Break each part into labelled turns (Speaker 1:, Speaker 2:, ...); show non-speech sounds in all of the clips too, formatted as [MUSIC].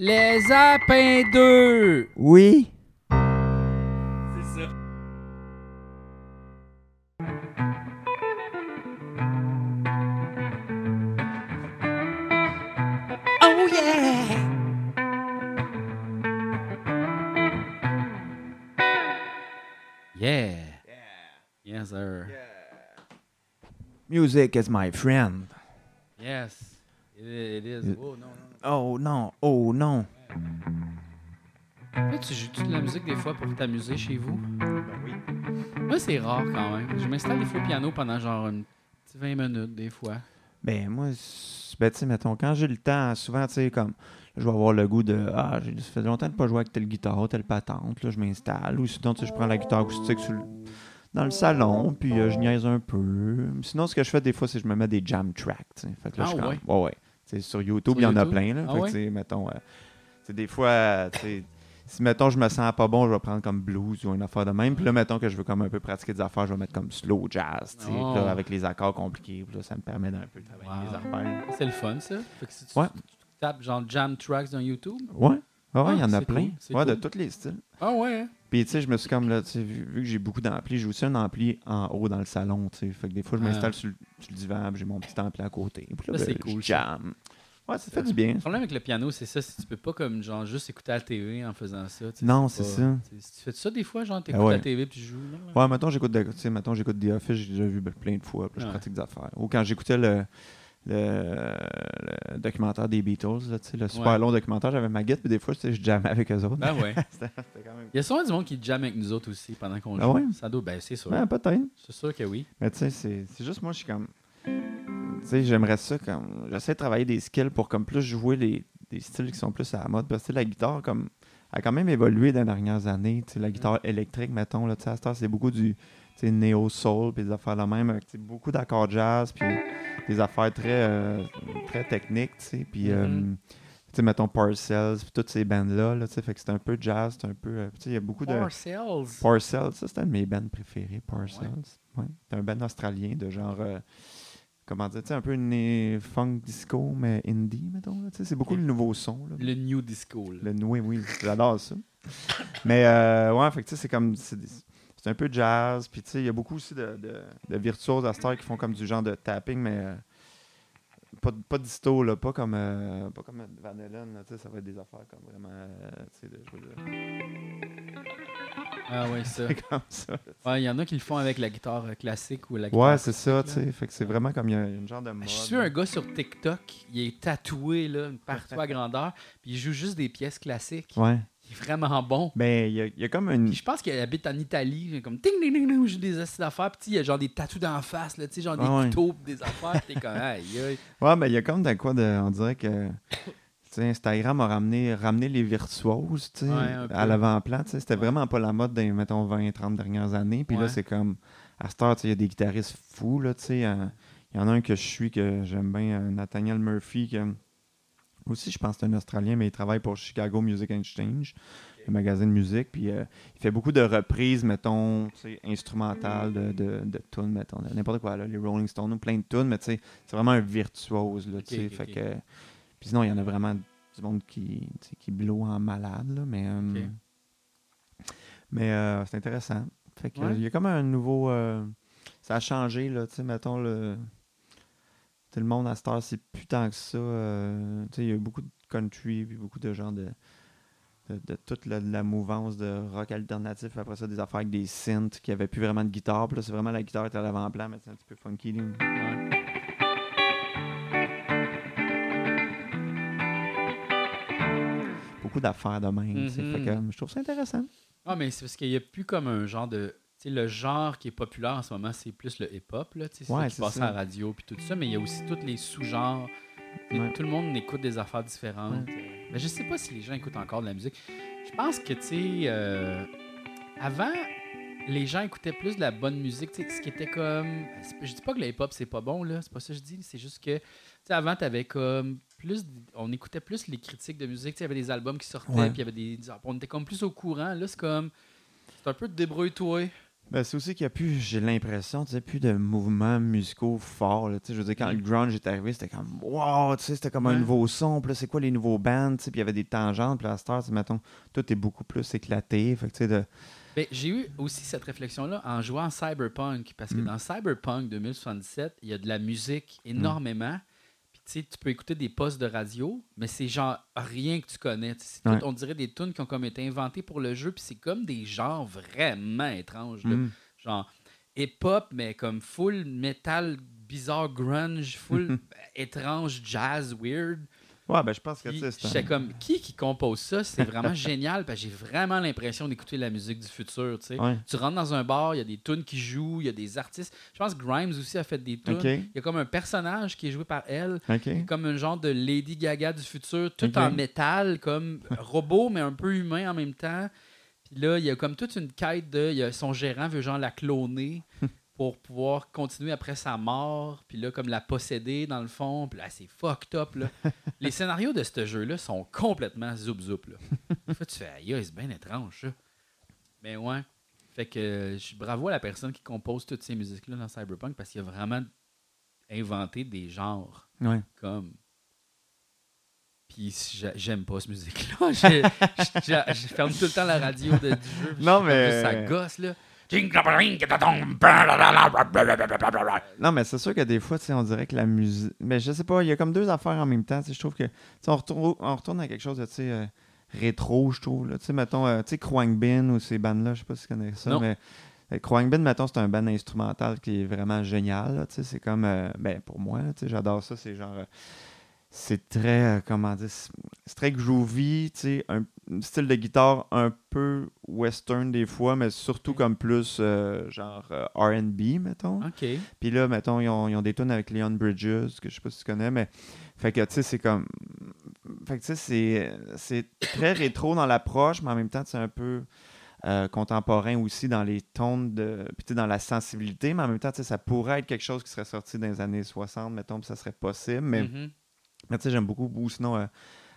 Speaker 1: Les Apins 2!
Speaker 2: Oui.
Speaker 1: C'est ça.
Speaker 3: Oh yeah!
Speaker 1: Yeah! Yes, sir.
Speaker 2: Music is my friend.
Speaker 1: Yes. It i- it is.
Speaker 2: Yeah.
Speaker 1: Oh, non, non.
Speaker 2: Oh non, oh non.
Speaker 1: Toi, tu joues-tu de la musique des fois pour t'amuser chez vous?
Speaker 2: Ben oui.
Speaker 1: Moi, c'est rare quand même. Je m'installe des fois au piano pendant genre une petite 20 minutes, des fois.
Speaker 2: Ben moi, c'est- ben tu sais, mettons, quand j'ai le temps, souvent, tu sais, comme, je vais avoir le goût de, ah, j'ai ça fait longtemps de pas jouer avec telle guitare, telle patente, là, je m'installe. Ou sinon, tu sais, je prends la guitare acoustique sur le- dans le salon, puis euh, je niaise un peu. Sinon, ce que je fais des fois, c'est que je me mets des jam tracks, tu sais. Fait que là,
Speaker 1: Ah
Speaker 2: je suis comme-
Speaker 1: ouais?
Speaker 2: ouais, ouais. Tu sais, sur YouTube,
Speaker 1: Sur
Speaker 2: il y en a
Speaker 1: YouTube?
Speaker 2: plein, là.
Speaker 1: Ah
Speaker 2: fait que,
Speaker 1: ouais?
Speaker 2: tu sais, mettons, euh, tu sais, des fois, euh, tu sais, si, mettons, je me sens pas bon, je vais prendre comme blues ou une affaire de même. Puis là, mettons que je veux comme un peu pratiquer des affaires, je vais mettre comme slow jazz, tu sais,
Speaker 1: Oh.
Speaker 2: puis là, avec les accords compliqués. Puis là, ça me permet d'un peu travailler
Speaker 1: Wow.
Speaker 2: les affaires.
Speaker 1: C'est le fun, ça. Fait que si tu,
Speaker 2: Ouais.
Speaker 1: tu tapes genre jam tracks dans YouTube.
Speaker 2: Ouais. Ah ouais, il y en
Speaker 1: Ah,
Speaker 2: a
Speaker 1: c'est
Speaker 2: plein.
Speaker 1: cool, c'est
Speaker 2: ouais, de
Speaker 1: cool.
Speaker 2: tous les styles.
Speaker 1: Ah ouais. hein?
Speaker 2: Puis, tu sais, je me suis comme là, tu sais, vu, vu que j'ai beaucoup d'amplis, j'ai aussi un ampli en haut dans le salon, tu sais. Fait que des fois, je
Speaker 1: Ah.
Speaker 2: m'installe sur, le- sur le divan, puis j'ai mon petit ampli à côté. Puis là,
Speaker 1: Ça,
Speaker 2: ben,
Speaker 1: c'est
Speaker 2: je
Speaker 1: cool, ça.
Speaker 2: jam. Ouais, ça fait du bien.
Speaker 1: Le problème avec le piano, c'est ça. Si tu peux pas comme genre juste écouter à la TV en faisant ça. tu sais,
Speaker 2: Non,
Speaker 1: pas-
Speaker 2: c'est ça.
Speaker 1: tu sais, Si tu fais ça des fois, genre t'écoutes
Speaker 2: Ah ouais.
Speaker 1: à la TV puis tu joues. non, non.
Speaker 2: Ouais, mettons, j'écoute de- tu sais, mettons, j'écoute The Office, j'ai déjà vu ben, plein de fois, puis là, je
Speaker 1: Ouais.
Speaker 2: pratique des affaires. Ou quand j'écoutais le, le, le documentaire des Beatles, là, tu sais, le super
Speaker 1: Ouais.
Speaker 2: long documentaire, j'avais ma guide, puis des fois, tu sais, je jammais avec eux autres.
Speaker 1: Ben ouais.
Speaker 2: [LAUGHS] C'était c'était quand même.
Speaker 1: Il y a souvent du monde qui jamme avec nous autres aussi pendant qu'on
Speaker 2: Ah
Speaker 1: joue.
Speaker 2: ouais?
Speaker 1: Ça doit, ben c'est sûr.
Speaker 2: Ouais, peut-être.
Speaker 1: C'est sûr que oui.
Speaker 2: Mais tu sais, c'est c'est juste moi, je suis comme. Tu sais, j'aimerais ça comme. J'essaie de travailler des skills pour comme plus jouer les, des styles qui sont plus à la mode. Parce que tu sais, la guitare, comme. a quand même évolué dans les dernières années. Tu sais, la guitare électrique, mettons, là, tu sais, à cette heure, c'est beaucoup du tu sais, néo-soul, puis des affaires la même, avec tu sais, beaucoup d'accords jazz, puis des affaires très, euh, très techniques, tu sais, puis, euh,
Speaker 1: Mhm.
Speaker 2: tu sais, mettons, Parcells, puis toutes ces bandes-là, là, tu sais, fait que c'est un peu jazz, c'est un peu, euh, tu sais, il y a beaucoup de...
Speaker 1: Parcells.
Speaker 2: Parcells, ça c'était un de mes bands préférés, Parcells. Ouais. C'est un band australien de genre, euh, comment dire, tu sais, un peu une funk disco, mais indie, mettons. là, tu sais, C'est beaucoup le nouveau son. Là.
Speaker 1: Le new disco. là.
Speaker 2: Le noué, oui, j'adore ça. mais euh, ouais, fait que tu sais, c'est comme, c'est des- c'est un peu jazz, puis tu sais, il y a beaucoup aussi de, de, de virtuoses à Star qui font comme du genre de tapping, mais euh, pas, de- pas de disto, là, pas comme, euh, pas comme Van Halen, là, tu sais, ça va être des affaires comme vraiment, euh, tu sais, de jouer de-
Speaker 1: Ah ouais,
Speaker 2: [LAUGHS]
Speaker 1: ça.
Speaker 2: comme ça.
Speaker 1: Ouais, il y en a qui le font avec la guitare euh, classique ou la guitare.
Speaker 2: Ouais, c'est ça, tu sais. Fait que c'est vraiment comme il y a une genre de mode.
Speaker 1: Ben, Je suis un gars sur TikTok, il est tatoué là, partout
Speaker 2: [LAUGHS]
Speaker 1: à grandeur, puis il joue juste des pièces classiques.
Speaker 2: Ouais.
Speaker 1: Il est vraiment bon.
Speaker 2: Ben, il y, a- il y a comme
Speaker 1: Puis
Speaker 2: une.
Speaker 1: je pense qu'il habite en Italie, j'ai comme ding ding ding ding, je joue des assises d'affaires, puis tu sais, il y a genre des tatous d'en face, là, tu sais, genre des
Speaker 2: Ah ouais.
Speaker 1: couteaux, puis des affaires, puis t'es comme [LAUGHS] aïe aïe.
Speaker 2: Ouais, ben, il y a comme d'un quoi de. On dirait que. Tu sais, Instagram a ramené, ramené les virtuoses, tu sais,
Speaker 1: Ouais, un peu.
Speaker 2: à l'avant-plan, tu sais. C'était vraiment pas la mode des, mettons, 20, 30 dernières années. Puis
Speaker 1: Ouais.
Speaker 2: là, c'est comme. À cette heure, tu sais, il y a des guitaristes fous, là, tu sais. hein. Il y en a un que je suis, que j'aime bien, euh, Nathaniel Murphy, que. Aussi, je pense que c'est un Australien, mais il travaille pour Chicago Music Exchange, le magazine de musique. Puis euh, il fait beaucoup de reprises, mettons, tu sais, instrumentales de, de,
Speaker 1: Mm.
Speaker 2: de tunes, mettons, de n'importe quoi, là, les Rolling Stones, ou plein de tunes, mais tu sais, c'est vraiment un virtuose, là, tu sais.
Speaker 1: Ok, ok,
Speaker 2: fait
Speaker 1: ok.
Speaker 2: que. Puis sinon, il y en a vraiment du monde qui, tu sais, qui blow en malade, là, mais. euh,
Speaker 1: Ok.
Speaker 2: Mais euh, c'est intéressant. Fait que,
Speaker 1: Ouais.
Speaker 2: euh, il y a comme un nouveau. euh, ça a changé, là, tu sais, mettons, le. Tout le monde à cette heure, c'est plus tant que ça. euh, tu sais, il y a eu beaucoup de country, puis beaucoup de gens de, de, de toute la, la mouvance de rock alternatif. puis Après ça, des affaires avec des synths qui n'avaient plus vraiment de guitare. Puis là, c'est vraiment la guitare était à l'avant-plan, mais c'est un petit peu funky. là.
Speaker 1: Ouais.
Speaker 2: Beaucoup d'affaires de même. tu sais.
Speaker 1: Mhm.
Speaker 2: Fait que, euh, je trouve ça intéressant.
Speaker 1: Ah, mais c'est parce qu'il n'y a plus comme un genre de. Tu sais, le genre qui est populaire en ce moment, c'est plus le hip-hop, là. Tu sais, c'est
Speaker 2: Ouais,
Speaker 1: ça qui
Speaker 2: c'est
Speaker 1: passe
Speaker 2: ça.
Speaker 1: à la radio, puis tout ça, mais il y a aussi tous les sous-genres. Tu sais,
Speaker 2: Ouais.
Speaker 1: Tout le monde écoute des affaires différentes. euh. Mais je sais pas si les gens écoutent encore de la musique. Je pense que, tu sais, euh, avant, les gens écoutaient plus de la bonne musique, tu sais, ce qui était comme. c'est- Je dis pas que le hip-hop, c'est pas bon, là. C'est pas ça que je dis, c'est juste que. Tu sais, avant, t'avais comme. Plus, on écoutait plus les critiques de musique. tu sais, Il y avait des albums qui sortaient,
Speaker 2: Ouais.
Speaker 1: puis il y avait des. On était comme plus au courant. Là, c'est comme. C'est un peu débrouille-toi.
Speaker 2: Ben, c'est aussi qu'il n'y a plus, j'ai l'impression, tu sais, plus de mouvements musicaux forts. là, tu sais. je veux dire, quand le grunge est arrivé, c'était comme wow, tu sais, c'était comme
Speaker 1: Ouais.
Speaker 2: un nouveau son, puis là, c'est quoi les nouveaux bands, tu sais, puis il y avait des tangentes, puis à cette heure, tu sais, mettons, tout est beaucoup plus éclaté. Fait que, tu sais, de...
Speaker 1: Ben, j'ai eu aussi cette réflexion-là en jouant à Cyberpunk, parce que
Speaker 2: Mm.
Speaker 1: dans Cyberpunk 2077, il y a de la musique énormément. Puis tu sais, tu peux écouter des postes de radio, mais c'est genre rien que tu connais. Tu sais, c'est tout-
Speaker 2: Ouais.
Speaker 1: on dirait des tunes qui ont comme été inventées pour le jeu, puis c'est comme des genres vraiment étranges. là.
Speaker 2: Mm.
Speaker 1: Genre hip-hop, mais comme full metal bizarre grunge,
Speaker 2: [LAUGHS]
Speaker 1: full étrange jazz weird.
Speaker 2: Ouais, ben, je pense que,
Speaker 1: Puis,
Speaker 2: tu sais, c'est
Speaker 1: J'étais
Speaker 2: un-
Speaker 1: comme, qui qui compose ça? C'est vraiment génial, parce que j'ai vraiment l'impression d'écouter la musique du futur, tu sais.
Speaker 2: Ouais.
Speaker 1: Tu rentres dans un bar, il y a des tunes qui jouent, il y a des artistes. Je pense que Grimes aussi a fait des tunes.
Speaker 2: Ok.
Speaker 1: Il y a comme un personnage qui est joué par elle,
Speaker 2: OK.
Speaker 1: comme un genre de Lady Gaga du futur, tout
Speaker 2: Ok.
Speaker 1: en métal, comme robot, mais un peu humain en même temps. Puis là, il y a comme toute une quête de... il y a- son gérant veut genre la cloner pour pouvoir continuer après sa mort, puis là, comme la posséder dans le fond, puis là, c'est fucked up, là. Les scénarios de ce jeu-là sont complètement zoub-zoub, là. Des fois, tu fais, aïe, aïe, c'est bien étrange, ça. Mais ouais. Fait que euh, je suis bravo à la personne qui compose toutes ces musiques-là dans Cyberpunk, parce qu'il a vraiment inventé des genres
Speaker 2: Ouais.
Speaker 1: comme puis si j'a- j'aime pas cette musique [LAUGHS] là je, je- je- je ferme tout le temps la radio de, du jeu puis
Speaker 2: Non,
Speaker 1: je suis comme
Speaker 2: mais-
Speaker 1: juste, ça gosse là
Speaker 2: Non, mais c'est sûr que des fois, tu sais, on dirait que la musique. Mais je sais pas, il y a comme deux affaires en même temps. tu sais, Je trouve que. tu sais, On retourne, on retourne à quelque chose de tu sais, euh, rétro, je trouve. là. Tu sais, mettons, euh, tu sais, Bin ou ces bandes-là, je sais pas si tu connais ça,
Speaker 1: Non.
Speaker 2: mais. euh, Bin, mettons, c'est un band instrumental qui est vraiment génial. là, tu sais, C'est comme. euh, ben, pour moi, là, tu sais, j'adore ça. C'est genre. euh, c'est très. euh, comment dire C'est c'est très groovy. tu sais, Un un style de guitare un peu western des fois, mais surtout comme plus euh, genre euh, RB, mettons.
Speaker 1: ok
Speaker 2: Puis là, mettons, ils ont, ils ont des tunes avec Leon Bridges, que je sais pas si tu connais, mais. Fait que, tu sais, c'est comme. Fait que, tu sais, c'est- c'est très rétro dans l'approche, mais en même temps, c'est un peu euh, contemporain aussi dans les tons, de... puis tu sais, dans la sensibilité, mais en même temps, tu sais, ça pourrait être quelque chose qui serait sorti dans les années 60, mettons, puis ça serait possible, mais.
Speaker 1: Mhm.
Speaker 2: Mais tu sais, j'aime beaucoup, ou sinon, euh,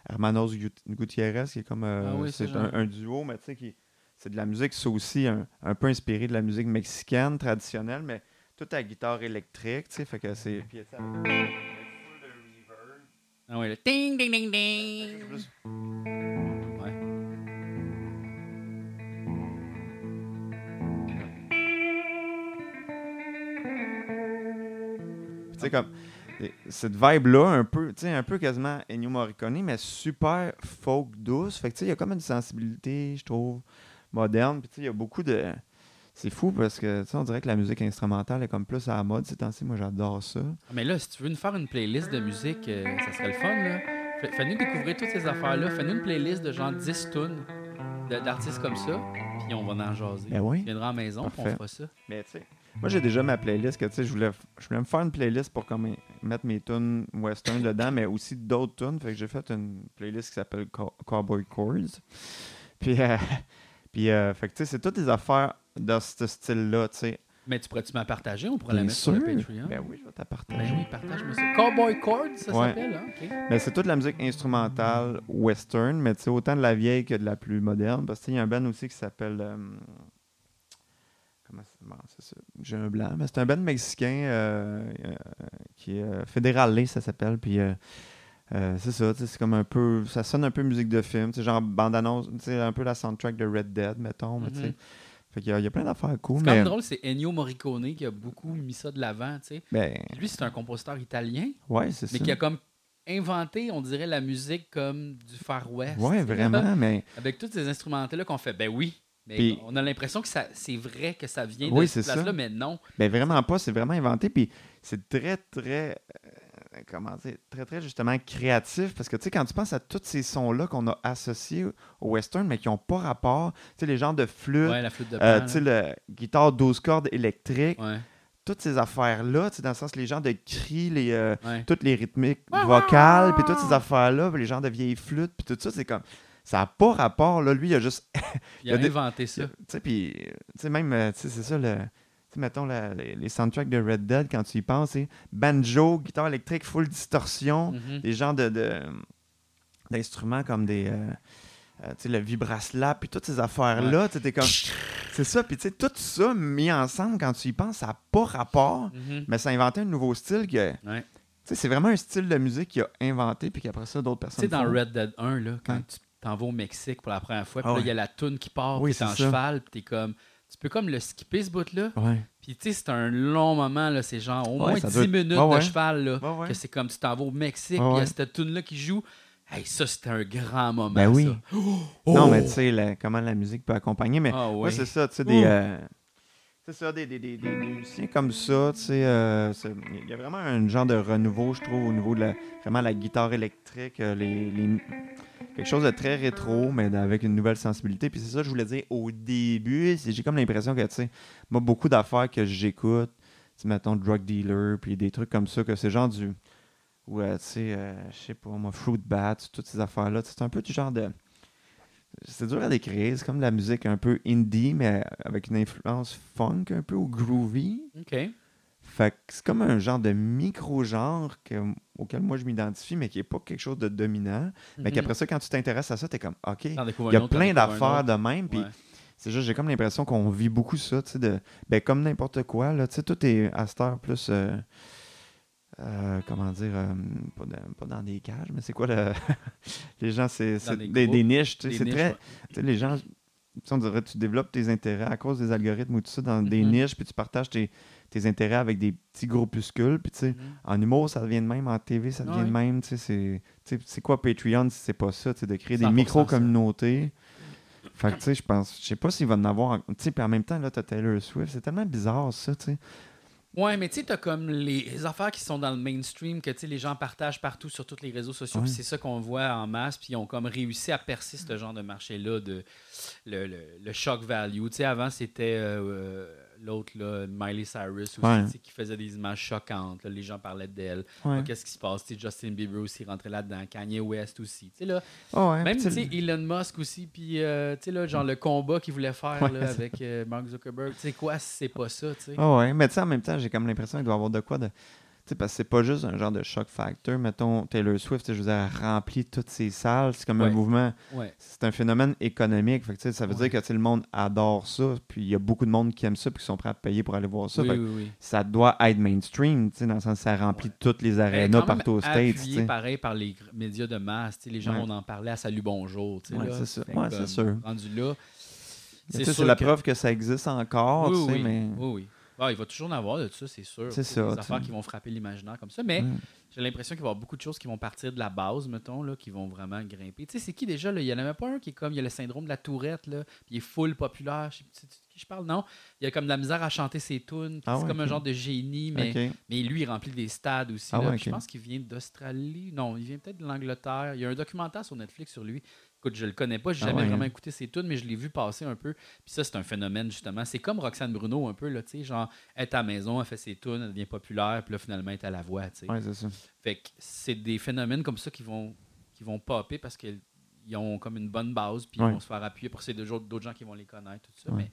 Speaker 2: Hermanos Gut- Gutiérrez, qui est comme. euh,
Speaker 1: Ah oui, ça,
Speaker 2: c'est un,
Speaker 1: j'aime.
Speaker 2: un duo, mais tu sais, qui. C'est de la musique, c'est aussi un, un peu inspiré de la musique mexicaine traditionnelle, mais tout à guitare électrique, tu sais, fait que c'est. Puis, tu sais, avec full de reverb.
Speaker 1: ah ouais le ding ding ding ding
Speaker 2: Plus-
Speaker 1: ouais
Speaker 2: Puis, tu sais, comme. et- Cette vibe-là, un peu, tu sais, un peu quasiment Ennio Morricone, mais super folk douce. Fait que, tu sais, il y a comme une sensibilité, je trouve, moderne. Puis, tu sais, il y a beaucoup de. C'est fou parce que, tu sais, on dirait que la musique instrumentale est comme plus à la mode ces temps-ci. Moi, j'adore ça.
Speaker 1: Ah, mais là si tu veux nous faire une playlist de musique euh, ça serait le fun là Fais- fais-nous découvrir toutes ces affaires là fais-nous une playlist de genre 10 tunes de- d'artistes comme ça puis on va en jaser
Speaker 2: Ben oui.
Speaker 1: tu viendras à la maison puis on
Speaker 2: Parfait.
Speaker 1: fera ça
Speaker 2: Mais tu sais, moi j'ai déjà ma playlist que tu sais, je voulais, je voulais me faire une playlist pour comme mettre mes tunes western dedans, mais aussi d'autres tunes. Fait que j'ai fait une playlist qui s'appelle Cow- Cowboy Chords. Puis, euh, [LAUGHS] puis euh, fait que tu sais, c'est toutes des affaires de ce style-là, tu sais.
Speaker 1: mais tu pourrais-tu m'en partager on pourrait la
Speaker 2: Bien
Speaker 1: mettre sur le Patreon
Speaker 2: Ben oui, je vais t'en
Speaker 1: Ben
Speaker 2: partager.
Speaker 1: oui, partage-moi ça. Cowboy Chord, ça
Speaker 2: Ouais.
Speaker 1: s'appelle, hein? OK.
Speaker 2: Mais c'est toute la musique instrumentale western, mais tu sais, autant de la vieille que de la plus moderne. Parce que tu sais, il y a un band aussi qui s'appelle. euh, comment ça bon, c'est ça. J'ai un blanc. Mais c'est un band mexicain euh, euh, qui est euh, Federale, ça s'appelle. Puis. euh, euh, c'est ça, tu sais, c'est comme un peu. Ça sonne un peu musique de film, tu sais, genre bande-annonce, tu sais, un peu la soundtrack de Red Dead, mettons. mais tu sais.
Speaker 1: Mhm.
Speaker 2: Fait qu'il y a, il y a plein d'affaires cool,
Speaker 1: C'est quand
Speaker 2: mais.
Speaker 1: même drôle, c'est Ennio Morricone qui a beaucoup mis ça de l'avant, tu sais.
Speaker 2: Ben,
Speaker 1: Puis Lui, c'est un compositeur italien,
Speaker 2: ouais, c'est ça.
Speaker 1: mais qui a comme inventé, on dirait, la musique comme du Far West.
Speaker 2: Ouais,
Speaker 1: tu sais,
Speaker 2: vraiment, mais.
Speaker 1: Avec tous ces instrumentaux-là qu'on fait, ben oui, mais
Speaker 2: Puis-
Speaker 1: on a l'impression que ça, c'est vrai que ça vient de
Speaker 2: Oui,
Speaker 1: cette
Speaker 2: c'est ça.
Speaker 1: place-là, mais non.
Speaker 2: Ben vraiment pas, c'est vraiment inventé. Puis c'est très, très, euh, comment dire, très, très justement créatif. Parce que tu sais, quand tu penses à tous ces sons-là qu'on a associés au western, mais qui n'ont pas rapport, tu sais, les genres de flûte,
Speaker 1: Ouais, la flûte de pan.
Speaker 2: euh,
Speaker 1: là.
Speaker 2: tu sais, le guitare 12 cordes électrique,
Speaker 1: Ouais,
Speaker 2: toutes ces affaires-là, tu sais, dans le sens, les genres de cris, les. euh,
Speaker 1: ouais.
Speaker 2: toutes les rythmiques vocales, puis toutes ces affaires-là, puis les genres de vieilles flûtes, puis tout ça, c'est comme... Ça n'a pas rapport, là. Lui, il a juste
Speaker 1: Puis il a,
Speaker 2: il y a des-
Speaker 1: inventé ça.
Speaker 2: tu sais, puis, tu sais, même, euh, tu sais, c'est ça, le, tu sais, mettons, la- les, les soundtracks de Red Dead, quand tu y penses, c'est banjo, guitare électrique, full distorsion,
Speaker 1: Mhm.
Speaker 2: des genres de, de- d'instruments comme des, euh, euh, tu sais, le vibraslap, puis toutes ces affaires-là, tu sais, t'es comme, tu sais, C'est ça. Puis, tu sais, tout ça mis ensemble, quand tu y penses, ça n'a pas rapport,
Speaker 1: Mhm.
Speaker 2: mais ça a inventé un nouveau style que. Tu
Speaker 1: Ouais.
Speaker 2: sais, c'est vraiment un style de musique qu'il a inventé, puis qu'après ça, d'autres
Speaker 1: Tu
Speaker 2: personnes.
Speaker 1: sais, dans
Speaker 2: font.
Speaker 1: Red Dead 1, là, quand
Speaker 2: Ouais.
Speaker 1: tu t'en vas au Mexique pour la première fois, puis
Speaker 2: Ah
Speaker 1: là, il y a la toune qui part,
Speaker 2: Oui,
Speaker 1: puis t'es en
Speaker 2: c'est ça.
Speaker 1: cheval, puis t'es comme. Tu peux comme le skipper, ce bout-là.
Speaker 2: Ouais.
Speaker 1: Puis, tu sais, c'est un long moment, là. C'est genre au
Speaker 2: Ouais,
Speaker 1: moins
Speaker 2: ça
Speaker 1: 10
Speaker 2: doit être-
Speaker 1: minutes
Speaker 2: Ouais,
Speaker 1: de
Speaker 2: ouais.
Speaker 1: cheval, là.
Speaker 2: Ouais, ouais.
Speaker 1: Que c'est comme tu t'en vas au Mexique, puis
Speaker 2: Ouais,
Speaker 1: il y a
Speaker 2: ouais.
Speaker 1: cette toune-là qui joue. Hey, ça, c'était un grand moment.
Speaker 2: Ben oui.
Speaker 1: ça. Oh!
Speaker 2: Non, mais tu sais, la- comment la musique peut accompagner. Mais
Speaker 1: Ah,
Speaker 2: moi,
Speaker 1: ouais.
Speaker 2: c'est ça, tu sais,
Speaker 1: Ouh.
Speaker 2: des. euh, c'est ça, des, des, des, des- des musiciens comme ça, tu sais. euh, c'est- Il y a vraiment un genre de renouveau, je trouve, au niveau de la, vraiment la guitare électrique, euh, les, les- quelque chose de très rétro, mais avec une nouvelle sensibilité. Puis c'est ça, que je voulais dire au début, c'est- j'ai comme l'impression que, tu sais, moi, beaucoup d'affaires que j'écoute, tu sais, mettons, drug dealer, puis des trucs comme ça, que c'est genre du. Ou, euh, tu sais, euh, je sais pas, moi, fruit bat, toutes ces affaires-là. tu sais, C'est un peu du genre de. C'est dur à décrire. C'est comme de la musique un peu indie, mais avec une influence funk un peu ou groovy.
Speaker 1: OK.
Speaker 2: Fait que c'est comme un genre de micro-genre que- auquel moi je m'identifie, mais qui est pas quelque chose de dominant. Mais
Speaker 1: Mhm.
Speaker 2: qu'après ça, quand tu t'intéresses à ça, t'es comme OK.
Speaker 1: T'en découvres
Speaker 2: Il y
Speaker 1: un
Speaker 2: a
Speaker 1: autre, t'en
Speaker 2: plein
Speaker 1: découvres un
Speaker 2: d'affaires
Speaker 1: autre.
Speaker 2: de même. Puis
Speaker 1: Ouais.
Speaker 2: c'est juste, j'ai comme l'impression qu'on vit beaucoup ça, tu sais, de. Ben, comme n'importe quoi, là, tu sais, tout est à cette heure plus. euh, euh, comment dire, euh, pas, dans- pas dans des cages, mais c'est quoi le. [LAUGHS] les gens, c'est
Speaker 1: Dans
Speaker 2: c'est
Speaker 1: des
Speaker 2: des,
Speaker 1: groupes,
Speaker 2: des niches, tu
Speaker 1: Des
Speaker 2: sais, c'est
Speaker 1: niches,
Speaker 2: très.
Speaker 1: ouais.
Speaker 2: Tu sais, les gens, tu sais, on dirait tu développes tes intérêts à cause des algorithmes ou tout ça dans des
Speaker 1: Mhm.
Speaker 2: niches, puis tu partages tes, tes intérêts avec des petits groupuscules. Puis tu sais,
Speaker 1: Mhm.
Speaker 2: en humour, ça devient de même, en TV, ça devient
Speaker 1: Ouais.
Speaker 2: de même. Tu sais, c'est tu sais, c'est quoi Patreon si c'est pas ça, tu sais, de créer des
Speaker 1: 100%
Speaker 2: micro-communautés. Fait que tu sais, je pense, je sais pas s'il va en avoir. en- Tu sais, puis en même temps, là, t'as Taylor Swift, c'est tellement bizarre ça, tu sais.
Speaker 1: Ouais, mais tu sais, t'as comme les, les affaires qui sont dans le mainstream que tu sais, les gens partagent partout sur tous les réseaux sociaux.
Speaker 2: Ouais.
Speaker 1: puis C'est ça qu'on voit en masse. Puis ils ont comme réussi à percer ce genre de marché-là, de le, le, le shock value. Tu sais, avant, c'était euh, euh, l'autre, là, Miley Cyrus, aussi,
Speaker 2: Ouais.
Speaker 1: tu sais, qui faisait des images choquantes. là, les gens parlaient d'elle.
Speaker 2: Ouais.
Speaker 1: Ah, Qu'est-ce qui se passe? Tu sais, Justin Bieber aussi rentrait là-dedans. Kanye West aussi. Tu sais, là,
Speaker 2: Ah ouais,
Speaker 1: même
Speaker 2: puis,
Speaker 1: tu
Speaker 2: tu sais,
Speaker 1: sais, Elon Musk aussi, puis euh, tu sais, là, genre le combat qu'il voulait faire
Speaker 2: Ouais,
Speaker 1: là,
Speaker 2: c'est-
Speaker 1: avec euh, Mark Zuckerberg. Tu sais quoi, c'est pas ça, tu sais.
Speaker 2: Ah ouais, mais tu sais, en même temps, j'ai comme l'impression qu'il doit y avoir de quoi de. Tu sais, parce que c'est pas juste un genre de shock factor. Mettons, Taylor Swift, tu sais, je vous ai rempli toutes ses salles. C'est comme
Speaker 1: Ouais.
Speaker 2: un mouvement,
Speaker 1: Ouais.
Speaker 2: c'est un phénomène économique. Fait que, tu sais, ça veut dire que tu sais, le monde adore ça. Puis il y a beaucoup de monde qui aime ça puis qui sont prêts à payer pour aller voir ça.
Speaker 1: oui,
Speaker 2: Fait que
Speaker 1: oui, oui.
Speaker 2: Ça doit être mainstream, tu sais, dans le sens que ça remplit toutes les
Speaker 1: Ben,
Speaker 2: arénas
Speaker 1: quand même
Speaker 2: partout aux Euh, States. tu
Speaker 1: appuyé
Speaker 2: sais.
Speaker 1: pareil par les gr- médias de masse. tu sais, Les gens,
Speaker 2: Ouais.
Speaker 1: on en parlait à Salut Bonjour. tu sais,
Speaker 2: Ouais,
Speaker 1: là.
Speaker 2: c'est ça.
Speaker 1: Fait
Speaker 2: Ouais,
Speaker 1: que,
Speaker 2: c'est
Speaker 1: comme,
Speaker 2: sûr.
Speaker 1: Rendu là.
Speaker 2: Tu sais, C'est
Speaker 1: sûr
Speaker 2: la
Speaker 1: que-
Speaker 2: preuve que ça existe encore,
Speaker 1: Oui,
Speaker 2: tu sais,
Speaker 1: oui,
Speaker 2: mais.
Speaker 1: oui, oui. Ah, il va toujours en avoir de ça, c'est sûr.
Speaker 2: C'est
Speaker 1: Tu sais,
Speaker 2: ça,
Speaker 1: Des
Speaker 2: tu
Speaker 1: affaires
Speaker 2: sais.
Speaker 1: qui vont frapper l'imaginaire comme ça. Mais
Speaker 2: Ouais.
Speaker 1: j'ai l'impression qu'il va y avoir beaucoup de choses qui vont partir de la base, mettons, là, qui vont vraiment grimper. Tu sais, c'est qui déjà là? Il n'y en a même pas un qui est comme, il y a le syndrome de la tourette, là, puis il est full populaire. Je sais- tu sais de qui je parle? Non. Il a comme de la misère à chanter ses tunes. puis
Speaker 2: Ah
Speaker 1: c'est
Speaker 2: ouais,
Speaker 1: comme un
Speaker 2: ok.
Speaker 1: genre de génie, mais.
Speaker 2: Ok.
Speaker 1: Mais lui, il remplit des stades aussi.
Speaker 2: Ah
Speaker 1: là.
Speaker 2: ouais,
Speaker 1: Puis Je
Speaker 2: ok.
Speaker 1: pense qu'il vient d'Australie. Non, il vient peut-être de l'Angleterre. Il y a un documentaire sur Netflix sur lui. Écoute, je le connais pas, j'ai
Speaker 2: Ah
Speaker 1: jamais
Speaker 2: ouais,
Speaker 1: vraiment
Speaker 2: hein.
Speaker 1: écouté ses tunes, mais je l'ai vu passer un peu. Puis ça, c'est un phénomène, justement. C'est comme Roxane Bruno, un peu, là, tu sais, genre, elle est à la maison, elle fait ses tunes, elle devient populaire, puis là, finalement, elle est à la voix, tu sais.
Speaker 2: Ouais, c'est ça.
Speaker 1: Fait que c'est des phénomènes comme ça qui vont, qui vont popper parce qu'ils ont comme une bonne base, puis
Speaker 2: Ouais.
Speaker 1: ils vont se faire appuyer pour ces deux jours- d'autres gens qui vont les connaître, tout ça.
Speaker 2: Ouais.
Speaker 1: Mais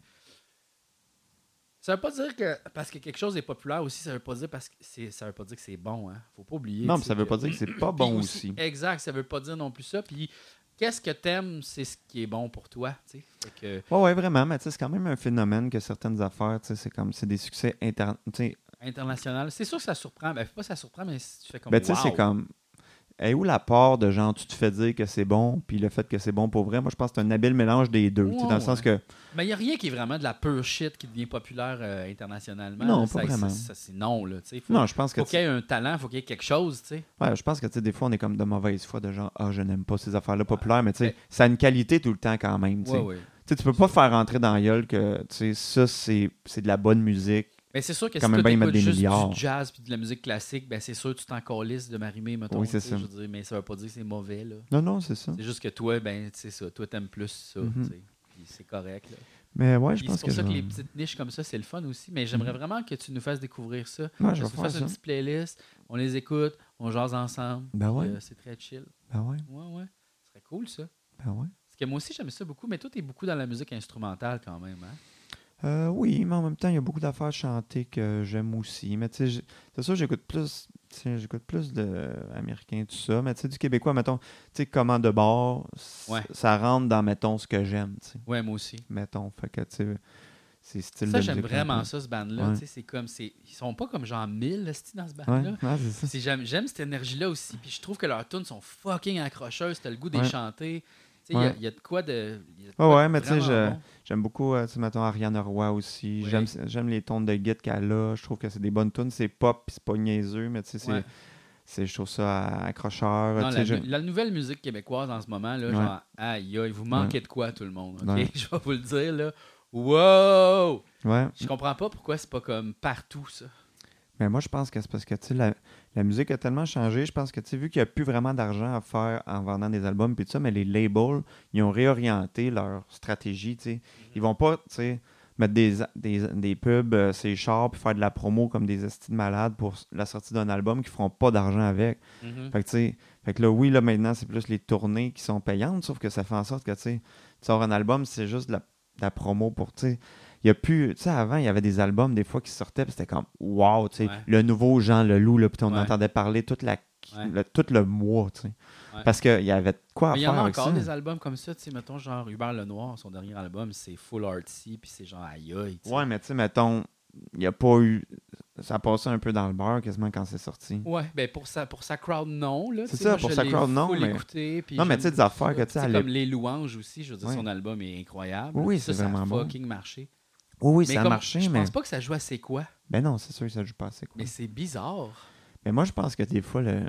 Speaker 1: ça veut pas dire que parce que quelque chose est populaire aussi, ça veut pas dire parce que c'est, ça veut pas dire que c'est bon, hein. Faut pas oublier.
Speaker 2: Non,
Speaker 1: tu
Speaker 2: mais
Speaker 1: sais,
Speaker 2: ça veut
Speaker 1: que-
Speaker 2: pas dire que c'est pas
Speaker 1: Puis
Speaker 2: bon aussi.
Speaker 1: Exact, ça veut pas dire non plus ça. Puis qu'est-ce que t'aimes, c'est ce qui est bon pour toi, tu sais. Fait que
Speaker 2: Oui, ouais, vraiment, mais tu sais, c'est quand même un phénomène que certaines affaires, tu sais, c'est comme c'est des succès internes.
Speaker 1: international, c'est sûr que ça surprend. Ben, pas ça surprend, mais si tu fais comme.
Speaker 2: Ben, tu sais,
Speaker 1: wow.
Speaker 2: c'est comme. Et où la part de genre, tu te fais dire que c'est bon, puis le fait que c'est bon pour vrai, moi je pense que c'est un habile mélange des deux. tu sais, dans
Speaker 1: Ouais,
Speaker 2: le sens que.
Speaker 1: Mais il n'y a rien qui est vraiment de la pure shit qui devient populaire euh, internationalement.
Speaker 2: Non,
Speaker 1: là.
Speaker 2: pas
Speaker 1: ça,
Speaker 2: vraiment.
Speaker 1: ça- ça, c'est non, là. tu sais. Faut,
Speaker 2: Non, je pense que.
Speaker 1: faut qu'il y ait un talent, faut qu'il y ait quelque chose, tu sais.
Speaker 2: Ouais, je pense que tu sais, des fois on est comme de mauvaise foi de genre, ah, je n'aime pas ces affaires-là populaires, mais tu
Speaker 1: Ben-
Speaker 2: sais, ça a une qualité tout le temps quand même. Tu sais.
Speaker 1: Ouais, ouais.
Speaker 2: Tu sais, tu peux pas faire entrer dans la gueule que, tu sais, ça c'est c'est de la bonne musique.
Speaker 1: Mais c'est sûr que
Speaker 2: Quand
Speaker 1: si
Speaker 2: même
Speaker 1: tu
Speaker 2: bien, ils mettent des
Speaker 1: juste
Speaker 2: milliards.
Speaker 1: du jazz puis de la musique classique, ben c'est sûr que tu t'en calisses de marimer, mettons.
Speaker 2: Oui, c'est
Speaker 1: tu sais,
Speaker 2: ça.
Speaker 1: Je veux dire, mais ça veut pas dire que c'est mauvais, là.
Speaker 2: Non, non, c'est ça.
Speaker 1: C'est juste que toi, ben, c'est ça. Toi, t'aimes plus ça,
Speaker 2: Mhm.
Speaker 1: tu sais. Puis c'est correct, là.
Speaker 2: Mais ouais, je
Speaker 1: Puis c'est
Speaker 2: pense
Speaker 1: pour
Speaker 2: que. ben
Speaker 1: ça
Speaker 2: je
Speaker 1: que
Speaker 2: vais-
Speaker 1: les petites niches comme ça, c'est le fun aussi. Mais j'aimerais vraiment que tu nous fasses découvrir ça.
Speaker 2: Ouais,
Speaker 1: que
Speaker 2: je vais
Speaker 1: tu fasses
Speaker 2: faire
Speaker 1: une
Speaker 2: ça.
Speaker 1: petite playlist, on les écoute, on jase ensemble.
Speaker 2: Ben
Speaker 1: puis,
Speaker 2: ouais.
Speaker 1: euh, c'est très chill.
Speaker 2: Ben ouais,
Speaker 1: Ouais, ouais. Ce serait cool, ça.
Speaker 2: ben ouais.
Speaker 1: Parce que moi aussi, j'aime ça beaucoup, mais toi, t'es beaucoup dans la musique instrumentale quand même. Hein?
Speaker 2: Euh, oui, mais en même temps, il y a beaucoup d'affaires chantées que j'aime aussi. Mais tu sais, j'- c'est sûr, j'écoute plus, tu sais, j'écoute plus de américain tout ça. Mais tu sais, du québécois, mettons, tu sais, comment de bord, c-
Speaker 1: Ouais.
Speaker 2: ça rentre dans mettons ce que j'aime, tu sais,
Speaker 1: Ouais, moi aussi.
Speaker 2: mettons. Fait que tu sais, ces styles
Speaker 1: Ça,
Speaker 2: de
Speaker 1: j'aime
Speaker 2: musique
Speaker 1: vraiment
Speaker 2: un
Speaker 1: ça, ce band-là.
Speaker 2: Ouais.
Speaker 1: Tu sais, C'est comme, c'est- ils sont pas comme genre 1000 là, c'ti, dans ce
Speaker 2: peu.
Speaker 1: band-là.
Speaker 2: Ouais, ouais, c'est ça.
Speaker 1: C'est- J'aime j'aime cette énergie-là aussi. Puis je trouve que leurs tunes sont fucking accrocheuses. T'as le goût de les
Speaker 2: Ouais.
Speaker 1: chanter. Tu sais, Il y a-
Speaker 2: Ouais.
Speaker 1: il y, a de quoi de. il y a de
Speaker 2: Ah
Speaker 1: quoi
Speaker 2: ouais,
Speaker 1: de
Speaker 2: mais tu sais,
Speaker 1: vraiment
Speaker 2: je-
Speaker 1: bon.
Speaker 2: J'aime beaucoup, euh, tu sais, mettons, Ariane Roy aussi.
Speaker 1: Ouais.
Speaker 2: J'aime- J'aime les tons de guide qu'elle a. Je trouve que c'est des bonnes tunes. C'est pop, puis c'est pas niaiseux, mais tu sais, c'est-
Speaker 1: Ouais.
Speaker 2: c'est- je trouve ça
Speaker 1: Non,
Speaker 2: accrocheur. tu
Speaker 1: la,
Speaker 2: sais, j'aime-
Speaker 1: la nouvelle musique québécoise en ce moment, là,
Speaker 2: Ouais.
Speaker 1: genre, aïe, aïe, vous manquez de quoi, tout le monde. ok?
Speaker 2: Ouais.
Speaker 1: [LAUGHS] Je vais vous le dire, là. Wow!
Speaker 2: Ouais.
Speaker 1: Je comprends pas pourquoi c'est pas comme partout, ça.
Speaker 2: Mais moi, je pense que c'est parce que tu sais, la, la musique a tellement changé. Je pense que tu sais, vu qu'il n'y a plus vraiment d'argent à faire en vendant des albums puis tout ça, mais les labels, ils ont réorienté leur stratégie. tu sais. Ils vont pas tu sais, mettre des, a- des, des pubs, euh, ces chars, puis faire de la promo comme des estis de malades pour s- la sortie d'un album qui feront pas d'argent avec.
Speaker 1: Mm-hmm.
Speaker 2: Fait que, tu sais, fait que là, oui, là, maintenant, c'est plus les tournées qui sont payantes, sauf que ça fait en sorte que, tu sais, tu sors un album, c'est juste de la, de la promo pour, tu sais, il y a plus, tu sais, avant, il y avait des albums, des fois, qui sortaient, puis c'était comme, wow, tu sais,
Speaker 1: Ouais.
Speaker 2: le nouveau Jean Leloup, là, puis on
Speaker 1: Ouais.
Speaker 2: entendait parler toute la,
Speaker 1: Ouais.
Speaker 2: le- tout le mois, tu sais.
Speaker 1: Ouais.
Speaker 2: Parce qu'il y avait de quoi à
Speaker 1: Mais il y
Speaker 2: faire
Speaker 1: en a
Speaker 2: avec
Speaker 1: encore
Speaker 2: ça.
Speaker 1: des albums comme ça, tu sais, mettons, genre Hubert Lenoir, son dernier album, c'est full artsy, puis c'est genre aïe, aïe. tu sais.
Speaker 2: Ouais, mais tu sais, mettons, il n'y a pas eu, ça passait un peu dans le beurre, quasiment, quand c'est sorti.
Speaker 1: Ouais, ben pour sa, pour sa crowd, non. là, tu
Speaker 2: C'est
Speaker 1: sais,
Speaker 2: ça,
Speaker 1: moi,
Speaker 2: pour
Speaker 1: je
Speaker 2: sa
Speaker 1: l'ai
Speaker 2: crowd, non,
Speaker 1: full
Speaker 2: mais-
Speaker 1: écouté, puis
Speaker 2: Non, mais
Speaker 1: j'aime
Speaker 2: tu sais, des affaires que,
Speaker 1: ça.
Speaker 2: tu sais, à
Speaker 1: C'est
Speaker 2: l'ép-
Speaker 1: comme Les Louanges aussi, je veux dire,
Speaker 2: Ouais.
Speaker 1: son album est incroyable.
Speaker 2: Oui,
Speaker 1: Ça,
Speaker 2: c'est
Speaker 1: ça a
Speaker 2: vraiment bon.
Speaker 1: fucking marché.
Speaker 2: Oui, oui,
Speaker 1: Mais
Speaker 2: ça a
Speaker 1: comme-
Speaker 2: marché,
Speaker 1: Je
Speaker 2: mais.
Speaker 1: pense pas que ça joue à C'est quoi,
Speaker 2: Ben non, c'est sûr que ça joue pas assez, quoi.
Speaker 1: mais c'est bizarre.
Speaker 2: Mais moi, je pense que des fois, le,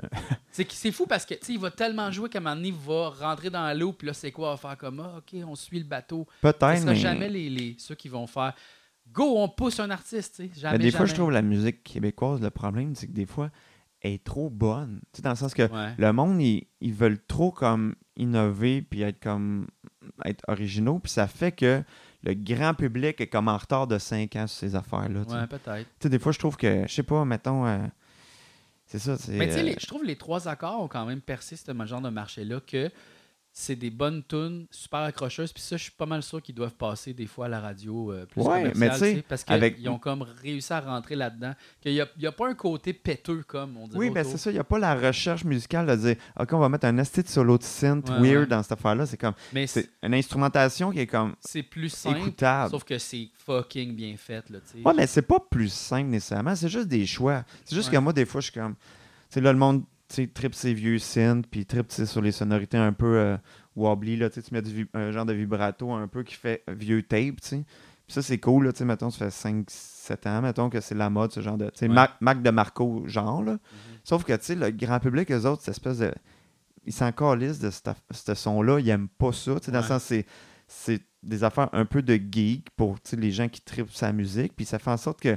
Speaker 1: C'est que- c'est fou parce que tu sais, il va tellement jouer qu'à un moment donné, il va rentrer dans l'eau, puis là, c'est quoi? On va faire comme Ah, OK, on suit le bateau. Ce
Speaker 2: Peut-être,
Speaker 1: sera
Speaker 2: mais,
Speaker 1: jamais les, les- ceux qui vont faire Go, on pousse un artiste. tu sais. Jamais,
Speaker 2: mais des fois,
Speaker 1: jamais.
Speaker 2: je trouve la musique québécoise, le problème, c'est que des fois, elle est trop bonne. Tu sais, dans le sens que [LAUGHS]
Speaker 1: Ouais.
Speaker 2: le monde, ils, ils veulent trop comme innover puis être comme être originaux, puis ça fait que le grand public est comme en retard de 5 ans sur ces affaires-là. tu sais.
Speaker 1: Ouais, peut-être.
Speaker 2: Tu sais, des fois, je trouve que, je sais pas, mettons, euh, c'est ça, c'est...
Speaker 1: Mais tu sais,
Speaker 2: euh,
Speaker 1: les- je trouve les trois accords ont quand même percé ce ma- genre de marché-là que c'est des bonnes tunes super accrocheuses. Puis ça, je suis pas mal sûr qu'ils doivent passer des fois à la radio euh, plus
Speaker 2: Ouais,
Speaker 1: commerciale,
Speaker 2: mais tu sais,
Speaker 1: tu sais, parce qu'ils
Speaker 2: avec-
Speaker 1: ont comme réussi à rentrer là-dedans. Qu'il n'y a, il y a pas un côté péteux, comme on dirait.
Speaker 2: Oui, ben, mais
Speaker 1: autour.
Speaker 2: c'est ça, il n'y a pas la recherche musicale de dire, OK, on va mettre un esti de solo de synth
Speaker 1: Ouais,
Speaker 2: weird
Speaker 1: ouais.
Speaker 2: dans cette affaire-là. C'est comme,
Speaker 1: Mais
Speaker 2: c'est
Speaker 1: c'est
Speaker 2: une instrumentation qui est comme
Speaker 1: c'est plus simple.
Speaker 2: écoutable.
Speaker 1: Sauf que c'est fucking bien fait, là, tu sais.
Speaker 2: Ouais, mais c'est pas plus simple nécessairement, c'est juste des choix. C'est juste
Speaker 1: Ouais.
Speaker 2: que moi, des fois, je suis comme. Tu sais, là, le monde, tu sais, tripe ses vieux synths, puis tripe, tu sais, sur les sonorités un peu euh, wobbly, là, tu sais, tu mets du vib- un genre de vibrato un peu qui fait vieux tape, tu sais. Puis ça, c'est cool, là, tu sais, mettons, ça fait 5-7 ans, mettons, que c'est la mode, ce genre de. Tu sais,
Speaker 1: Ouais. Mhm.
Speaker 2: Mac, Mac de Marco, genre, là. Sauf que, tu sais, le grand public, eux autres, cette espèce de. Ils s'en calissent de cette aff- ce son-là, ils aiment pas ça, tu sais, dans le
Speaker 1: Ouais.
Speaker 2: sens, c'est c'est des affaires un peu de geek pour tu sais, les gens qui tripent sa musique. Puis ça fait en sorte que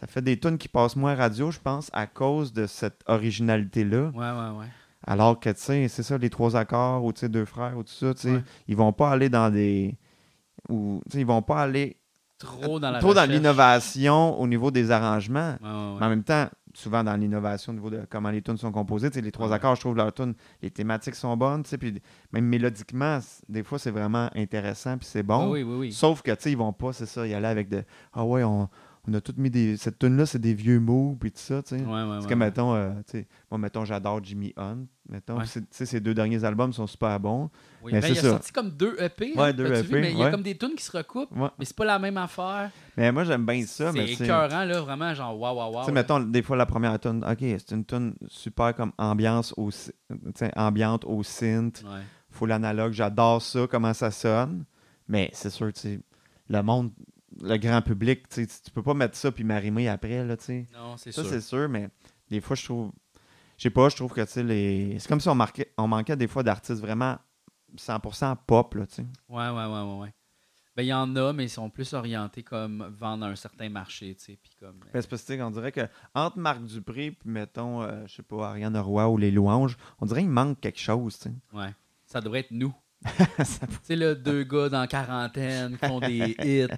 Speaker 2: ça fait des tunes qui passent moins à radio, je pense, à cause de cette originalité-là.
Speaker 1: Ouais, ouais, ouais.
Speaker 2: Alors que, tu sais, c'est ça, les trois accords ou tu sais, deux frères ou tout ça, tu sais,
Speaker 1: Ouais.
Speaker 2: ils vont pas aller dans des. Ou, tu sais, ils vont pas aller
Speaker 1: Trop dans la
Speaker 2: Euh, trop dans
Speaker 1: recherche.
Speaker 2: l'innovation au niveau des arrangements.
Speaker 1: Ouais, ouais, ouais.
Speaker 2: Mais en même temps, souvent dans l'innovation au niveau de comment les tunes sont composées, tu sais, les trois
Speaker 1: Ouais.
Speaker 2: accords, je trouve leurs tunes, les thématiques sont bonnes, tu sais, puis même mélodiquement, c- des fois c'est vraiment intéressant, puis c'est bon.
Speaker 1: Ah oui, oui, oui.
Speaker 2: Sauf que, tu sais, ils vont pas, c'est ça, y aller avec de Ah ouais, on, on a tout mis des. Cette tune-là, c'est des vieux mots, puis tout ça, tu sais.
Speaker 1: Ouais, ouais, ouais,
Speaker 2: c'est
Speaker 1: ouais.
Speaker 2: que, mettons, euh, tu sais, moi, mettons, j'adore Jimmy Hunt. Mettons,
Speaker 1: Ouais.
Speaker 2: puis c'est- tu sais, ses deux derniers albums sont super bons.
Speaker 1: Oui,
Speaker 2: mais
Speaker 1: ben,
Speaker 2: c'est
Speaker 1: il a
Speaker 2: ça.
Speaker 1: sorti comme deux EP.
Speaker 2: Ouais,
Speaker 1: hein,
Speaker 2: deux
Speaker 1: t'as-tu vu?
Speaker 2: EP,
Speaker 1: Mais il y a
Speaker 2: ouais.
Speaker 1: comme des tunes qui se recoupent,
Speaker 2: Ouais.
Speaker 1: mais c'est pas la même affaire.
Speaker 2: Mais moi, j'aime bien ça, mais
Speaker 1: C'est
Speaker 2: tu sais,
Speaker 1: écœurant, là, vraiment, genre, waouh, waouh,
Speaker 2: tu
Speaker 1: waouh.
Speaker 2: sais, mettons, des fois, la première tune, OK, c'est une tune super comme ambiance au, sy- tu sais, ambiante au synth,
Speaker 1: Ouais.
Speaker 2: full analogue, j'adore ça, comment ça sonne. Mais c'est sûr, tu sais, le monde, le grand public, tu sais, tu peux pas mettre ça puis m'arrimer après, là, tu sais.
Speaker 1: Non, c'est
Speaker 2: Ça,
Speaker 1: sûr.
Speaker 2: c'est sûr, mais des fois, je trouve. Je sais pas, je trouve que, tu sais, les... c'est comme si on, marquait... on manquait des fois d'artistes vraiment 100% pop, là, tu sais.
Speaker 1: Ouais, ouais, ouais, ouais, ouais. Ben, il y en a, mais ils sont plus orientés comme vendre à un certain marché, tu sais, puis comme...
Speaker 2: Ben, c'est parce que, tu sais, on dirait que entre Marc Dupré puis, mettons, euh, je sais pas, Ariane Roy ou Les Louanges, on dirait qu'il manque quelque chose, tu sais.
Speaker 1: euh, Ouais. Ça devrait être nous.
Speaker 2: [LAUGHS] Ça-
Speaker 1: Tu sais, là, deux gars dans la quarantaine qui font
Speaker 2: [LAUGHS]
Speaker 1: des hits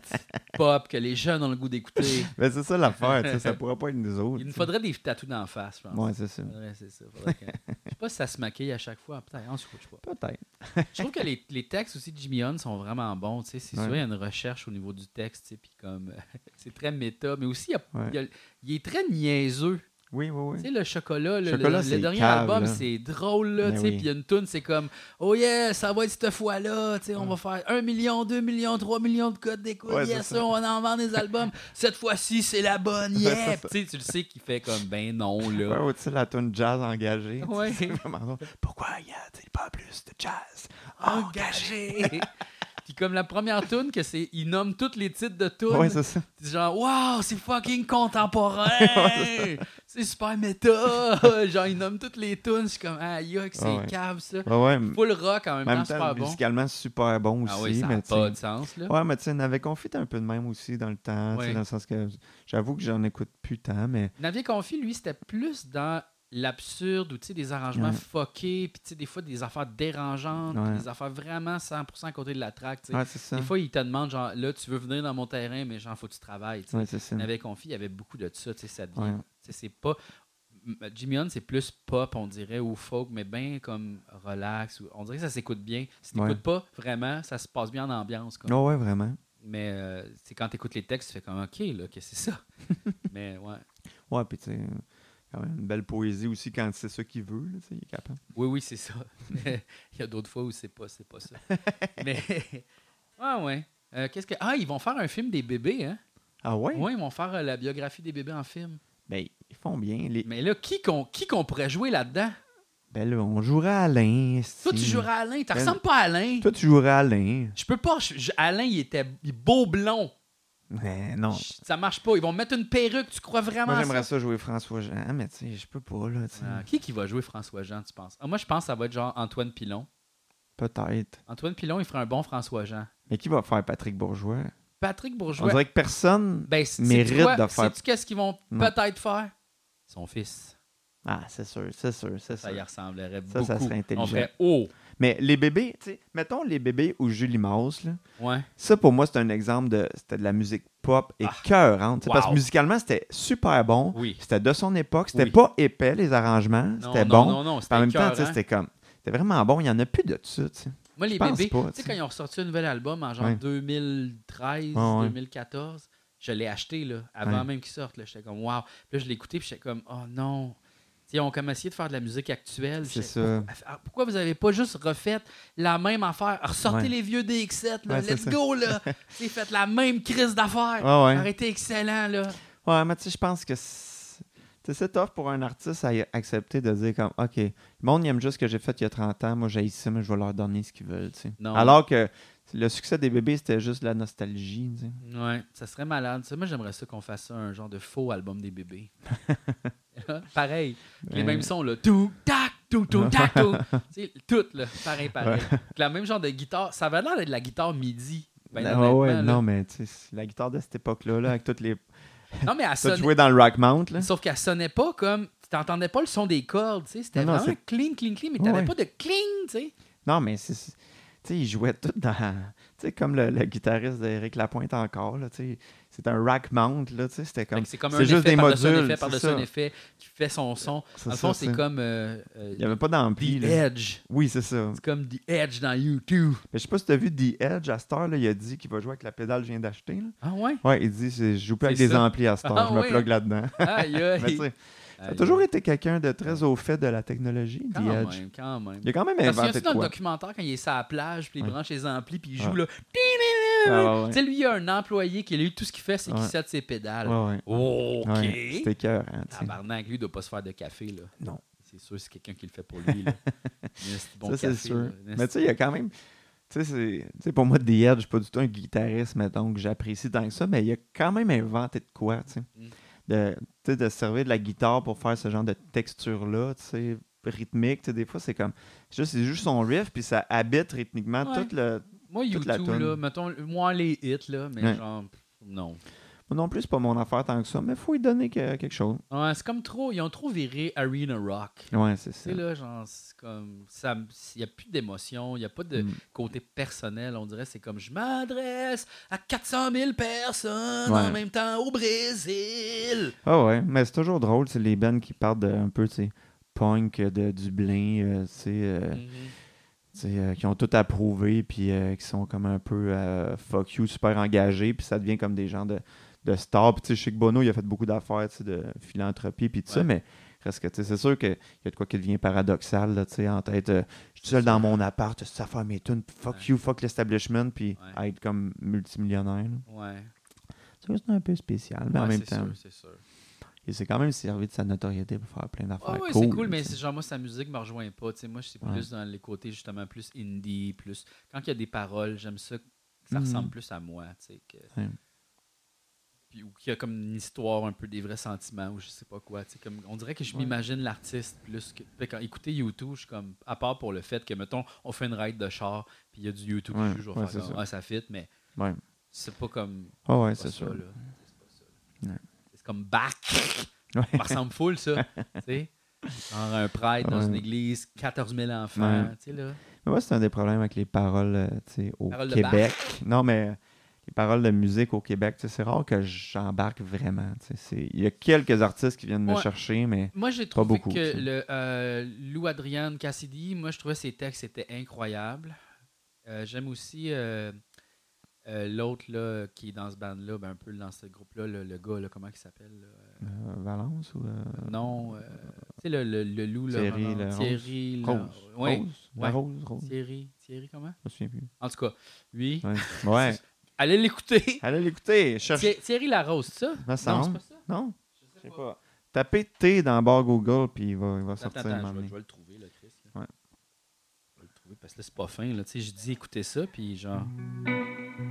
Speaker 1: pop que les jeunes ont le goût d'écouter.
Speaker 2: Ben, c'est ça l'affaire, tu
Speaker 1: [LAUGHS]
Speaker 2: sais, ça pourrait pas être nous autres.
Speaker 1: Il nous
Speaker 2: tu sais.
Speaker 1: faudrait des tatous d'en face, je pense.
Speaker 2: Ouais, c'est ça.
Speaker 1: Ouais, c'est ça. Faudrait que- Je sais pas si ça se maquille à chaque fois. Peut-être, on se couche pas.
Speaker 2: Peut-être.
Speaker 1: Je trouve que les, les textes aussi de Jimmy Hunt sont vraiment bons. tu sais. C'est
Speaker 2: Ouais.
Speaker 1: sûr, il y a une recherche au niveau [LAUGHS] du texte. tu sais, Puis comme, c'est très euh, méta. Mais aussi, il, y a-
Speaker 2: Ouais.
Speaker 1: il y a- il est très niaiseux.
Speaker 2: Oui, oui,
Speaker 1: Tu
Speaker 2: oui.
Speaker 1: sais, le chocolat, le,
Speaker 2: Chocolat,
Speaker 1: le- le
Speaker 2: c'est
Speaker 1: dernier
Speaker 2: cave,
Speaker 1: album,
Speaker 2: là.
Speaker 1: c'est drôle, là,
Speaker 2: Ben
Speaker 1: tu sais.
Speaker 2: oui.
Speaker 1: Puis il y a une toune, c'est comme Oh yeah, ça va être cette fois-là, tu sais, on va faire 1 million, 2 millions, 3 millions de codes d'écoute,
Speaker 2: Ouais,
Speaker 1: yes,
Speaker 2: c'est ça.
Speaker 1: on en vend des albums. cette fois-ci, c'est la bonne,
Speaker 2: [LAUGHS] Ouais,
Speaker 1: yeah. Puis
Speaker 2: c'est
Speaker 1: tu sais, tu le sais qu'il fait comme Ben non,
Speaker 2: Ouais,
Speaker 1: là.
Speaker 2: ouais, tu sais, la tune jazz engagée. tu sais, [LAUGHS]
Speaker 1: Ouais.
Speaker 2: c'est vraiment drôle. Pourquoi il n'y a tu sais, pas plus de jazz engagé?
Speaker 1: Engagé. [LAUGHS] Puis comme la première toune, que c'est, il nomme tous les titres de tunes.
Speaker 2: Oui, c'est ça.
Speaker 1: C'est genre, waouh, c'est fucking
Speaker 2: [LAUGHS]
Speaker 1: contemporain! c'est super méta! [LAUGHS] genre, ils nomment toutes les tunes, je suis comme, ah, yuck, c'est
Speaker 2: Ah ouais.
Speaker 1: cave, ça.
Speaker 2: Ouais, ouais. mais
Speaker 1: Full rock en même,
Speaker 2: En même
Speaker 1: temps, super
Speaker 2: temps,
Speaker 1: bon.
Speaker 2: musicalement, super bon aussi.
Speaker 1: Ah oui, ça n'a
Speaker 2: mais tu sais,
Speaker 1: pas de sens, là.
Speaker 2: Ouais, mais tu sais, on avait confité un peu de même aussi dans le temps, tu sais,
Speaker 1: Ouais.
Speaker 2: dans le sens que j'avoue que j'en écoute plus tant, mais
Speaker 1: Navier Confi, lui, c'était plus dans l'absurde ou, tu sais, des arrangements
Speaker 2: Ouais.
Speaker 1: fuckés, puis, tu sais, des fois, des affaires dérangeantes,
Speaker 2: Ouais.
Speaker 1: des affaires vraiment 100% à côté de la track, tu sais.
Speaker 2: ouais, c'est ça.
Speaker 1: Des fois, il te demande, genre, là, tu veux venir dans mon terrain, mais genre, faut que tu travailles, tu sais.
Speaker 2: Ouais, c'est ça.
Speaker 1: Navet Confi, il y avait beaucoup de ça, tu sais, ça devient...
Speaker 2: Ouais.
Speaker 1: tu sais, C'est pas... M- Jimmy Hunt, c'est plus pop, on dirait, ou folk, mais bien comme relax. ou- On dirait que ça s'écoute bien. Si t'écoutes
Speaker 2: Ouais.
Speaker 1: pas, vraiment, ça se passe bien en ambiance. Comme.
Speaker 2: Non, ouais, vraiment.
Speaker 1: Mais euh, c'est quand t'écoutes les textes, tu fais comme, OK, là, que c'est ça. [LAUGHS] mais ouais.
Speaker 2: Ouais, puis tu sais, quand même une belle poésie aussi quand c'est ça qu'il veut, là, tu sais, il est capable.
Speaker 1: Oui, oui, c'est ça. [LAUGHS] Mais Il y a d'autres fois où c'est pas, c'est pas
Speaker 2: [LAUGHS]
Speaker 1: ça. mais... [LAUGHS] Ah ouais. Euh, Qu'est-ce que... Ah, ils vont faire un film des bébés, hein?
Speaker 2: Ah ouais?
Speaker 1: Oui, ils vont faire euh, la biographie des bébés en film.
Speaker 2: Ben, ils font bien. Les...
Speaker 1: Mais là, qui qu'on qui qu'on pourrait jouer là-dedans?
Speaker 2: Ben là, on jouerait à Alain.
Speaker 1: Toi, tu
Speaker 2: si.
Speaker 1: jouerais à Alain. Tu
Speaker 2: Ben-
Speaker 1: ressembles pas à Alain.
Speaker 2: Toi, tu jouerais à Alain.
Speaker 1: Je peux pas. je- je- Alain, il était il est beau blond.
Speaker 2: Mais non.
Speaker 1: Je- Ça marche pas. Ils vont mettre une perruque. Tu crois vraiment
Speaker 2: Moi,
Speaker 1: à
Speaker 2: j'aimerais
Speaker 1: ça?
Speaker 2: ça jouer François Jean, mais tu sais, je peux pas, là, tu sais.
Speaker 1: Ah, qui qui va jouer François-Jean, tu penses? Ah, moi, je pense que ça va être genre Antoine Pilon.
Speaker 2: Peut-être.
Speaker 1: Antoine Pilon, il ferait un bon François-Jean.
Speaker 2: Mais qui va faire Patrick Bourgeois?
Speaker 1: Patrick
Speaker 2: On
Speaker 1: Bourgeois,
Speaker 2: dirait que personne.
Speaker 1: ben, c'est
Speaker 2: mérite
Speaker 1: quoi?
Speaker 2: de faire-
Speaker 1: Sais-tu qu'est-ce qu'ils vont
Speaker 2: Non.
Speaker 1: peut-être faire? Son fils.
Speaker 2: Ah, c'est sûr, c'est sûr, c'est
Speaker 1: Ça
Speaker 2: sûr.
Speaker 1: y ressemblerait
Speaker 2: Ça,
Speaker 1: beaucoup.
Speaker 2: ça serait intelligent.
Speaker 1: On ferait « Oh!
Speaker 2: Mais les bébés, tu sais, mettons les bébés ou Julie Mauss, là. »
Speaker 1: Ouais.
Speaker 2: Ça, pour moi, c'est un exemple de. C'était de la musique pop et cœurante. tu sais,
Speaker 1: Ah. Wow.
Speaker 2: Parce que musicalement, c'était super bon.
Speaker 1: Oui.
Speaker 2: C'était de son époque. C'était
Speaker 1: Oui.
Speaker 2: pas épais, les arrangements.
Speaker 1: Non,
Speaker 2: C'était
Speaker 1: non,
Speaker 2: bon.
Speaker 1: non, non, c'était
Speaker 2: en même temps, tu sais,
Speaker 1: écœurant.
Speaker 2: c'était comme. C'était vraiment bon. Il n'y en a plus de ça. tu sais.
Speaker 1: Moi, les
Speaker 2: Je pense
Speaker 1: bébés,
Speaker 2: pas,
Speaker 1: tu
Speaker 2: tu
Speaker 1: sais,
Speaker 2: sais.
Speaker 1: quand ils ont sorti un nouvel album en genre
Speaker 2: Ouais.
Speaker 1: 2013,
Speaker 2: Ouais, ouais.
Speaker 1: 2014, je l'ai acheté là, avant
Speaker 2: Ouais.
Speaker 1: même qu'ils sortent. là. J'étais comme, waouh. Puis là, je l'ai écouté, puis j'étais comme, oh non. Tu sais, Ils ont comme essayé de faire de la musique actuelle.
Speaker 2: C'est
Speaker 1: J'étais,
Speaker 2: ça.
Speaker 1: Pourquoi, ah, pourquoi vous n'avez pas juste refait la même affaire? Ah, Ressortez
Speaker 2: Ouais.
Speaker 1: les vieux DX7, là,
Speaker 2: Ouais, c'est
Speaker 1: let's
Speaker 2: ça.
Speaker 1: go, là. [LAUGHS] Tu sais, faites la même crise d'affaires.
Speaker 2: Ouais, ouais.
Speaker 1: Arrêtez excellent, là.
Speaker 2: Ouais, mais tu sais, je pense que. c'est- tu sais, C'est tough pour un artiste à y- accepter de dire comme, OK, le monde il aime juste ce que j'ai fait il y a 30 ans, moi j'ai ça, mais je vais leur donner ce qu'ils veulent. tu sais.
Speaker 1: Non.
Speaker 2: Alors que le succès des bébés, c'était juste la nostalgie. tu sais.
Speaker 1: Ouais, ça serait malade. Ça, moi, j'aimerais ça qu'on fasse ça, un genre de faux album des
Speaker 2: [LAUGHS]
Speaker 1: bébés. pareil. Les
Speaker 2: Ouais.
Speaker 1: mêmes sons, là. Tout, tac, tout, tout, tac, tout. Tu sais, tout, là. Pareil, pareil. La même genre de guitare. Ça avait l'air d'être de la guitare midi. Ben,
Speaker 2: Ah
Speaker 1: honnêtement,
Speaker 2: ouais,
Speaker 1: là.
Speaker 2: non, mais tu sais, c'est la guitare de cette époque-là, là, avec
Speaker 1: [LAUGHS]
Speaker 2: toutes les.
Speaker 1: Non, mais elle
Speaker 2: T'as
Speaker 1: sonnait.
Speaker 2: joué dans le Rock Mount, là?
Speaker 1: Sauf qu'elle sonnait pas comme. Tu t'entendais pas le son des cordes, tu sais. C'était
Speaker 2: Non, non,
Speaker 1: vraiment
Speaker 2: c'est-
Speaker 1: cling, cling, cling, mais t'avais
Speaker 2: Ouais.
Speaker 1: pas de cling, tu sais.
Speaker 2: Non, mais c'est. c'est- Tu sais, il jouait tout dans. Tu sais, comme le, le guitariste d'Éric Lapointe encore, là, tu sais. C'est un rack mount, là, tu sais. C'était
Speaker 1: Fait
Speaker 2: comme.
Speaker 1: que C'est comme un
Speaker 2: c'est juste
Speaker 1: effet
Speaker 2: des
Speaker 1: par-dessus un
Speaker 2: modules,
Speaker 1: effet
Speaker 2: c'est
Speaker 1: par-dessus
Speaker 2: ça.
Speaker 1: un effet qui fait son son.
Speaker 2: C'est
Speaker 1: En
Speaker 2: ça,
Speaker 1: fond, c'est
Speaker 2: c'est-
Speaker 1: comme euh, euh,
Speaker 2: Il n'y avait pas d'ampli,
Speaker 1: The
Speaker 2: là.
Speaker 1: Edge.
Speaker 2: Oui, c'est ça.
Speaker 1: C'est comme The Edge dans YouTube.
Speaker 2: Mais je sais pas si t'as vu The Edge à cette heure, là, il a dit qu'il va jouer avec la pédale que je viens d'acheter, là.
Speaker 1: Ah ouais?
Speaker 2: Ouais, il dit, c'est- je joue plus avec
Speaker 1: C'est
Speaker 2: des
Speaker 1: ça.
Speaker 2: amplis à cette heure,
Speaker 1: Ah,
Speaker 2: je me
Speaker 1: oui. [LAUGHS]
Speaker 2: plug là-dedans.
Speaker 1: Aïe, aïe.
Speaker 2: Mais tu sais, ça a
Speaker 1: Aïe.
Speaker 2: toujours été quelqu'un de très au fait de la technologie, The
Speaker 1: Quand même,
Speaker 2: Edge.
Speaker 1: quand même.
Speaker 2: Il a quand même
Speaker 1: Ah Parce qu'il y a
Speaker 2: inventé
Speaker 1: aussi
Speaker 2: de
Speaker 1: dans le
Speaker 2: quoi.
Speaker 1: documentaire quand il est sur la plage, puis il
Speaker 2: Ouais.
Speaker 1: branche les amplis, puis il joue
Speaker 2: Ouais.
Speaker 1: là.
Speaker 2: Ah, ouais, ouais.
Speaker 1: Tu sais, lui, il y a un employé qui, lui, tout ce qu'il fait, c'est qu'il
Speaker 2: Ouais.
Speaker 1: sette ses pédales.
Speaker 2: Ouais, ouais.
Speaker 1: Oh, OK.
Speaker 2: Ouais, C'était cœur, hein, tu sais.
Speaker 1: Tabarnak, lui, il doit pas se faire de café, là.
Speaker 2: Non.
Speaker 1: C'est sûr, c'est quelqu'un qui le fait pour lui,
Speaker 2: [LAUGHS]
Speaker 1: là. Un esti bon
Speaker 2: ça, c'est
Speaker 1: café,
Speaker 2: sûr.
Speaker 1: là. Un
Speaker 2: Mais
Speaker 1: esti-
Speaker 2: tu sais, il y a quand même. Tu sais, c'est- tu sais, pour moi, The Edge, je suis pas du tout un guitariste, mettons, que j'apprécie tant que ça, mais il a quand même inventé de quoi, tu sais.
Speaker 1: Mm.
Speaker 2: De, tu sais, de servir de la guitare pour faire ce genre de texture-là, tu sais, rythmique. Tu sais, des fois, c'est comme. C'est juste, c'est juste son riff, puis ça habite rythmiquement
Speaker 1: Ouais.
Speaker 2: tout le.
Speaker 1: Moi,
Speaker 2: toute la
Speaker 1: YouTube,
Speaker 2: toune.
Speaker 1: là, mettons, moi, les hits, là, mais
Speaker 2: Ouais.
Speaker 1: genre, pff, non.
Speaker 2: Moi non plus, c'est pas mon affaire tant que ça, mais faut y donner que- quelque chose.
Speaker 1: Ouais, c'est comme trop, ils ont trop viré Arena Rock.
Speaker 2: Ouais, c'est
Speaker 1: Tu
Speaker 2: ça.
Speaker 1: sais, là, genre, c'est comme. ça me- Il n'y a plus d'émotion, il n'y a pas de
Speaker 2: Mm.
Speaker 1: côté personnel. On dirait c'est comme je m'adresse à 400 000 personnes
Speaker 2: Ouais.
Speaker 1: en même temps au Brésil.
Speaker 2: Ah ouais, mais c'est toujours drôle, c'est les bands qui partent de, un peu, tu sais, punk, euh, de Dublin, euh, tu sais. euh,
Speaker 1: Mm. Mhm.
Speaker 2: tu sais, euh, qui ont tout approuvé puis euh, qui sont comme un peu euh, fuck you, super engagés, puis ça devient comme des gens de, de stars. Puis, tu sais, je sais que Bono, il a fait beaucoup d'affaires, tu sais, de philanthropie, puis tout ça,
Speaker 1: Ouais.
Speaker 2: mais reste que, tu sais, c'est sûr qu'il y a de quoi qui devient paradoxal, là, tu sais, en tête. euh, je suis seul dans mon appart, ça fait mes tunes, puis fuck
Speaker 1: Ouais.
Speaker 2: you, fuck l'establishment, puis
Speaker 1: Ouais.
Speaker 2: être comme multimillionnaire. là.
Speaker 1: Ouais.
Speaker 2: Ça, C'est un peu spécial, mais en
Speaker 1: Ouais,
Speaker 2: même
Speaker 1: c'est
Speaker 2: temps,
Speaker 1: sûr, c'est sûr.
Speaker 2: il s'est quand même servi de sa notoriété pour faire plein d'affaires.
Speaker 1: Ah ouais,
Speaker 2: cool,
Speaker 1: c'est cool,
Speaker 2: là,
Speaker 1: mais
Speaker 2: tu sais.
Speaker 1: c'est genre moi, sa musique me rejoint pas. tu sais moi, je suis
Speaker 2: Ouais.
Speaker 1: plus dans les côtés justement plus indie, plus. Quand il y a des paroles, j'aime ça, que ça
Speaker 2: Mhm.
Speaker 1: ressemble plus à moi. tu sais, Que...
Speaker 2: Ouais.
Speaker 1: Puis, ou qu'il y a comme une histoire, un peu des vrais sentiments, ou je sais pas quoi. tu sais, Comme, on dirait que je
Speaker 2: Ouais.
Speaker 1: m'imagine l'artiste plus que. Fait quand écouter YouTube, je suis comme. À part pour le fait que, mettons, on fait une ride de char, puis il y a du YouTube
Speaker 2: Ouais,
Speaker 1: qui joue, je vais
Speaker 2: ouais,
Speaker 1: faire
Speaker 2: c'est
Speaker 1: comme,
Speaker 2: ça.
Speaker 1: ah, ça fit, mais
Speaker 2: Ouais.
Speaker 1: c'est pas comme.
Speaker 2: Ah ouais,
Speaker 1: pas
Speaker 2: c'est
Speaker 1: ça,
Speaker 2: sûr.
Speaker 1: là. C'est pas ça, là.
Speaker 2: Ouais.
Speaker 1: C'est comme back!
Speaker 2: Ouais.
Speaker 1: Ça ressemble full, ça. tu sais? Genre un prêtre dans
Speaker 2: Ouais.
Speaker 1: une église, 14 000 enfants.
Speaker 2: Ouais.
Speaker 1: Tu sais, là.
Speaker 2: Mais ouais, c'est un des problèmes avec les paroles euh, tu sais, au
Speaker 1: Paroles de
Speaker 2: Québec. Non, mais euh, les paroles de musique au Québec, tu sais, c'est rare que j'embarque vraiment. tu sais, c'est- Il y a quelques artistes qui viennent me
Speaker 1: Ouais.
Speaker 2: chercher, mais
Speaker 1: Moi, j'ai
Speaker 2: Pas
Speaker 1: trouvé
Speaker 2: beaucoup,
Speaker 1: que
Speaker 2: tu sais.
Speaker 1: le, euh, Lou Adrian Cassidy, moi, je trouvais ses textes étaient incroyables. Euh, J'aime aussi euh, euh, l'autre là, qui est dans ce band-là, ben, un peu dans ce groupe-là, le, le gars, là, comment il s'appelle là?
Speaker 2: euh, Valence ou. euh,
Speaker 1: Non, euh, tu sais, le, le, le loup, là,
Speaker 2: Thierry,
Speaker 1: vraiment,
Speaker 2: le
Speaker 1: Thierry, là,
Speaker 2: Rose.
Speaker 1: ouais,
Speaker 2: Rose? La
Speaker 1: ouais.
Speaker 2: Rose, Rose.
Speaker 1: Thierry, Thierry, comment
Speaker 2: Je me souviens plus.
Speaker 1: En tout cas, lui,
Speaker 2: Ouais. ouais.
Speaker 1: allez
Speaker 2: [LAUGHS]
Speaker 1: l'écouter.
Speaker 2: Allez l'écouter. Cherche.
Speaker 1: Thierry, Thierry Larose, c'est ça
Speaker 2: Me
Speaker 1: Non, c'est
Speaker 2: semble.
Speaker 1: pas ça.
Speaker 2: Non?
Speaker 1: Je
Speaker 2: Je
Speaker 1: sais
Speaker 2: sais
Speaker 1: pas.
Speaker 2: pas. Tapez T dans barre Google, puis il va, il va
Speaker 1: Attends,
Speaker 2: sortir.
Speaker 1: attends,
Speaker 2: un moment
Speaker 1: je, vais,
Speaker 2: donné.
Speaker 1: je vais le trouver, là, Chris. là.
Speaker 2: Ouais.
Speaker 1: Je vais le trouver parce que là, c'est pas fin. Là. Tu sais, je dis écoutez ça, puis genre.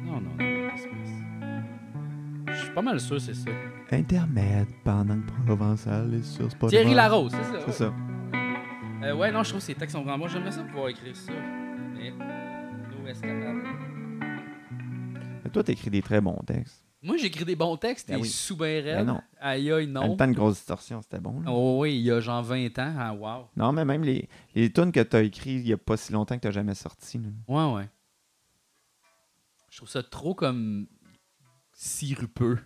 Speaker 1: Non, non, non. qu'est-ce qui se passe? Je suis pas mal sûr, c'est ça.
Speaker 2: Intermède pendant que Provençal est sur Spotify.
Speaker 1: Thierry Larose, c'est ça.
Speaker 2: C'est
Speaker 1: ouais.
Speaker 2: ça.
Speaker 1: Euh, ouais, non, je trouve que ces textes sont vraiment bons. J'aimerais ça pouvoir écrire ça. Mais. No escapade.
Speaker 2: Mais toi, t'écris des très bons textes.
Speaker 1: Moi, j'écris des bons textes,
Speaker 2: Ben
Speaker 1: et
Speaker 2: oui.
Speaker 1: soubain
Speaker 2: Ben non.
Speaker 1: Aïe, aïe,
Speaker 2: En
Speaker 1: non.
Speaker 2: même temps, une grosse distorsion, c'était bon. là.
Speaker 1: Oh, oui, il y a genre 20 ans. Ah, wow.
Speaker 2: Non, mais même les, les tunes que t'as écrites il n'y a pas si longtemps que t'as jamais sorti. là.
Speaker 1: Ouais, ouais. Je trouve ça trop comme sirupeux.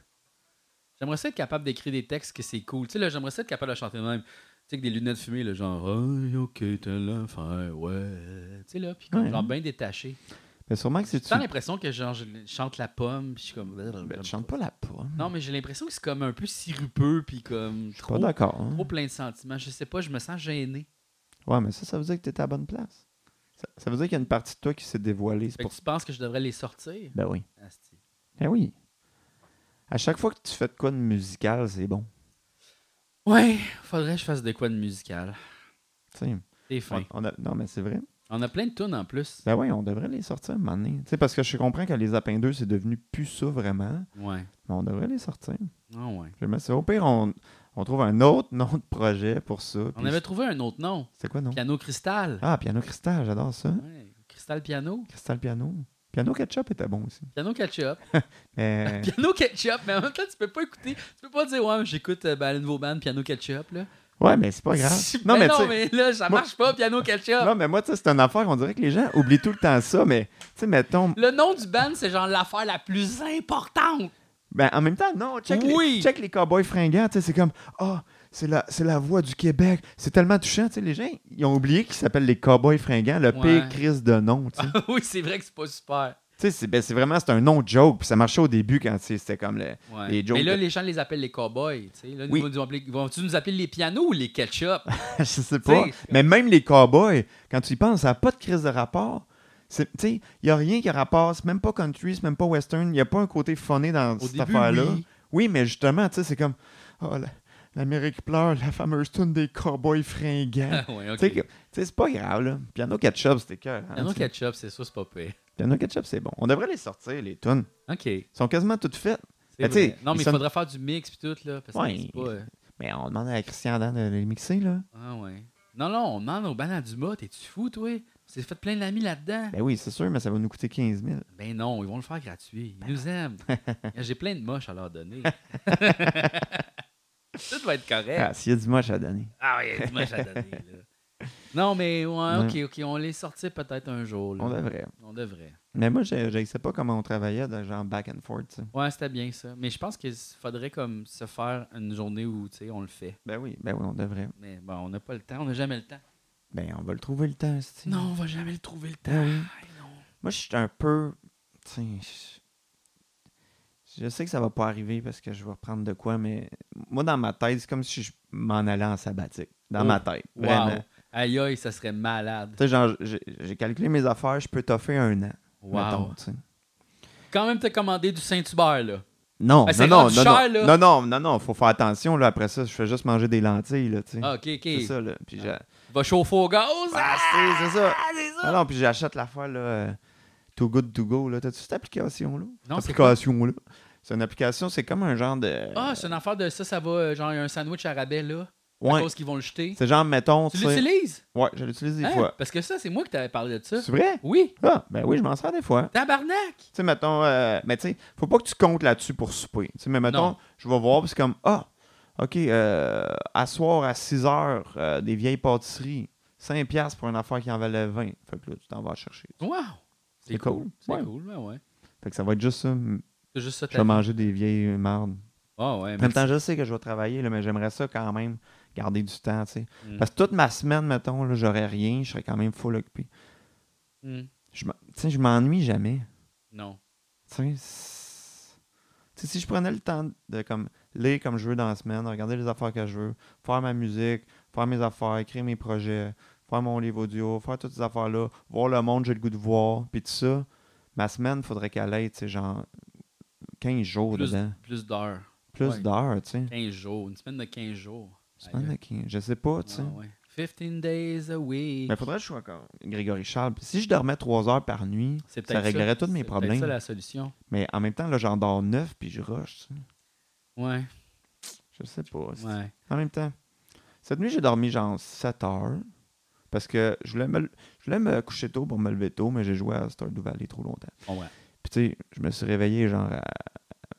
Speaker 1: J'aimerais ça être capable d'écrire des textes que c'est cool. Tu sais, là, j'aimerais ça être capable de chanter de même. Tu sais, avec des lunettes fumées, le genre, Hey, ok, t'es l'enfer, ouais. Tu sais, là, puis comme
Speaker 2: Ouais.
Speaker 1: genre bien détaché.
Speaker 2: Mais sûrement que si
Speaker 1: J'ai
Speaker 2: tu.
Speaker 1: tant l'impression que genre, je chante la pomme, puis je suis comme.
Speaker 2: Ben, tu chantes pas la pomme.
Speaker 1: Non, mais j'ai l'impression que c'est comme un peu sirupeux, puis comme.
Speaker 2: Je suis pas
Speaker 1: Trop,
Speaker 2: d'accord. hein.
Speaker 1: trop plein de sentiments. Je sais pas, je me sens gêné.
Speaker 2: Ouais, mais ça, ça veut dire que t'étais à la bonne place. Ça, ça veut dire qu'il y a une partie de toi qui s'est dévoilée. C'est
Speaker 1: Fait que
Speaker 2: pour...
Speaker 1: tu penses que je devrais les sortir?
Speaker 2: Ben oui.
Speaker 1: Asti.
Speaker 2: Ben oui. À chaque fois que tu fais de quoi de musical, c'est bon.
Speaker 1: Ouais, faudrait que je fasse de quoi de musical.
Speaker 2: Tu sais,
Speaker 1: T'es fin.
Speaker 2: on- on a- Non, mais c'est vrai.
Speaker 1: On a plein de tunes en plus.
Speaker 2: Ben oui, on devrait les sortir un moment donné. Tu sais, parce que je comprends que les Apins 2, c'est devenu plus ça vraiment.
Speaker 1: Ouais.
Speaker 2: Mais on devrait les sortir.
Speaker 1: Ah ouais.
Speaker 2: J'aimerais ça. Au pire, on, on trouve un autre [LAUGHS] nom de projet pour ça.
Speaker 1: On
Speaker 2: puis
Speaker 1: avait trouvé un autre nom.
Speaker 2: C'est quoi, non?
Speaker 1: Piano Cristal.
Speaker 2: Ah, piano cristal, j'adore ça.
Speaker 1: Ouais. Cristal Piano.
Speaker 2: Cristal piano. Piano ketchup était bon aussi.
Speaker 1: Piano Ketchup. Ah,
Speaker 2: Mais
Speaker 1: Piano Ketchup, mais en même temps, tu peux pas écouter. Tu peux pas dire, ouais, mais j'écoute euh, ben, le nouveau band Piano Ketchup. Là.
Speaker 2: [LAUGHS] ouais, mais c'est
Speaker 1: [LAUGHS]
Speaker 2: pas grave. Non,
Speaker 1: mais,
Speaker 2: mais, tu
Speaker 1: non,
Speaker 2: sais-
Speaker 1: mais là, ça
Speaker 2: moi-
Speaker 1: marche pas, Piano Ketchup.
Speaker 2: non, mais moi, tu sais, c'est une affaire, on dirait que les gens oublient tout le temps ça, mais tu sais, mettons.
Speaker 1: Le nom du band, c'est genre l'affaire la plus importante. [LAUGHS]
Speaker 2: Ben, en même temps, non, check,
Speaker 1: Oui.
Speaker 2: les, check les cowboys fringants, tu sais, c'est comme, ah, c'est la, c'est la voix du Québec, c'est tellement touchant, tu sais, les gens, ils ont oublié qu'ils s'appellent les cowboys fringants, le
Speaker 1: Ouais.
Speaker 2: pire crise de nom, tu sais.
Speaker 1: oui, c'est vrai que c'est pas super.
Speaker 2: Tu sais, c'est ben, c'est vraiment, c'est un nom de joke, puis ça marchait au début quand tu sais, c'était comme le.
Speaker 1: Ouais.
Speaker 2: Les jokes
Speaker 1: mais là,
Speaker 2: de-
Speaker 1: les gens les appellent les cowboys. tu sais. Là,
Speaker 2: Oui.
Speaker 1: ils vont nous appeler- Vont-tu nous appeler les pianos ou les
Speaker 2: [LAUGHS]
Speaker 1: ketchup?
Speaker 2: je sais pas.
Speaker 1: Tu sais,
Speaker 2: Mais même les cowboys, quand tu y penses, ça n'a pas de crise de rapport. C'est- Tu sais, il n'y a rien qui a rapport. C'est même pas country, c'est même pas western. Il n'y a pas un côté funny dans
Speaker 1: Au
Speaker 2: cette
Speaker 1: début,
Speaker 2: affaire-là.
Speaker 1: oui.
Speaker 2: mais justement, tu sais, c'est comme oh, la- l'Amérique pleure, la fameuse tune des cowboys fringants.
Speaker 1: Ah, ouais,
Speaker 2: Tu
Speaker 1: ok.
Speaker 2: sais, que- tu sais, c'est pas grave, là. Piano Ketchup, c'était cœur. hein,
Speaker 1: Piano
Speaker 2: tu sais.
Speaker 1: Ketchup, c'est sûr, c'est pas pire.
Speaker 2: Piano Ketchup, c'est bon. On devrait les sortir, les tunes.
Speaker 1: OK.
Speaker 2: Ils sont quasiment toutes faites.
Speaker 1: C'est
Speaker 2: Ben, tu sais,
Speaker 1: vrai. non, mais
Speaker 2: ils
Speaker 1: il
Speaker 2: sonnent-
Speaker 1: faudrait faire du mix puis tout, là. Parce que
Speaker 2: Ouais.
Speaker 1: c'est pas. euh,
Speaker 2: Mais on demande à Christian Dan de les mixer, là.
Speaker 1: Ah ouais. Non, non, on demande au Ballon du Mât, t'es-tu fou, toi? On s'est fait plein d'amis là-dedans.
Speaker 2: Ben oui, c'est sûr, mais ça va nous coûter 15 000.
Speaker 1: Ben non, ils vont le faire gratuit. Ils nous aiment. J'ai plein de moches à leur donner. tout va être correct.
Speaker 2: Ah, s'il y a du moche à donner.
Speaker 1: Ah oui, il y a du moche à donner, là. Non, mais ouais,
Speaker 2: Ouais.
Speaker 1: ok, ok, on les sortit peut-être un jour. là.
Speaker 2: On devrait.
Speaker 1: On devrait.
Speaker 2: Mais moi, je je sais pas comment on travaillait, de genre back and forth. tu sais.
Speaker 1: Ouais, c'était bien ça. Mais je pense qu'il faudrait comme se faire une journée où, tu sais, on le fait.
Speaker 2: Ben oui, ben oui, on devrait.
Speaker 1: Mais bon, on n'a pas le temps, on n'a jamais le temps.
Speaker 2: Ben, on va le trouver le temps, c'ti.
Speaker 1: Non, on va jamais le trouver le temps.
Speaker 2: Ah oui.
Speaker 1: Ay, non.
Speaker 2: Moi, je suis un peu. tu sais, je- Je sais que ça va pas arriver parce que je vais reprendre de quoi, mais moi, dans ma tête, c'est comme si je m'en allais en sabbatique. Dans
Speaker 1: Oh.
Speaker 2: ma tête. Vraiment.
Speaker 1: Wow. Aïe, aïe, ça serait malade.
Speaker 2: Tu sais, genre, j'ai j'ai calculé mes affaires, je peux t'offrir un an.
Speaker 1: Wow.
Speaker 2: mettons, tu sais.
Speaker 1: Quand même, t'as commandé du Saint-Hubert, là.
Speaker 2: Non,
Speaker 1: Ah, c'est
Speaker 2: non, non,
Speaker 1: rendu
Speaker 2: non,
Speaker 1: cher,
Speaker 2: non,
Speaker 1: là.
Speaker 2: non, non, non, non, faut faire attention, là, après ça, je fais juste manger des lentilles, là, tu sais.
Speaker 1: Ah, ok, Ah.
Speaker 2: C'est
Speaker 1: ok.
Speaker 2: ça, là. Puis j'ai-
Speaker 1: Va chauffer au gaz.
Speaker 2: Ah, c'est c'est ça.
Speaker 1: c'est ça.
Speaker 2: Ah non, puis j'achète l'affaire, là, euh, Too Good To Go, là. T'as-tu cette application, là?
Speaker 1: Non,
Speaker 2: cette
Speaker 1: c'est quoi?
Speaker 2: application, là. C'est une application, c'est comme un genre de...
Speaker 1: Ah, c'est une affaire de ça, ça va. euh, Genre, il y a un sandwich à rabais, là. À
Speaker 2: ouais,
Speaker 1: cause qu'ils vont le jeter.
Speaker 2: c'est genre, mettons,
Speaker 1: Tu
Speaker 2: tu sais-
Speaker 1: l'utilises?
Speaker 2: Ouais, je l'utilise des
Speaker 1: Hein?
Speaker 2: fois.
Speaker 1: Parce que ça, c'est moi qui t'avais parlé de ça.
Speaker 2: C'est vrai?
Speaker 1: Oui.
Speaker 2: Ah, ben oui, je m'en sers des fois.
Speaker 1: Tabarnak!
Speaker 2: Tu sais, mettons, euh, mais tu sais, faut pas que tu comptes là-dessus pour souper. Tu sais, mais mettons,
Speaker 1: Non.
Speaker 2: je vais voir, puis c'est comme, ah, OK, euh, à soir à 6 heures, euh, des vieilles pâtisseries, 5$ piastres pour une affaire qui en valait 20. Fait que là, tu t'en vas chercher.
Speaker 1: Wow!
Speaker 2: C'est cool.
Speaker 1: C'est
Speaker 2: Ouais.
Speaker 1: cool, ben ouais.
Speaker 2: Fait que ça va être juste ça. m-
Speaker 1: C'est juste ça,
Speaker 2: Je vais
Speaker 1: ta vie.
Speaker 2: manger des vieilles mardes.
Speaker 1: Ah ouais,
Speaker 2: En
Speaker 1: mais
Speaker 2: même temps, je sais que je vais travailler, là, mais j'aimerais ça quand même garder du temps, tu sais.
Speaker 1: Mm.
Speaker 2: Parce que toute ma semaine, mettons, là, j'aurais rien, je serais quand même full occupé.
Speaker 1: Hmm.
Speaker 2: Je m'en- Tu sais, je m'ennuie jamais.
Speaker 1: Non.
Speaker 2: Tu sais, c'est- tu sais, si je prenais le temps de comme lire comme je veux dans la semaine, regarder les affaires que je veux, faire ma musique, faire mes affaires, créer mes projets, faire mon livre audio, faire toutes ces affaires-là, voir le monde, j'ai le goût de voir, puis tout ça, ma semaine, faudrait qu'elle ait, tu sais, genre 15 jours
Speaker 1: Plus,
Speaker 2: dedans.
Speaker 1: plus d'heures.
Speaker 2: Plus
Speaker 1: ouais.
Speaker 2: d'heures, tu sais.
Speaker 1: 15 jours. Une semaine de 15 jours.
Speaker 2: Semaine de
Speaker 1: Aïe,
Speaker 2: 15, je sais pas, tu sais.
Speaker 1: ah ouais. 15 days a week.
Speaker 2: Mais faudrait que je sois comme Grégory Charles. Si je dormais 3 heures par nuit,
Speaker 1: C'est peut-être
Speaker 2: ça réglerait tous mes
Speaker 1: C'est peut-être
Speaker 2: problèmes.
Speaker 1: ça la solution.
Speaker 2: Mais en même temps, là, j'en dors 9 puis je rush, tu sais.
Speaker 1: Ouais,
Speaker 2: Je sais pas. c'est-
Speaker 1: ouais.
Speaker 2: En même temps, cette nuit, j'ai dormi genre 7 heures. Parce que je voulais me, je voulais me coucher tôt pour me lever tôt, mais j'ai joué à Stardew Valley trop longtemps.
Speaker 1: Bon, ouais.
Speaker 2: Puis tu sais, je me suis réveillé genre à-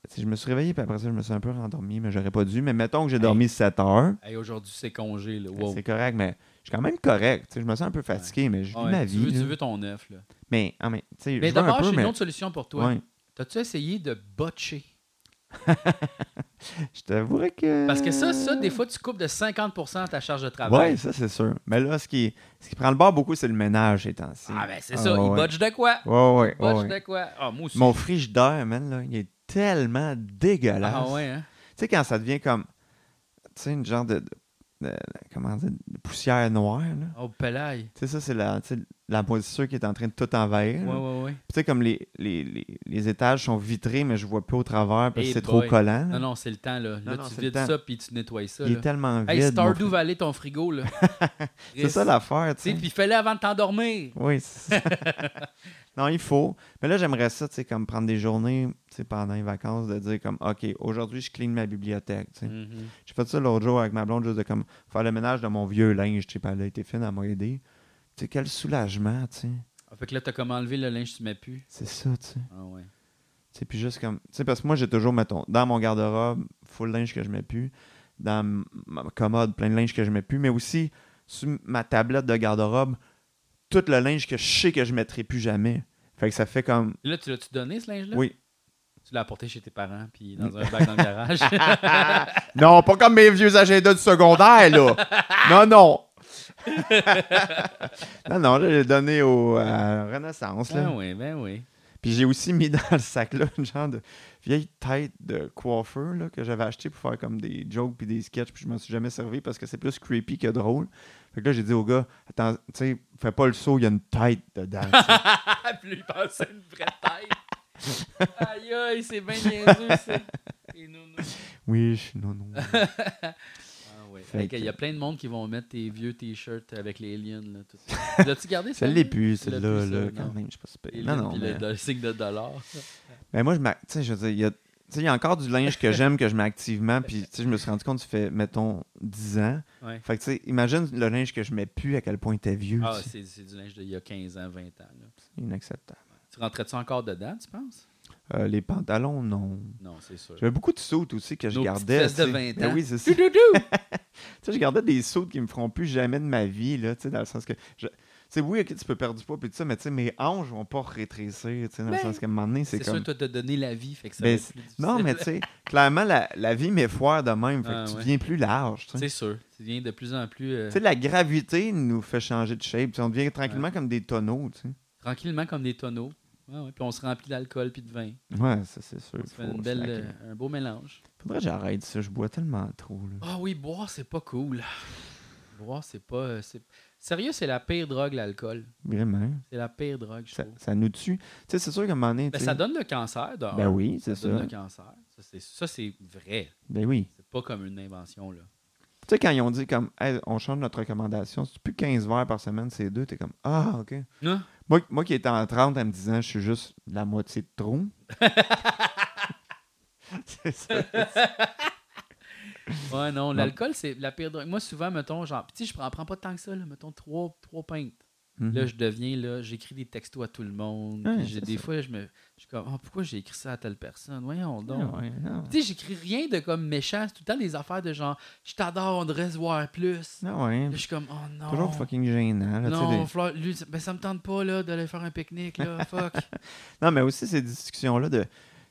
Speaker 2: tu sais, Je me suis réveillé, puis après ça, je me suis un peu rendormi, mais j'aurais pas dû. Mais mettons que j'ai dormi 7 heures.
Speaker 1: Hey, aujourd'hui, c'est congé, là. Wow.
Speaker 2: Ben, C'est correct, mais je suis quand même correct. Tu sais, je me sens un peu fatigué, mais je vis
Speaker 1: Ah ouais,
Speaker 2: ma
Speaker 1: tu
Speaker 2: vie.
Speaker 1: veux- Tu
Speaker 2: là.
Speaker 1: veux ton œuf, là.
Speaker 2: Mais, ah, mais, tu sais, je
Speaker 1: Mais
Speaker 2: veux un
Speaker 1: d'abord,
Speaker 2: peu,
Speaker 1: j'ai
Speaker 2: mais-
Speaker 1: une autre solution pour toi.
Speaker 2: Ouais.
Speaker 1: T'as-tu essayé de botcher?
Speaker 2: Je t'avouerais que.
Speaker 1: Parce que ça, ça, des fois, tu coupes de 50 ta charge de travail.
Speaker 2: Ouais, ça, c'est sûr. Mais là, ce qui, ce qui prend le bord beaucoup, c'est le ménage ces temps-ci.
Speaker 1: Ah ben c'est
Speaker 2: Ah,
Speaker 1: ça,
Speaker 2: ouais,
Speaker 1: il
Speaker 2: ouais.
Speaker 1: botche de quoi?
Speaker 2: Ouais, ouais, ouais,
Speaker 1: Botche
Speaker 2: ouais.
Speaker 1: de quoi? Ah moi aussi.
Speaker 2: Mon frigidaire, man, là, il est tellement dégueulasse.
Speaker 1: ah ouais, hein?
Speaker 2: Tu sais, quand ça devient comme. Tu sais, une genre de. de- de- comment dire De poussière noire, là.
Speaker 1: Oh pelaille.
Speaker 2: Tu sais, ça, c'est la, tu sais, la moisissure qui est en train de tout envahir.
Speaker 1: Ouais,
Speaker 2: là.
Speaker 1: ouais, ouais.
Speaker 2: Puis Tu sais, comme les, les, les, les étages sont vitrés, mais je vois plus au travers parce
Speaker 1: Hey
Speaker 2: que c'est
Speaker 1: boy.
Speaker 2: trop collant. là.
Speaker 1: Non, non, c'est le temps, là.
Speaker 2: Non,
Speaker 1: Là,
Speaker 2: non,
Speaker 1: tu
Speaker 2: c'est le
Speaker 1: vides
Speaker 2: temps.
Speaker 1: ça, puis tu nettoies ça,
Speaker 2: il
Speaker 1: là.
Speaker 2: est tellement
Speaker 1: Hey,
Speaker 2: vide. mon
Speaker 1: Stardew
Speaker 2: fri-
Speaker 1: Valley, ton frigo, là.
Speaker 2: [LAUGHS] c'est ça
Speaker 1: là.
Speaker 2: l'affaire, tu sais.
Speaker 1: Puis fais-le avant de t'endormir.
Speaker 2: Oui. c'est ça. non, il faut. Mais là, j'aimerais ça, tu sais, comme prendre des journées, tu sais, pendant les vacances, de dire comme, OK, aujourd'hui, je clean ma bibliothèque, tu sais.
Speaker 1: Mhm.
Speaker 2: J'ai fait ça l'autre jour avec ma blonde, juste de comme faire le ménage de mon vieux linge, tu sais, puis elle a été fine, elle m'a aidé. Tu sais, quel soulagement, tu sais.
Speaker 1: Ah, Fait que là, t'as comme enlevé le linge, tu mets plus.
Speaker 2: C'est ça, tu sais.
Speaker 1: Ah ouais.
Speaker 2: Tu sais, puis juste comme, tu sais, parce que moi, j'ai toujours, mettons, dans mon garde-robe, full linge que je mets plus, dans m- ma commode, plein de linge que je mets plus, mais aussi, sur ma tablette de garde-robe, tout le linge que je sais que je mettrai plus jamais. Fait que ça fait comme,
Speaker 1: Là, tu l'as-tu donné, ce linge-là?
Speaker 2: oui,
Speaker 1: Tu l'as apporté chez tes parents, puis dans un bac dans le
Speaker 2: [LAUGHS]
Speaker 1: garage.
Speaker 2: Non, pas comme mes vieux agendas du secondaire, là.
Speaker 1: [LAUGHS]
Speaker 2: Non, non. non, non, là, j'ai donné au à Renaissance, là.
Speaker 1: ben oui, ben oui.
Speaker 2: Puis j'ai aussi mis dans le sac, là, une genre de vieille tête de coiffeur, là, que j'avais acheté pour faire comme des jokes puis des sketchs, puis je m'en suis jamais servi parce que c'est plus creepy que drôle. Fait que là, j'ai dit au gars, attends, tu sais, fais pas le saut, il y a une tête
Speaker 1: [LAUGHS]
Speaker 2: dedans. tu sais.
Speaker 1: Ah, puis lui, il pensait une vraie tête. [LAUGHS] aïe, aïe, c'est bien niaiseux, [LAUGHS] ça. Et non,
Speaker 2: oui, je suis non, non.
Speaker 1: Ah ouais.
Speaker 2: Fait
Speaker 1: Fait que
Speaker 2: que-
Speaker 1: Il y a plein de monde qui vont mettre tes vieux t-shirts avec les aliens. Là, tout
Speaker 2: [LAUGHS]
Speaker 1: ça. L'as-tu gardé
Speaker 2: Ça
Speaker 1: celle-là?
Speaker 2: l'est plus,
Speaker 1: Tu l'as
Speaker 2: celle-là,
Speaker 1: plus,
Speaker 2: là,
Speaker 1: ça,
Speaker 2: quand
Speaker 1: non.
Speaker 2: même, je sais pas si c'est-
Speaker 1: Et
Speaker 2: Non,
Speaker 1: là,
Speaker 2: non,
Speaker 1: puis
Speaker 2: mais-
Speaker 1: le, le signe de dollar.
Speaker 2: Mais moi, je m'ac- tu sais, je veux dire, il y a- tu sais, il y a encore du linge que j'aime, que je mets activement, puis tu sais, je me suis rendu compte, ça fait, mettons, 10 ans.
Speaker 1: Ouais.
Speaker 2: Fait que, tu sais, imagine le linge que je mets plus, à quel point t'es vieux.
Speaker 1: Ah,
Speaker 2: tu sais.
Speaker 1: c'est, c'est du linge d'il y a 15 ans, 20 ans. là.
Speaker 2: c'est inacceptable.
Speaker 1: Tu rentrais-tu encore dedans, tu penses?
Speaker 2: Euh, les pantalons, non.
Speaker 1: Non, c'est sûr.
Speaker 2: J'avais beaucoup de sautes aussi que je
Speaker 1: Nos
Speaker 2: gardais.
Speaker 1: petites fesses de
Speaker 2: tu sais.
Speaker 1: 20
Speaker 2: Ben
Speaker 1: ans.
Speaker 2: oui, c'est ça.
Speaker 1: Dou, dou, dou!
Speaker 2: Tu sais, je gardais des sautes qui me feront plus jamais de ma vie, là, tu sais, dans le sens que. Je... tu sais, oui, ok, tu peux perdre du poids, puis tout ça, mais tu sais, mes hanches vont pas rétrécir, tu sais, dans
Speaker 1: Ben,
Speaker 2: le sens que à un moment donné, c'est
Speaker 1: C'est
Speaker 2: comme.
Speaker 1: sûr, toi, t'as donné la vie, fait que ça
Speaker 2: Ben,
Speaker 1: va être
Speaker 2: c'est-
Speaker 1: plus difficile.
Speaker 2: non, mais tu sais, clairement, la, la vie m'effouire de même, fait
Speaker 1: Ah,
Speaker 2: que tu
Speaker 1: ouais.
Speaker 2: deviens plus large, tu sais.
Speaker 1: C'est sûr. Tu deviens de plus en plus... euh,
Speaker 2: Tu sais, la gravité nous fait changer de shape. Tu sais, on devient tranquillement comme des tonneaux. tu sais.
Speaker 1: tranquillement comme des tonneaux. Ouais, ouais. Puis on se remplit d'alcool puis de vin.
Speaker 2: Ouais, ça c'est sûr.
Speaker 1: On se fait
Speaker 2: Faut-
Speaker 1: une belle,
Speaker 2: faut-
Speaker 1: euh, un beau mélange.
Speaker 2: Faudrait que j'arrête ça, je bois tellement trop. Là.
Speaker 1: Ah oui, boire, c'est pas cool. Boire, c'est pas. euh, c'est- Sérieux, c'est la pire drogue, l'alcool.
Speaker 2: Vraiment.
Speaker 1: C'est la pire drogue, je
Speaker 2: Ça,
Speaker 1: trouve.
Speaker 2: ça nous tue. Tu sais, c'est sûr qu'à un moment donné.
Speaker 1: Ben,
Speaker 2: tu sais-
Speaker 1: ça donne le cancer, d'un.
Speaker 2: Ben oui, c'est
Speaker 1: Ça donne
Speaker 2: ça.
Speaker 1: le cancer. Ça, c'est- Ça, c'est vrai.
Speaker 2: Ben oui.
Speaker 1: C'est pas comme une invention, là.
Speaker 2: Tu sais, quand ils ont dit comme, Hey, on change notre recommandation, c'est plus 15 verres par semaine, c'est deux, t'es comme, ah, ok.
Speaker 1: Non?
Speaker 2: Moi, moi qui étais en 30 à me disant, je suis juste la moitié de
Speaker 1: [LAUGHS]
Speaker 2: trop. c'est ça.
Speaker 1: Ouais, non, l'alcool, c'est la pire drogue. Moi, souvent, mettons, genre, pis tu sais, je prends, prends pas tant que ça, là, mettons, trois, trois pintes.
Speaker 2: Mhm.
Speaker 1: Là, je deviens, là, j'éris des textos à tout le monde.
Speaker 2: Ouais,
Speaker 1: puis j'ai-
Speaker 2: c'est
Speaker 1: des
Speaker 2: ça.
Speaker 1: fois, je me. Je suis comme, oh, pourquoi j'ai écrit ça à telle personne? Voyons donc.
Speaker 2: Ah ouais, ah ouais.
Speaker 1: Tu sais, j'écris rien de comme méchant. C'est tout le temps des affaires de genre, je t'adore, on devrait se voir plus.
Speaker 2: Ah ouais.
Speaker 1: Là, je suis comme, oh non.
Speaker 2: Toujours fucking gênant. là, tu sais,
Speaker 1: non,
Speaker 2: des-
Speaker 1: Fleur, lui, ben, ça me tente pas, là, d'aller faire un pique-nique,
Speaker 2: [LAUGHS]
Speaker 1: là, fuck.
Speaker 2: Non, mais aussi ces discussions-là de.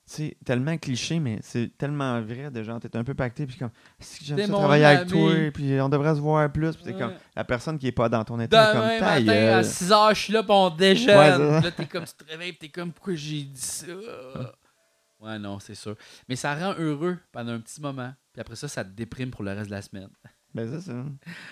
Speaker 2: Tu sais, tellement cliché, mais c'est tellement vrai de genre, t'es un peu pacté, puis comme, si j'aime
Speaker 1: T'es
Speaker 2: ça
Speaker 1: mon
Speaker 2: travailler avec
Speaker 1: ami.
Speaker 2: toi, puis on devrait se voir plus, puis t'es
Speaker 1: Ouais.
Speaker 2: comme, la personne qui est pas dans ton état, comme,
Speaker 1: Demain
Speaker 2: ta
Speaker 1: matin,
Speaker 2: gueule.
Speaker 1: à 6 h, je suis là, pis on déjeune.
Speaker 2: Ouais, c'est ça.
Speaker 1: là, t'es comme, tu te réveilles, pis t'es comme, pourquoi j'ai dit ça? Ouais, non, c'est sûr. Mais ça rend heureux pendant un petit moment. Puis après ça, ça te déprime pour le reste de la semaine.
Speaker 2: Ben, c'est ça.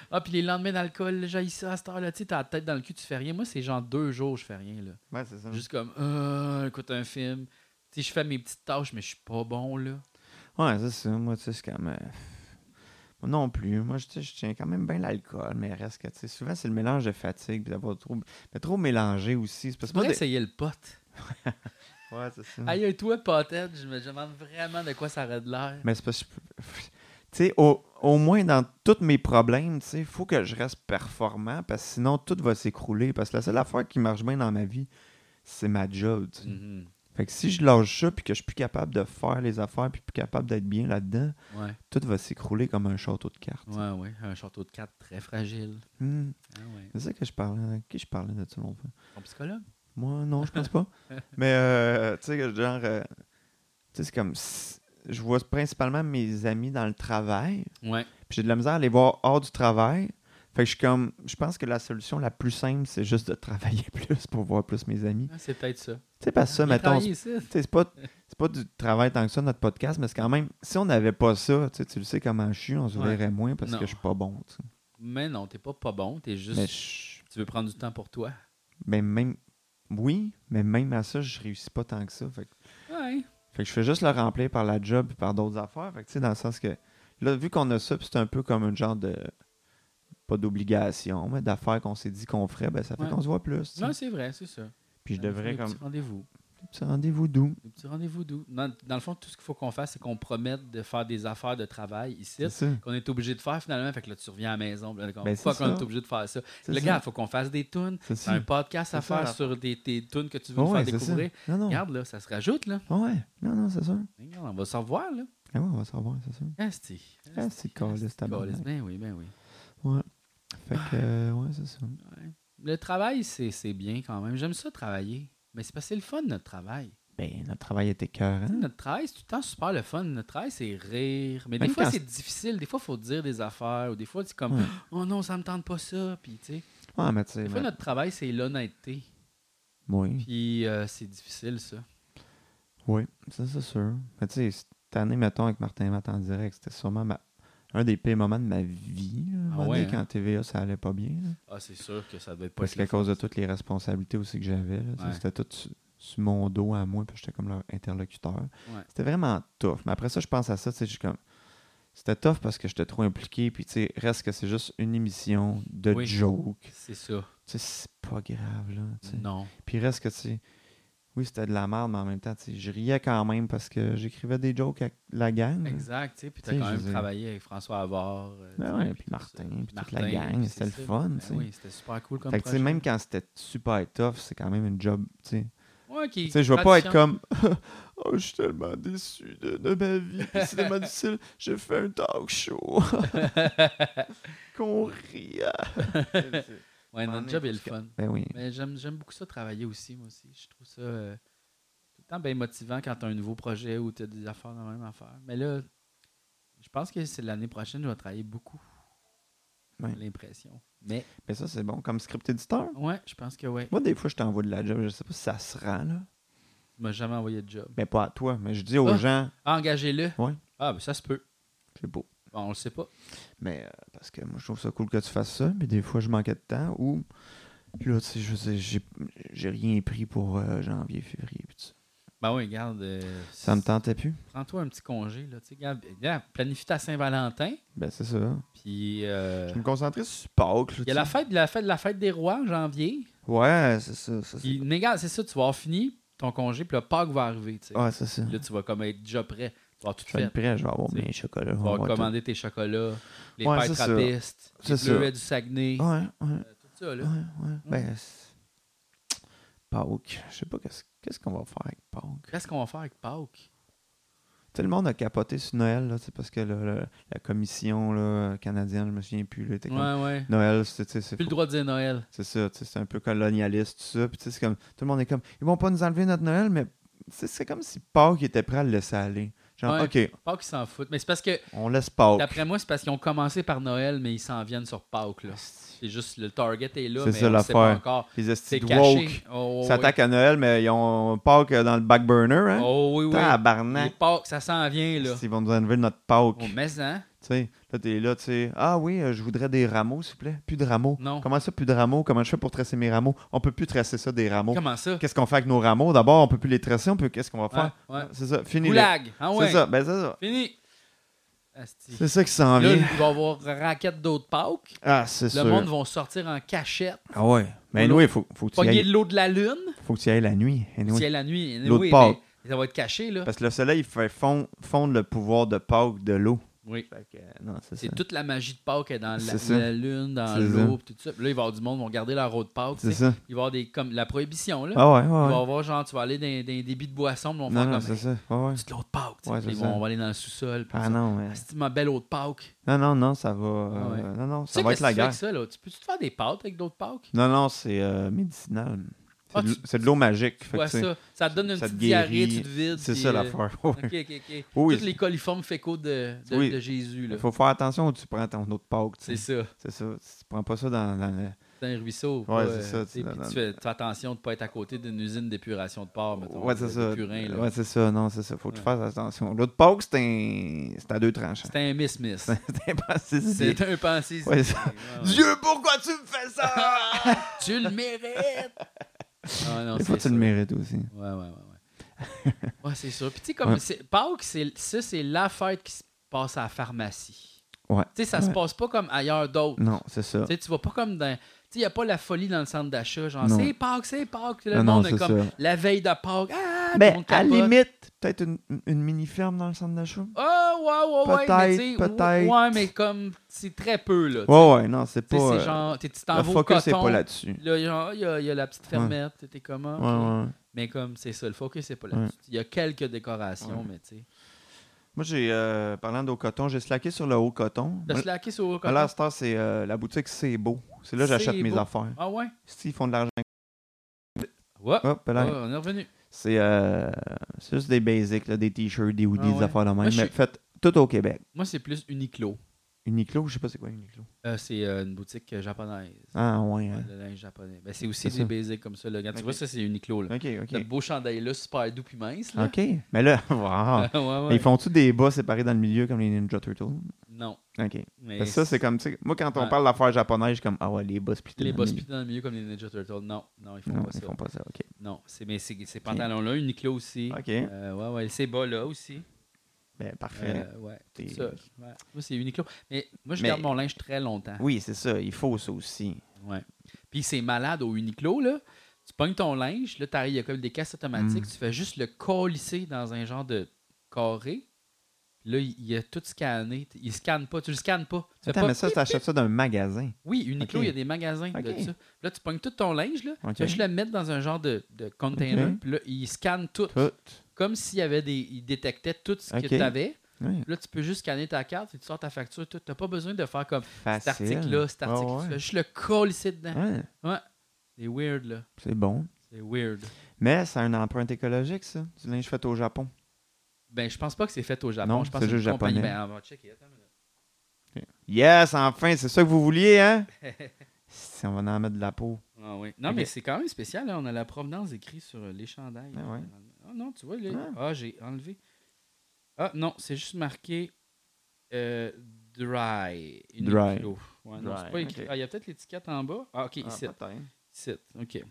Speaker 1: Ah, puis les lendemains d'alcool, j'ai ça à cette heure-là. Tu sais, t'as la tête dans le cul, tu fais rien. Moi, c'est genre deux jours, je fais rien, là.
Speaker 2: Ouais, c'est ça.
Speaker 1: Juste comme, euh, écoute un film. Tu sais, je fais mes petites tâches, mais je suis pas bon, là.
Speaker 2: Ouais, c'est ça. Moi, tu sais, c'est comme. euh, Moi non plus. Moi, je tu sais, je tiens quand même bien l'alcool, mais reste que, tu sais, souvent, c'est le mélange de fatigue, puis d'avoir trop. Mais trop mélangé aussi. C'est parce
Speaker 1: Tu
Speaker 2: que
Speaker 1: pourrais
Speaker 2: moi, des- Hum.
Speaker 1: essayer le pote.
Speaker 2: Ouais, c'est ça.
Speaker 1: Aïe, toi, potette, je me demande vraiment de quoi ça aurait de l'air.
Speaker 2: Mais c'est parce que. je peux- [LAUGHS] Tu sais, au, au moins dans tous mes problèmes, tu sais, il faut que je reste performant parce que sinon tout va s'écrouler. Parce que la seule affaire qui marche bien dans ma vie, c'est ma job. tu sais.
Speaker 1: Mhm.
Speaker 2: Fait que si je lâche ça puis que je suis plus capable de faire les affaires puis plus capable d'être bien là-dedans,
Speaker 1: Ouais,
Speaker 2: tout va s'écrouler comme un château de cartes.
Speaker 1: ouais, ouais. Un château de cartes très fragile.
Speaker 2: Hmm.
Speaker 1: Ah ouais.
Speaker 2: C'est ça que je parlais. Qui je parlais de ça longtemps?
Speaker 1: Ton psychologue?
Speaker 2: Moi, non, je pense pas. Mais, euh, tu sais, que genre, euh, tu sais, c'est comme. si- Je vois principalement mes amis dans le travail.
Speaker 1: Ouais.
Speaker 2: Puis j'ai de la misère à les voir hors du travail. Fait que je suis comme. Je pense que la solution la plus simple, c'est juste de [LAUGHS] travailler plus pour voir plus mes amis.
Speaker 1: Ah, c'est peut-être ça.
Speaker 2: Tu sais, parce que ça,
Speaker 1: Il
Speaker 2: mettons.
Speaker 1: travaille ici.
Speaker 2: c'est- tu sais, C'est pas. C'est pas du travail tant que ça, notre podcast, mais c'est quand même. Si on n'avait pas ça, tu sais, tu le sais comment je suis, on se
Speaker 1: Ouais.
Speaker 2: verrait moins parce
Speaker 1: Non.
Speaker 2: que je suis pas bon. tu sais.
Speaker 1: Mais non, t'es pas pas bon, t'es juste...
Speaker 2: Mais je-
Speaker 1: Tu veux prendre du temps pour toi.
Speaker 2: mais même. Oui, mais même à ça, je réussis pas tant que ça. Fait que
Speaker 1: Ouais.
Speaker 2: Fait que je fais juste le remplir par la job et par d'autres affaires. Fait que tu sais, dans le sens que là, vu qu'on a ça, puis c'est un peu comme un genre de. Pas d'obligation, mais d'affaires qu'on s'est dit qu'on ferait, ben ça fait
Speaker 1: Ouais.
Speaker 2: qu'on se voit plus. tu sais.
Speaker 1: Non, c'est vrai, c'est ça.
Speaker 2: Puis je devrais comme.
Speaker 1: rendez-vous.
Speaker 2: Petit rendez-vous doux.
Speaker 1: Des petits rendez-vous doux. Dans, dans le fond, tout ce qu'il faut qu'on fasse, c'est qu'on promette de faire des affaires de travail ici,
Speaker 2: C'est ça.
Speaker 1: qu'on est obligé de faire finalement. Fait que là, tu reviens à la maison. Là, comme,
Speaker 2: Ben, c'est
Speaker 1: fuck, on
Speaker 2: ça.
Speaker 1: est obligé de faire ça.
Speaker 2: C'est
Speaker 1: Le
Speaker 2: ça.
Speaker 1: gars, il faut qu'on fasse des tunes.
Speaker 2: C'est
Speaker 1: T'as un
Speaker 2: ça.
Speaker 1: podcast à
Speaker 2: C'est ça,
Speaker 1: faire
Speaker 2: la-
Speaker 1: sur des, tes tunes que tu veux
Speaker 2: Ah
Speaker 1: nous
Speaker 2: ouais,
Speaker 1: faire
Speaker 2: c'est ça. Oh.
Speaker 1: découvrir.
Speaker 2: Non, non.
Speaker 1: Regarde, là, ça se rajoute, là.
Speaker 2: Ah ouais. Non, non, c'est ça.
Speaker 1: Regarde, on va se revoir, là.
Speaker 2: Ah ouais, on va savoir, c'est ça.
Speaker 1: Asti.
Speaker 2: Ah, c'est caliste, tabarnak.
Speaker 1: Caliste. Ben oui, ben oui.
Speaker 2: Fait que,
Speaker 1: [SIGHS]
Speaker 2: euh, ouais, c'est ça.
Speaker 1: Le travail, c'est c'est bien quand même. J'aime ça travailler. Mais c'est parce que c'est le fun, notre travail.
Speaker 2: Ben, notre travail était
Speaker 1: Tu sais,
Speaker 2: écœurant.
Speaker 1: Notre travail, c'est tout le temps super le fun. Notre travail, c'est rire. Mais des
Speaker 2: Même
Speaker 1: fois,
Speaker 2: quand-
Speaker 1: c'est difficile. Des fois, il faut dire des affaires. Ou des fois, c'est comme
Speaker 2: Ouais.
Speaker 1: Oh non, ça me tente pas ça. Puis, tu sais.
Speaker 2: Ouais, mais tu sais.
Speaker 1: Des fois,
Speaker 2: mais-
Speaker 1: notre travail, c'est l'honnêteté.
Speaker 2: Oui.
Speaker 1: Puis, euh, c'est difficile, ça.
Speaker 2: Oui, ça, c'est sûr. Mais tu sais, cette année, mettons, avec Martin Matt en direct, c'était sûrement ma- un des pires moments de ma vie. là, à un
Speaker 1: Ah
Speaker 2: moment donné,
Speaker 1: ouais,
Speaker 2: quand
Speaker 1: hein?
Speaker 2: TVA, ça allait pas bien. là.
Speaker 1: Ah, c'est sûr que ça devait pas
Speaker 2: Parce
Speaker 1: être. le
Speaker 2: qu'à
Speaker 1: fun.
Speaker 2: cause de toutes les responsabilités aussi que j'avais, là, tu sais,
Speaker 1: Ouais.
Speaker 2: c'était tout su- sur mon dos à moi, puis j'étais comme leur interlocuteur.
Speaker 1: Ouais.
Speaker 2: C'était vraiment tough. Mais après ça, je pense à ça, tu sais, je suis comme. C'était tough parce que j'étais trop impliqué, puis tu sais, reste que c'est juste une émission de
Speaker 1: Oui.
Speaker 2: joke.
Speaker 1: C'est ça.
Speaker 2: Tu sais, c'est pas grave, là. tu sais.
Speaker 1: Non.
Speaker 2: Puis reste que, tu sais, oui, c'était de la merde, mais en même temps, tu sais, je riais quand même parce que j'écrivais des jokes avec la gang.
Speaker 1: Exact. Tu sais, puis, t'as
Speaker 2: Tu sais,
Speaker 1: quand
Speaker 2: je
Speaker 1: même
Speaker 2: veux dire-
Speaker 1: travaillé avec François Avard. euh, tu sais,
Speaker 2: Ben ouais, puis
Speaker 1: tout ça.
Speaker 2: Martin, puis toute la
Speaker 1: Martin,
Speaker 2: gang,
Speaker 1: puis
Speaker 2: c'était le
Speaker 1: c'est ça.
Speaker 2: fun,
Speaker 1: Ben
Speaker 2: tu sais.
Speaker 1: oui, c'était super cool comme
Speaker 2: Fait que, tu sais,
Speaker 1: projet.
Speaker 2: même quand c'était super tough, c'est quand même une job, tu sais.
Speaker 1: Ouais, qui-
Speaker 2: Tu sais, je vais pas être
Speaker 1: tradition-
Speaker 2: comme [LAUGHS] « Oh, je suis tellement déçu de, de ma vie, puis c'est tellement difficile, j'ai fait un
Speaker 1: [LAUGHS]
Speaker 2: talk show. » Qu'on rit.
Speaker 1: Ouais, notre
Speaker 2: M'en
Speaker 1: job
Speaker 2: est
Speaker 1: est le
Speaker 2: jusqu'à-
Speaker 1: fun.
Speaker 2: Ben oui.
Speaker 1: Mais j'aime, j'aime beaucoup ça travailler aussi, moi aussi. Je trouve ça euh, tout le temps bien motivant quand tu as un nouveau projet ou tu as des affaires dans la même affaire. Mais là, je pense que c'est l'année prochaine, je vais travailler beaucoup.
Speaker 2: Ouais.
Speaker 1: J'ai L'impression. Mais
Speaker 2: Mais ça, c'est Ben bon, comme script éditeur.
Speaker 1: ouais, je pense que ouais.
Speaker 2: Moi, des fois, je t'envoie de la job, je sais pas si ça se rend, là.
Speaker 1: Il m'a jamais envoyé de job.
Speaker 2: Ben, pas à toi, mais je dis aux
Speaker 1: Ah.
Speaker 2: gens,
Speaker 1: Ah, Engagez-le.
Speaker 2: Ouais.
Speaker 1: Ah, ben ça se peut.
Speaker 2: c'est beau.
Speaker 1: Bon, on le sait pas.
Speaker 2: Mais euh, parce que moi, je trouve ça cool que tu fasses ça, mais des fois, je manquais de temps ou là, tu sais, je sais, j'ai- j'ai rien pris pour euh, janvier, février. puis tu-
Speaker 1: Ben oui, regarde. euh,
Speaker 2: Ça me tentait plus.
Speaker 1: Prends-toi un petit congé, là. Tu sais, regarde, regarde, planifie ta Saint-Valentin.
Speaker 2: Ben, c'est ça.
Speaker 1: Puis, euh,
Speaker 2: Je me concentrais sur Pâques. là,
Speaker 1: il y a
Speaker 2: tu
Speaker 1: la
Speaker 2: sais.
Speaker 1: fête, la fête, la fête des rois en janvier.
Speaker 2: Ouais, c'est ça. ça, c'est-
Speaker 1: Puis, mais regarde, c'est ça, tu vas avoir fini ton congé, puis le Pâques va arriver, tu sais.
Speaker 2: Ouais, c'est ça.
Speaker 1: Là, tu vas comme être déjà prêt. Tu vas avoir tout
Speaker 2: Je vais
Speaker 1: fait.
Speaker 2: être prêt, je vais avoir
Speaker 1: Tu sais,
Speaker 2: mes chocolats. je vais
Speaker 1: Tu vas
Speaker 2: avoir tout.
Speaker 1: commander tes chocolats, les
Speaker 2: Ouais,
Speaker 1: pères
Speaker 2: c'est ça. Ah.
Speaker 1: trappistes, les
Speaker 2: C'est
Speaker 1: bleuets du Saguenay, euh,
Speaker 2: Ouais, ouais.
Speaker 1: tout ça, là.
Speaker 2: Ouais, ouais. Ben, c'est- Pâques. Je sais pas qu'est-ce qu'est-ce qu'on va faire avec Pâques.
Speaker 1: Qu'est-ce qu'on va faire avec Pâques?
Speaker 2: Tout le monde a capoté sur Noël, là, tu sais, parce que le- le- la commission là, canadienne, je me souviens plus, là, était
Speaker 1: Ouais,
Speaker 2: comme
Speaker 1: ouais.
Speaker 2: Noël, c'est tu sais, c'est
Speaker 1: Plus le droit de dire Noël.
Speaker 2: c'est ça, tu sais, c'est un peu colonialiste, tout ça. Puis, tu sais, c'est comme, tout le monde est comme, ils vont pas nous enlever notre Noël, mais tu sais, c'est comme si Pâques était prêt à le laisser aller. Genre,
Speaker 1: Ouais.
Speaker 2: OK,
Speaker 1: Pâques, ils s'en foutent. Mais c'est parce que,
Speaker 2: on laisse Pâques.
Speaker 1: d'après moi, c'est parce qu'ils ont commencé par Noël, mais ils s'en viennent sur Pâques, là. C'est juste le target est là,
Speaker 2: C'est
Speaker 1: mais
Speaker 2: ça,
Speaker 1: on le sait pas
Speaker 2: l'affaire.
Speaker 1: encore.
Speaker 2: Les
Speaker 1: C'est
Speaker 2: estis de
Speaker 1: caché.
Speaker 2: woke
Speaker 1: Oh, oui.
Speaker 2: s'attaquent à Noël, mais ils ont Pâques dans le back burner, hein?
Speaker 1: Oh oui, oui. Les
Speaker 2: Tabarnak.
Speaker 1: Pâques, ça s'en vient, là.
Speaker 2: Ils vont nous enlever notre Pâques.
Speaker 1: Oh, mais hein?
Speaker 2: Tu sais, là, t'es là, tu sais, ah oui, euh, je voudrais des rameaux, s'il vous plaît. Plus de rameaux.
Speaker 1: Non.
Speaker 2: Comment ça, plus de rameaux? Comment je fais pour tracer mes rameaux? On peut plus tracer ça, des rameaux.
Speaker 1: Comment ça?
Speaker 2: Qu'est-ce qu'on fait avec nos rameaux? D'abord, on peut plus les tracer, on peut, qu'est-ce qu'on va
Speaker 1: Ouais,
Speaker 2: faire?
Speaker 1: ouais.
Speaker 2: C'est ça, fini. les-
Speaker 1: Goulag! Ah ouais.
Speaker 2: C'est ça, ben c'est ça.
Speaker 1: Fini! Asti.
Speaker 2: C'est ça qui
Speaker 1: Là,
Speaker 2: s'en vient.
Speaker 1: il va y avoir raquette d'eau de Pâques.
Speaker 2: Ah, c'est
Speaker 1: Le
Speaker 2: sûr.
Speaker 1: monde vont sortir en cachette,
Speaker 2: Ah ouais. Mais
Speaker 1: Voilà.
Speaker 2: anyway, il faut, faut, que tu y
Speaker 1: pogner
Speaker 2: ailles-
Speaker 1: de l'eau de la lune,
Speaker 2: faut que tu y ailles la nuit.
Speaker 1: si
Speaker 2: anyway.
Speaker 1: elle la nuit.
Speaker 2: L'eau de
Speaker 1: oui,
Speaker 2: Pâques.
Speaker 1: mais Ça va être caché, là.
Speaker 2: Parce que le soleil fait fond- fondre le pouvoir de Pâques de l'eau.
Speaker 1: Oui.
Speaker 2: Fait que, euh, non, c'est ça.
Speaker 1: C'est toute la magie de Pâques est dans la,
Speaker 2: C'est ça.
Speaker 1: la lune, dans
Speaker 2: C'est
Speaker 1: l'eau, pis tout ça. Puis là, il va y avoir du monde, ils vont garder leur eau de Pâques. tu
Speaker 2: C'est
Speaker 1: sais.
Speaker 2: ça.
Speaker 1: Il va y avoir des, comme la prohibition, là.
Speaker 2: Ah ouais, ouais.
Speaker 1: Il va y
Speaker 2: ouais.
Speaker 1: avoir, genre, tu vas aller dans dans des débits de boissons, puis ils vont
Speaker 2: Non,
Speaker 1: faire
Speaker 2: non,
Speaker 1: comme
Speaker 2: c'est ça. Ouais, ouais.
Speaker 1: C'est de l'eau de Pâques. tu sais.
Speaker 2: Ouais,
Speaker 1: Puis
Speaker 2: c'est
Speaker 1: ils vont
Speaker 2: ça.
Speaker 1: on va aller dans le sous-sol. puis
Speaker 2: Ah
Speaker 1: ça.
Speaker 2: non, mais...
Speaker 1: Ah, C'est ma belle eau de Pâques.
Speaker 2: Non, non, non, ça va. euh,
Speaker 1: Ah ouais.
Speaker 2: Non, non,
Speaker 1: Tu
Speaker 2: ça
Speaker 1: sais
Speaker 2: va
Speaker 1: qu'est-ce
Speaker 2: être
Speaker 1: que tu
Speaker 2: la
Speaker 1: fais
Speaker 2: guerre.
Speaker 1: avec ça, là? Tu peux-tu te faire des pâtes avec d'autres Pâques?
Speaker 2: Non, non, c'est euh, médicinal. C'est
Speaker 1: Ah,
Speaker 2: de-
Speaker 1: tu-
Speaker 2: c'est de l'eau magique. fait que
Speaker 1: Ouais,
Speaker 2: c'est-
Speaker 1: ça. Ça te donne une
Speaker 2: ça te
Speaker 1: petite diarrhée,
Speaker 2: guérit.
Speaker 1: tu te vides.
Speaker 2: C'est
Speaker 1: puis,
Speaker 2: ça
Speaker 1: euh,
Speaker 2: l'affaire. [LAUGHS] ouais.
Speaker 1: [LAUGHS] Ok, ok, ok.
Speaker 2: Oui.
Speaker 1: Toutes les coliformes fécaux de, de,
Speaker 2: Oui.
Speaker 1: de Jésus, là.
Speaker 2: Il faut faire attention où tu prends ton autre Pâques. tu
Speaker 1: C'est
Speaker 2: sais.
Speaker 1: ça.
Speaker 2: C'est ça. Tu prends pas ça dans, dans le-
Speaker 1: C'est un ruisseau.
Speaker 2: Ouais,
Speaker 1: pas,
Speaker 2: c'est ça,
Speaker 1: euh,
Speaker 2: tu
Speaker 1: tu sais,
Speaker 2: l'as
Speaker 1: puis
Speaker 2: dans-
Speaker 1: tu fais, tu fais attention de ne pas être à côté d'une usine d'épuration de porc, mettons.
Speaker 2: Ouais, c'est
Speaker 1: de-
Speaker 2: ça.
Speaker 1: d'épurin, là.
Speaker 2: Ouais, c'est ça. Non, c'est ça. Faut que tu
Speaker 1: Ouais.
Speaker 2: fasses attention. L'autre Pâques, c'est un... c'est à deux tranches.
Speaker 1: C'est un miss-miss.
Speaker 2: C'est pas c'est-
Speaker 1: [LAUGHS] C'est un pensée.
Speaker 2: [LAUGHS] Ouais, ça. Dieu, pourquoi tu me fais ça?
Speaker 1: Tu le mérites!
Speaker 2: [LAUGHS]
Speaker 1: Ah, [LAUGHS] non,
Speaker 2: Des fois,
Speaker 1: c'est
Speaker 2: tu
Speaker 1: ça.
Speaker 2: le mérites aussi.
Speaker 1: Ouais, ouais, ouais. Ouais,
Speaker 2: [LAUGHS]
Speaker 1: ouais c'est sûr. Puis tu sais, comme
Speaker 2: Ouais.
Speaker 1: c'est- Pâques, c'est- ça, c'est la fête qui se passe à la pharmacie.
Speaker 2: Ouais.
Speaker 1: Tu sais, ça se
Speaker 2: Ouais.
Speaker 1: passe pas comme ailleurs d'autres.
Speaker 2: Non, c'est ça.
Speaker 1: Tu sais, tu vas pas comme dans. Tu sais, il n'y a pas la folie dans le centre d'achat. Genre,
Speaker 2: Non.
Speaker 1: c'est Pâques, c'est Pâques. Le
Speaker 2: Non, non,
Speaker 1: monde est
Speaker 2: c'est
Speaker 1: comme
Speaker 2: ça.
Speaker 1: la veille de Pâques. Ah, tout le
Speaker 2: Ben,
Speaker 1: monde
Speaker 2: à
Speaker 1: capote.
Speaker 2: limite, peut-être une, une mini-ferme dans le centre d'achat.
Speaker 1: Ah, ouais, ouais, ouais.
Speaker 2: Peut-être,
Speaker 1: mais tu sais,
Speaker 2: peut-être.
Speaker 1: Ouais, mais comme, c'est très peu, là. tu sais.
Speaker 2: Ouais, ouais, non, c'est
Speaker 1: Tu sais,
Speaker 2: pas.
Speaker 1: c'est
Speaker 2: euh,
Speaker 1: genre, t'es- tu t'en
Speaker 2: Le
Speaker 1: vas au
Speaker 2: focus,
Speaker 1: coton.
Speaker 2: c'est pas là-dessus.
Speaker 1: Là, genre, il y, a- il y a la petite fermette, t'es comment?
Speaker 2: Ouais, ouais.
Speaker 1: Mais comme, c'est ça, le focus, c'est pas
Speaker 2: Ouais.
Speaker 1: là-dessus. Il y a quelques décorations,
Speaker 2: Ouais.
Speaker 1: mais tu sais.
Speaker 2: Moi, j'ai, euh, parlant d'eau coton, j'ai slacké sur le haut coton.
Speaker 1: T'as slacké sur le
Speaker 2: Là,
Speaker 1: coton?
Speaker 2: là, à cette heure, c'est euh, la boutique C'est Beau. C'est là que j'achète
Speaker 1: C'est
Speaker 2: mes
Speaker 1: Beau.
Speaker 2: affaires.
Speaker 1: Ah ouais?
Speaker 2: S'ils font de l'argent.
Speaker 1: Ouais.
Speaker 2: Hop, là.
Speaker 1: Ouais, on est revenu.
Speaker 2: C'est, euh, c'est juste des basics, là, des t-shirts, des hoodies,
Speaker 1: Ah ouais.
Speaker 2: des affaires de même.
Speaker 1: Moi, je
Speaker 2: Mais
Speaker 1: suis-
Speaker 2: faites tout au Québec.
Speaker 1: Moi, c'est plus Uniqlo.
Speaker 2: Uniqlo, je sais pas c'est quoi Uniqlo.
Speaker 1: Euh, c'est euh, une boutique euh, japonaise.
Speaker 2: Ah, ouais. hein.
Speaker 1: Ouais, Le linge japonais. Ben, c'est aussi
Speaker 2: C'est
Speaker 1: des
Speaker 2: ça.
Speaker 1: basics comme ça. Là. Quand tu
Speaker 2: Ok.
Speaker 1: vois ça, c'est Uniqlo. Là.
Speaker 2: Ok, ok.
Speaker 1: Le beau chandail là, super doux puis mince. Là.
Speaker 2: Ok. Mais là, [LAUGHS] wow.
Speaker 1: Ah, [LAUGHS] ouais, ouais.
Speaker 2: Mais Ils font-tu des bas séparés dans le milieu comme les Ninja Turtles?
Speaker 1: Non.
Speaker 2: Ok.
Speaker 1: Mais
Speaker 2: Parce que Ben, ça, c'est comme, tu sais, moi, quand on
Speaker 1: Ouais.
Speaker 2: parle d'affaires japonaises, je suis comme, ah ouais, les bas splittés.
Speaker 1: les
Speaker 2: dans le
Speaker 1: boss
Speaker 2: milieu.
Speaker 1: pités dans le milieu comme les Ninja Turtles. Non, non, ils font
Speaker 2: Non,
Speaker 1: pas
Speaker 2: ils
Speaker 1: ça.
Speaker 2: font pas ça. Ok.
Speaker 1: Non, c'est, mais c'est, ces pantalons-là, Uniqlo aussi.
Speaker 2: Ok.
Speaker 1: Euh, ouais, ouais, ces bas-là aussi.
Speaker 2: Ben, parfait.
Speaker 1: Euh, ouais,
Speaker 2: T'es-
Speaker 1: tout ça. Ouais. Moi, c'est Uniqlo. Mais moi, je
Speaker 2: Mais-
Speaker 1: garde mon linge très longtemps.
Speaker 2: Oui, c'est ça. Il faut ça aussi.
Speaker 1: Ouais. Puis c'est malade au Uniqlo, là. Tu pognes ton linge, là, t'arrives, il y a comme des caisses automatiques,
Speaker 2: Mm.
Speaker 1: tu fais juste le colisser dans un genre de carré. Là, il il a tout scanné. Il scanne pas, tu le scannes pas. Tu fais
Speaker 2: Attends,
Speaker 1: pas
Speaker 2: mais ça, tu achètes ça d'un magasin.
Speaker 1: Oui, Uniqlo,
Speaker 2: Ok.
Speaker 1: il y a des magasins
Speaker 2: Ok.
Speaker 1: de ça. Là, tu pognes tout ton linge, là.
Speaker 2: Ok.
Speaker 1: Tu vas juste le mettre dans un genre de, de container,
Speaker 2: Ok.
Speaker 1: puis là, il scanne tout.
Speaker 2: Tout.
Speaker 1: Comme s'il y avait des. Il détectait tout ce
Speaker 2: Ok.
Speaker 1: que tu avais.
Speaker 2: Oui,
Speaker 1: Là, tu peux juste scanner ta carte, et tu sors ta facture, tout. T'as pas besoin de faire comme cet
Speaker 2: facile.
Speaker 1: article-là, cet
Speaker 2: Ah
Speaker 1: article. Tu fais
Speaker 2: ouais. Hein?
Speaker 1: juste le colisser dedans.
Speaker 2: Ouais,
Speaker 1: C'est weird, là.
Speaker 2: c'est bon.
Speaker 1: C'est weird.
Speaker 2: Mais ça a une empreinte écologique, ça. Du linge fait au Japon.
Speaker 1: Ben, je pense pas que c'est fait au Japon.
Speaker 2: Non,
Speaker 1: je pense
Speaker 2: c'est
Speaker 1: que c'est
Speaker 2: juste
Speaker 1: une compagnie.
Speaker 2: japonais.
Speaker 1: Ben, on va checker. Attends une minute.
Speaker 2: Yes, enfin, c'est ça que vous vouliez,
Speaker 1: [LAUGHS]
Speaker 2: hein? si on va en mettre de la peau.
Speaker 1: Ah oui. Non, hein.
Speaker 2: Ok.
Speaker 1: mais c'est quand même spécial. là. On a la provenance écrite sur euh, les chandails.
Speaker 2: Ah ouais.
Speaker 1: Ah, non, tu vois, là,
Speaker 2: Ah.
Speaker 1: ah, j'ai enlevé. Ah, non, c'est juste marqué euh, dry. Une
Speaker 2: Dry.
Speaker 1: kilo. Ouais, non, c'est
Speaker 4: Dry,
Speaker 1: pas écrit.
Speaker 2: ok.
Speaker 1: Ah, il y a peut-être l'étiquette en bas. Ah, ok, ici.
Speaker 2: Ah, peut-être.
Speaker 1: Ici, ok.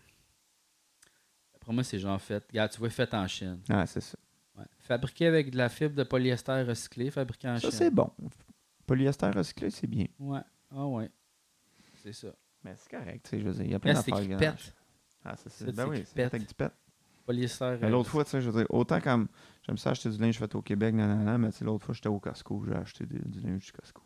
Speaker 1: Après moi, c'est genre fait. Regarde, tu vois, fait en Chine.
Speaker 2: Ah, c'est ça.
Speaker 1: Ouais. Fabriqué avec de la fibre de polyester recyclé, fabriqué en
Speaker 2: Ça, c'est
Speaker 1: Chine.
Speaker 2: bon. Polyester recyclé, c'est bien.
Speaker 1: Ouais. Ah, ouais. C'est ça.
Speaker 2: Mais c'est correct, tu sais, je veux dire, il y a plein
Speaker 1: Là, c'est
Speaker 2: d'affaires
Speaker 1: qui
Speaker 2: grandes.
Speaker 1: pète.
Speaker 2: Ah, c'est ça.
Speaker 1: Ça,
Speaker 2: Ben
Speaker 1: c'est
Speaker 2: oui,
Speaker 1: qui
Speaker 2: c'est
Speaker 1: pète.
Speaker 2: avec du pète.
Speaker 1: Polyester.
Speaker 2: Mais
Speaker 1: euh,
Speaker 2: l'autre fois, tu sais, je veux dire, autant comme j'aime ça acheter du linge fait au Québec, nanana, mais tu sais, l'autre fois, j'étais au Costco, j'ai acheté du, du linge du Costco.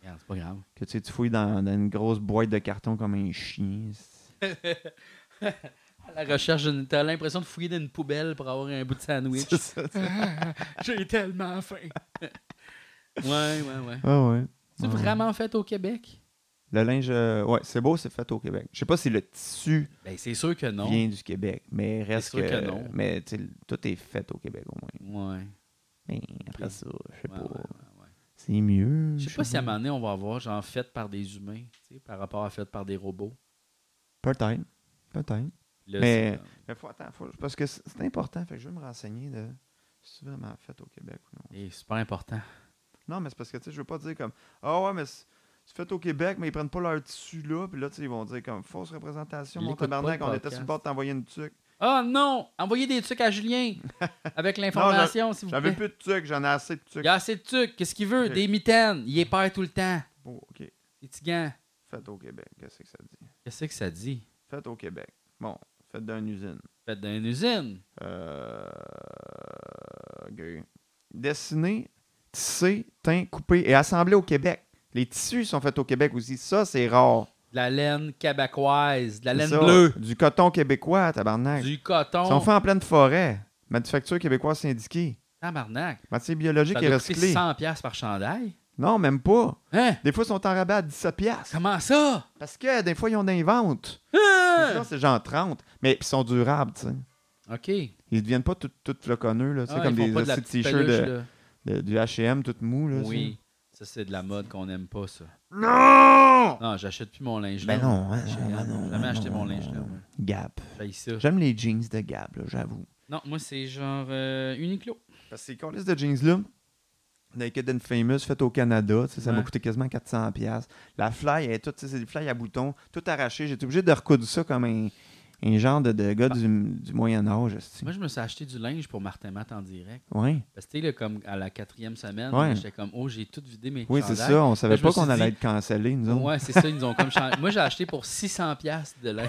Speaker 1: regarde, c'est pas grave.
Speaker 2: Que tu sais, tu fouilles dans, dans une grosse boîte de carton comme un chien. c'est-
Speaker 1: [LAUGHS] À la recherche, d'une- t'as l'impression de fouiller dans une poubelle pour avoir un bout de sandwich.
Speaker 2: C'est ça, tu sais.
Speaker 1: [LAUGHS] J'ai tellement faim. [LAUGHS] ouais, ouais, ouais.
Speaker 2: Ah ouais.
Speaker 1: C'est
Speaker 2: Ouais.
Speaker 1: vraiment fait au Québec?
Speaker 2: Le linge, euh, ouais, c'est beau, c'est fait au Québec. Je sais pas si le tissu
Speaker 1: Ben, c'est sûr que non.
Speaker 2: vient du Québec, mais reste
Speaker 1: sûr
Speaker 2: que,
Speaker 1: que non.
Speaker 2: Mais tu sais, tout est fait au Québec au moins.
Speaker 1: Ouais.
Speaker 2: Mais après ça, je sais
Speaker 1: Ouais,
Speaker 2: pas.
Speaker 1: ouais, ouais, ouais.
Speaker 2: C'est mieux.
Speaker 1: Je sais pas si à un moment donné, on va avoir genre fait par des humains, tu sais, par rapport à fait par des robots.
Speaker 2: Peut-être. Peut-être.
Speaker 1: Là,
Speaker 2: Mais-
Speaker 1: c'est, euh,
Speaker 2: Mais faut attendre, faut- parce que c'est c'est important, fait que je vais me renseigner de si c'est vraiment fait au Québec ou non.
Speaker 1: eh, c'est super important.
Speaker 2: Non, mais c'est parce que, tu sais, je veux pas dire comme Ah ouais, mais c'est c'est fait au Québec, mais ils prennent pas leur tissu là, puis là, tu sais, ils vont dire comme fausse représentation,
Speaker 1: Ils
Speaker 2: mon
Speaker 1: écoutent
Speaker 2: tabarnak,
Speaker 1: pas le
Speaker 2: on était sur le bord de t'envoyer une tuque.
Speaker 1: Oh non! Envoyez des trucs à
Speaker 2: [LAUGHS]
Speaker 1: Julien avec l'information, si vous
Speaker 2: J'avais
Speaker 1: plaît.
Speaker 2: plus de tuque, j'en ai assez de tuque.
Speaker 1: Il y a assez de trucs. Qu'est-ce qu'il veut?
Speaker 2: Ok.
Speaker 1: Des mitaines. Il est père tout le temps.
Speaker 2: Bon, ok.
Speaker 1: Les petits gants.
Speaker 2: Fait au Québec, qu'est-ce que ça dit
Speaker 1: Qu'est-ce que ça dit?
Speaker 2: Fait au Québec. Bon, fait dans une usine.
Speaker 1: Faites dans une usine.
Speaker 2: Euh. ok. Dessiné, tissé, teint, coupé et assemblé au Québec. Les tissus sont faits au Québec aussi. Ça, c'est rare.
Speaker 1: De la laine québécoise. De la
Speaker 2: C'est
Speaker 1: laine
Speaker 2: ça.
Speaker 1: bleue.
Speaker 2: Du coton québécois, tabarnak.
Speaker 1: Du
Speaker 2: Ils
Speaker 1: coton.
Speaker 2: sont faits en pleine forêt. Manufacture québécoise syndiquée.
Speaker 1: Tabarnak.
Speaker 2: Matière biologique
Speaker 1: Ça
Speaker 2: et
Speaker 1: doit coûter
Speaker 2: recyclée.
Speaker 1: 100 piastres par chandail.
Speaker 2: Non, même pas.
Speaker 1: Hein?
Speaker 2: Des fois, ils sont en rabat à 17 piastres.
Speaker 1: Comment ça?
Speaker 2: Parce que des fois, ils ont des ventes.
Speaker 1: Hein?
Speaker 2: Sinon, c'est genre 30. Mais puis ils sont durables, tu sais.
Speaker 1: Ah! OK.
Speaker 2: Ils deviennent pas tout, tout floconneux, là. Tu sais,
Speaker 1: Ah,
Speaker 2: comme
Speaker 1: ils font
Speaker 2: des
Speaker 1: pas de la
Speaker 2: petits
Speaker 1: petite
Speaker 2: t-shirts
Speaker 1: peluche,
Speaker 2: de-
Speaker 1: là.
Speaker 2: de- du H&M tout mou, là.
Speaker 1: Oui. Ça, c'est de la mode qu'on n'aime pas, ça.
Speaker 2: ça. Non!
Speaker 1: Non, j'achète plus mon linge
Speaker 2: Ben
Speaker 1: là.
Speaker 2: non, hein,
Speaker 1: J'ai
Speaker 2: non,
Speaker 1: jamais-
Speaker 2: non,
Speaker 1: jamais
Speaker 2: non,
Speaker 1: acheté
Speaker 2: non, ben
Speaker 1: mon
Speaker 2: non,
Speaker 1: linge là.
Speaker 2: non.
Speaker 1: moi.
Speaker 2: Gap.
Speaker 1: J'ai ça.
Speaker 2: J'aime les jeans de Gap, là, j'avoue.
Speaker 1: Non, moi, c'est genre euh, Uniqlo.
Speaker 2: Parce que ces colis de jeans-là, Naked and Famous, fait au Canada, tu sais, ça m'a
Speaker 1: Ouais.
Speaker 2: coûté quasiment 400$. piastres. La fly, elle est toute, tu sais, c'est des fly à boutons, tout arraché. J'étais obligé de recoudre ça comme un, un genre de, de
Speaker 1: Bah.
Speaker 2: gars du, du Moyen-Âge. esti.
Speaker 1: Moi, je me suis acheté du linge pour Martin Matt en direct.
Speaker 2: Ouais.
Speaker 1: Parce que, tu sais, là, comme à la quatrième semaine,
Speaker 2: Ouais.
Speaker 1: j'étais comme, oh, j'ai tout vidé mes
Speaker 2: Oui, c'est
Speaker 1: chandails.
Speaker 2: ça. On savait
Speaker 1: Ben, je
Speaker 2: pas
Speaker 1: me suis
Speaker 2: qu'on allait
Speaker 1: dit-
Speaker 2: être cancellé, nous autres.
Speaker 1: Ouais, c'est ça, ils nous ont comme changé. Moi, j'ai acheté pour 600 pièces de
Speaker 2: [LAUGHS]
Speaker 1: linge.